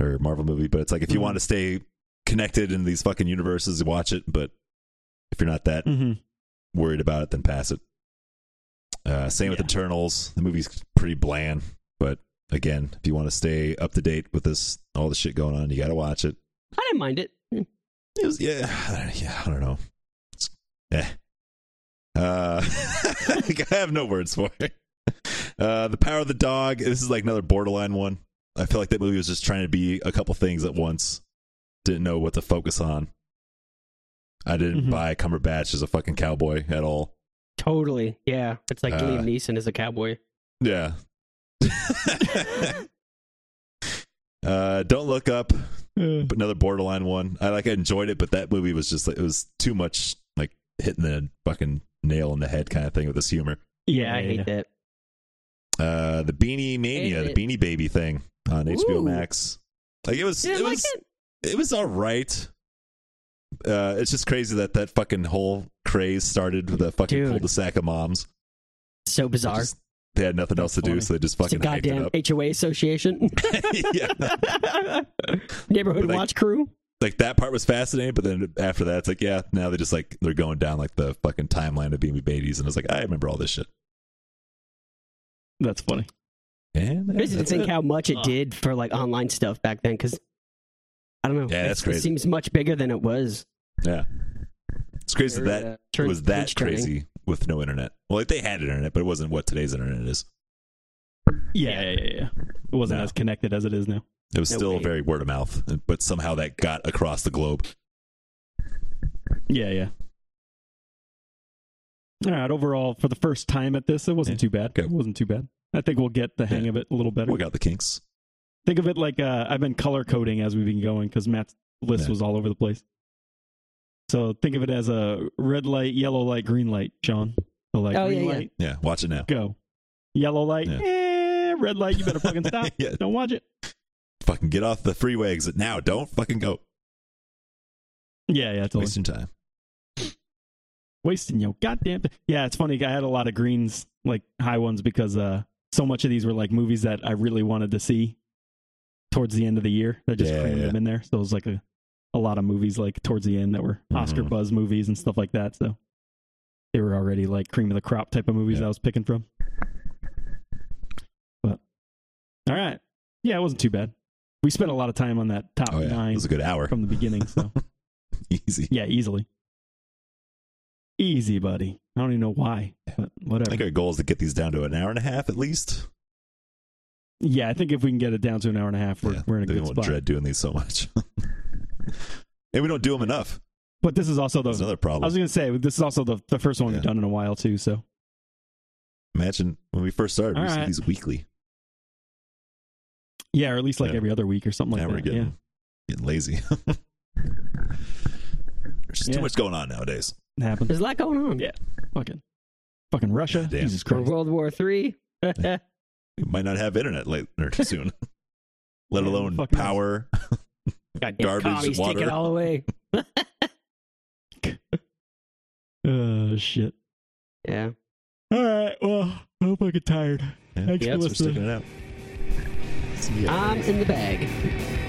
or Marvel movie, but it's like if you
Mhm.
want to stay connected in these fucking universes, watch it. But if you're not that
Mhm.
worried about it, then pass it. Uh, same with
Yeah.
Eternals. The movie's pretty bland, but again, if you want to stay up to date with this, all the shit going on, you got to watch it.
I didn't mind it.
It was, yeah, I don't- yeah, I don't know. It's, eh. Uh, I have no words for it. Uh, the Power of the Dog. This is like another borderline one. I feel like that movie was just trying to be a couple things at once. Didn't know what to focus on. I didn't
Mhm.
buy Cumberbatch as a fucking cowboy at all.
Totally. Yeah. It's like
Uh,
Liam Neeson is a cowboy.
Yeah. uh, don't look up.
Uh,
Another borderline one. I like. I enjoyed it, but that movie was just like it was too much. Like hitting the fucking nail on the head kind of thing with this humor.
Yeah, I hate that.
Uh, the Beanie Mania, the
Hated
Beanie Baby thing on HBO
Ooh.
Max. Like it was.
Didn't
it
like
was.
it.
It was all right. Uh, it's just crazy that that fucking whole craze started with the fucking
Dude.
cul-de-sac of moms.
So
It
bizarre.
just- they had nothing else to do,
funny.
so they just
It's
fucking
a
hyped it
goddamn
up.
HOA association,
yeah,
neighborhood
But, like-
watch crew.
like that part was fascinating, but then after that, it's like yeah, now they just like they're going down like the fucking timeline of Beanie Babies, and I was like, I remember all this shit.
That's funny.
And yeah,
Crazy to
that's
think
it.
how much it
Ugh.
did for like online stuff back then. Because I don't know.
Yeah, that's
It-
crazy.
It seems much bigger than it was.
yeah, it's crazy that
Turn-
was that
uh, page turning.
crazy with no internet. Well, like they had internet, but it wasn't what today's internet is.
Yeah, yeah, yeah. yeah. It wasn't
No.
as connected as it is now.
It was
No
still
way.
very word of mouth, but somehow that got across the globe.
Yeah, yeah. All right. Overall, for the first time at this, it wasn't too bad.
Okay.
It wasn't too bad. I think we'll get the hang
Yeah.
of it a little better.
We got the kinks.
Think of it like uh, I've been color coding as we've been going because Matt's list
Yeah.
was all over the place. So think of it as a red light, yellow light, green light, Sean. So like
Oh,
green
yeah, yeah.
light,
Yeah, watch it now.
go. Yellow light,
Yeah.
eh, red light, you better fucking stop.
yeah,
Don't watch it.
fucking get off the freeway exit now. Don't fucking go.
Yeah, yeah, totally.
Wasting time.
wasting your goddamn. T- yeah, it's funny. I had a lot of greens, like high ones, because uh, so much of these were like movies that I really wanted to see towards the end of the year. That just
Yeah,
crammed
yeah.
them in there. So it was like a, a lot of movies like towards the end that were Oscar
Mhm.
buzz movies and stuff like that. So they were already like cream of the crop type of movies
Yeah.
I was picking from. But all right, yeah, it wasn't too bad. We spent a lot of time on that top
Oh yeah, it
nine
was a good hour.
from the beginning, so.
Easy.
Yeah, easily. Easy, buddy. I don't even know why, but
I
whatever.
think our goal is to get these down to an hour and a half at least.
yeah, I think if we can get it down to an hour and a half, we're,
yeah,
we're in a
they
good
won't
spot.
dread doing these so much. and we don't do them enough.
But this is also
That's
the.
another
Oh, I
problem.
was going to say this is also the the first one
Yeah.
we've done in a while too. So
Imagine when we first started, we
All
used to do
right.
these weekly.
yeah, or at least like
Yeah.
every other week or something
now
like
we're
that.
getting
yeah,
getting lazy. There's just
Yeah.
too much going on nowadays.
it happens.
There's a lot going on.
Yeah. Fucking, fucking Russia.
Damn.
Jesus
Or
Christ.
World War Three.
We might not have internet later soon. Let
Yeah,
alone
fucking-
power.
Goddamn
Garbage,
commies take it
water.
all away.
Oh shit.
Yeah.
All right. Well, I hope I get tired.
Yeah,
Thanks
Yeah,
for
Thanks for
listening.
sticking it out. See ya.
I'm in the bag.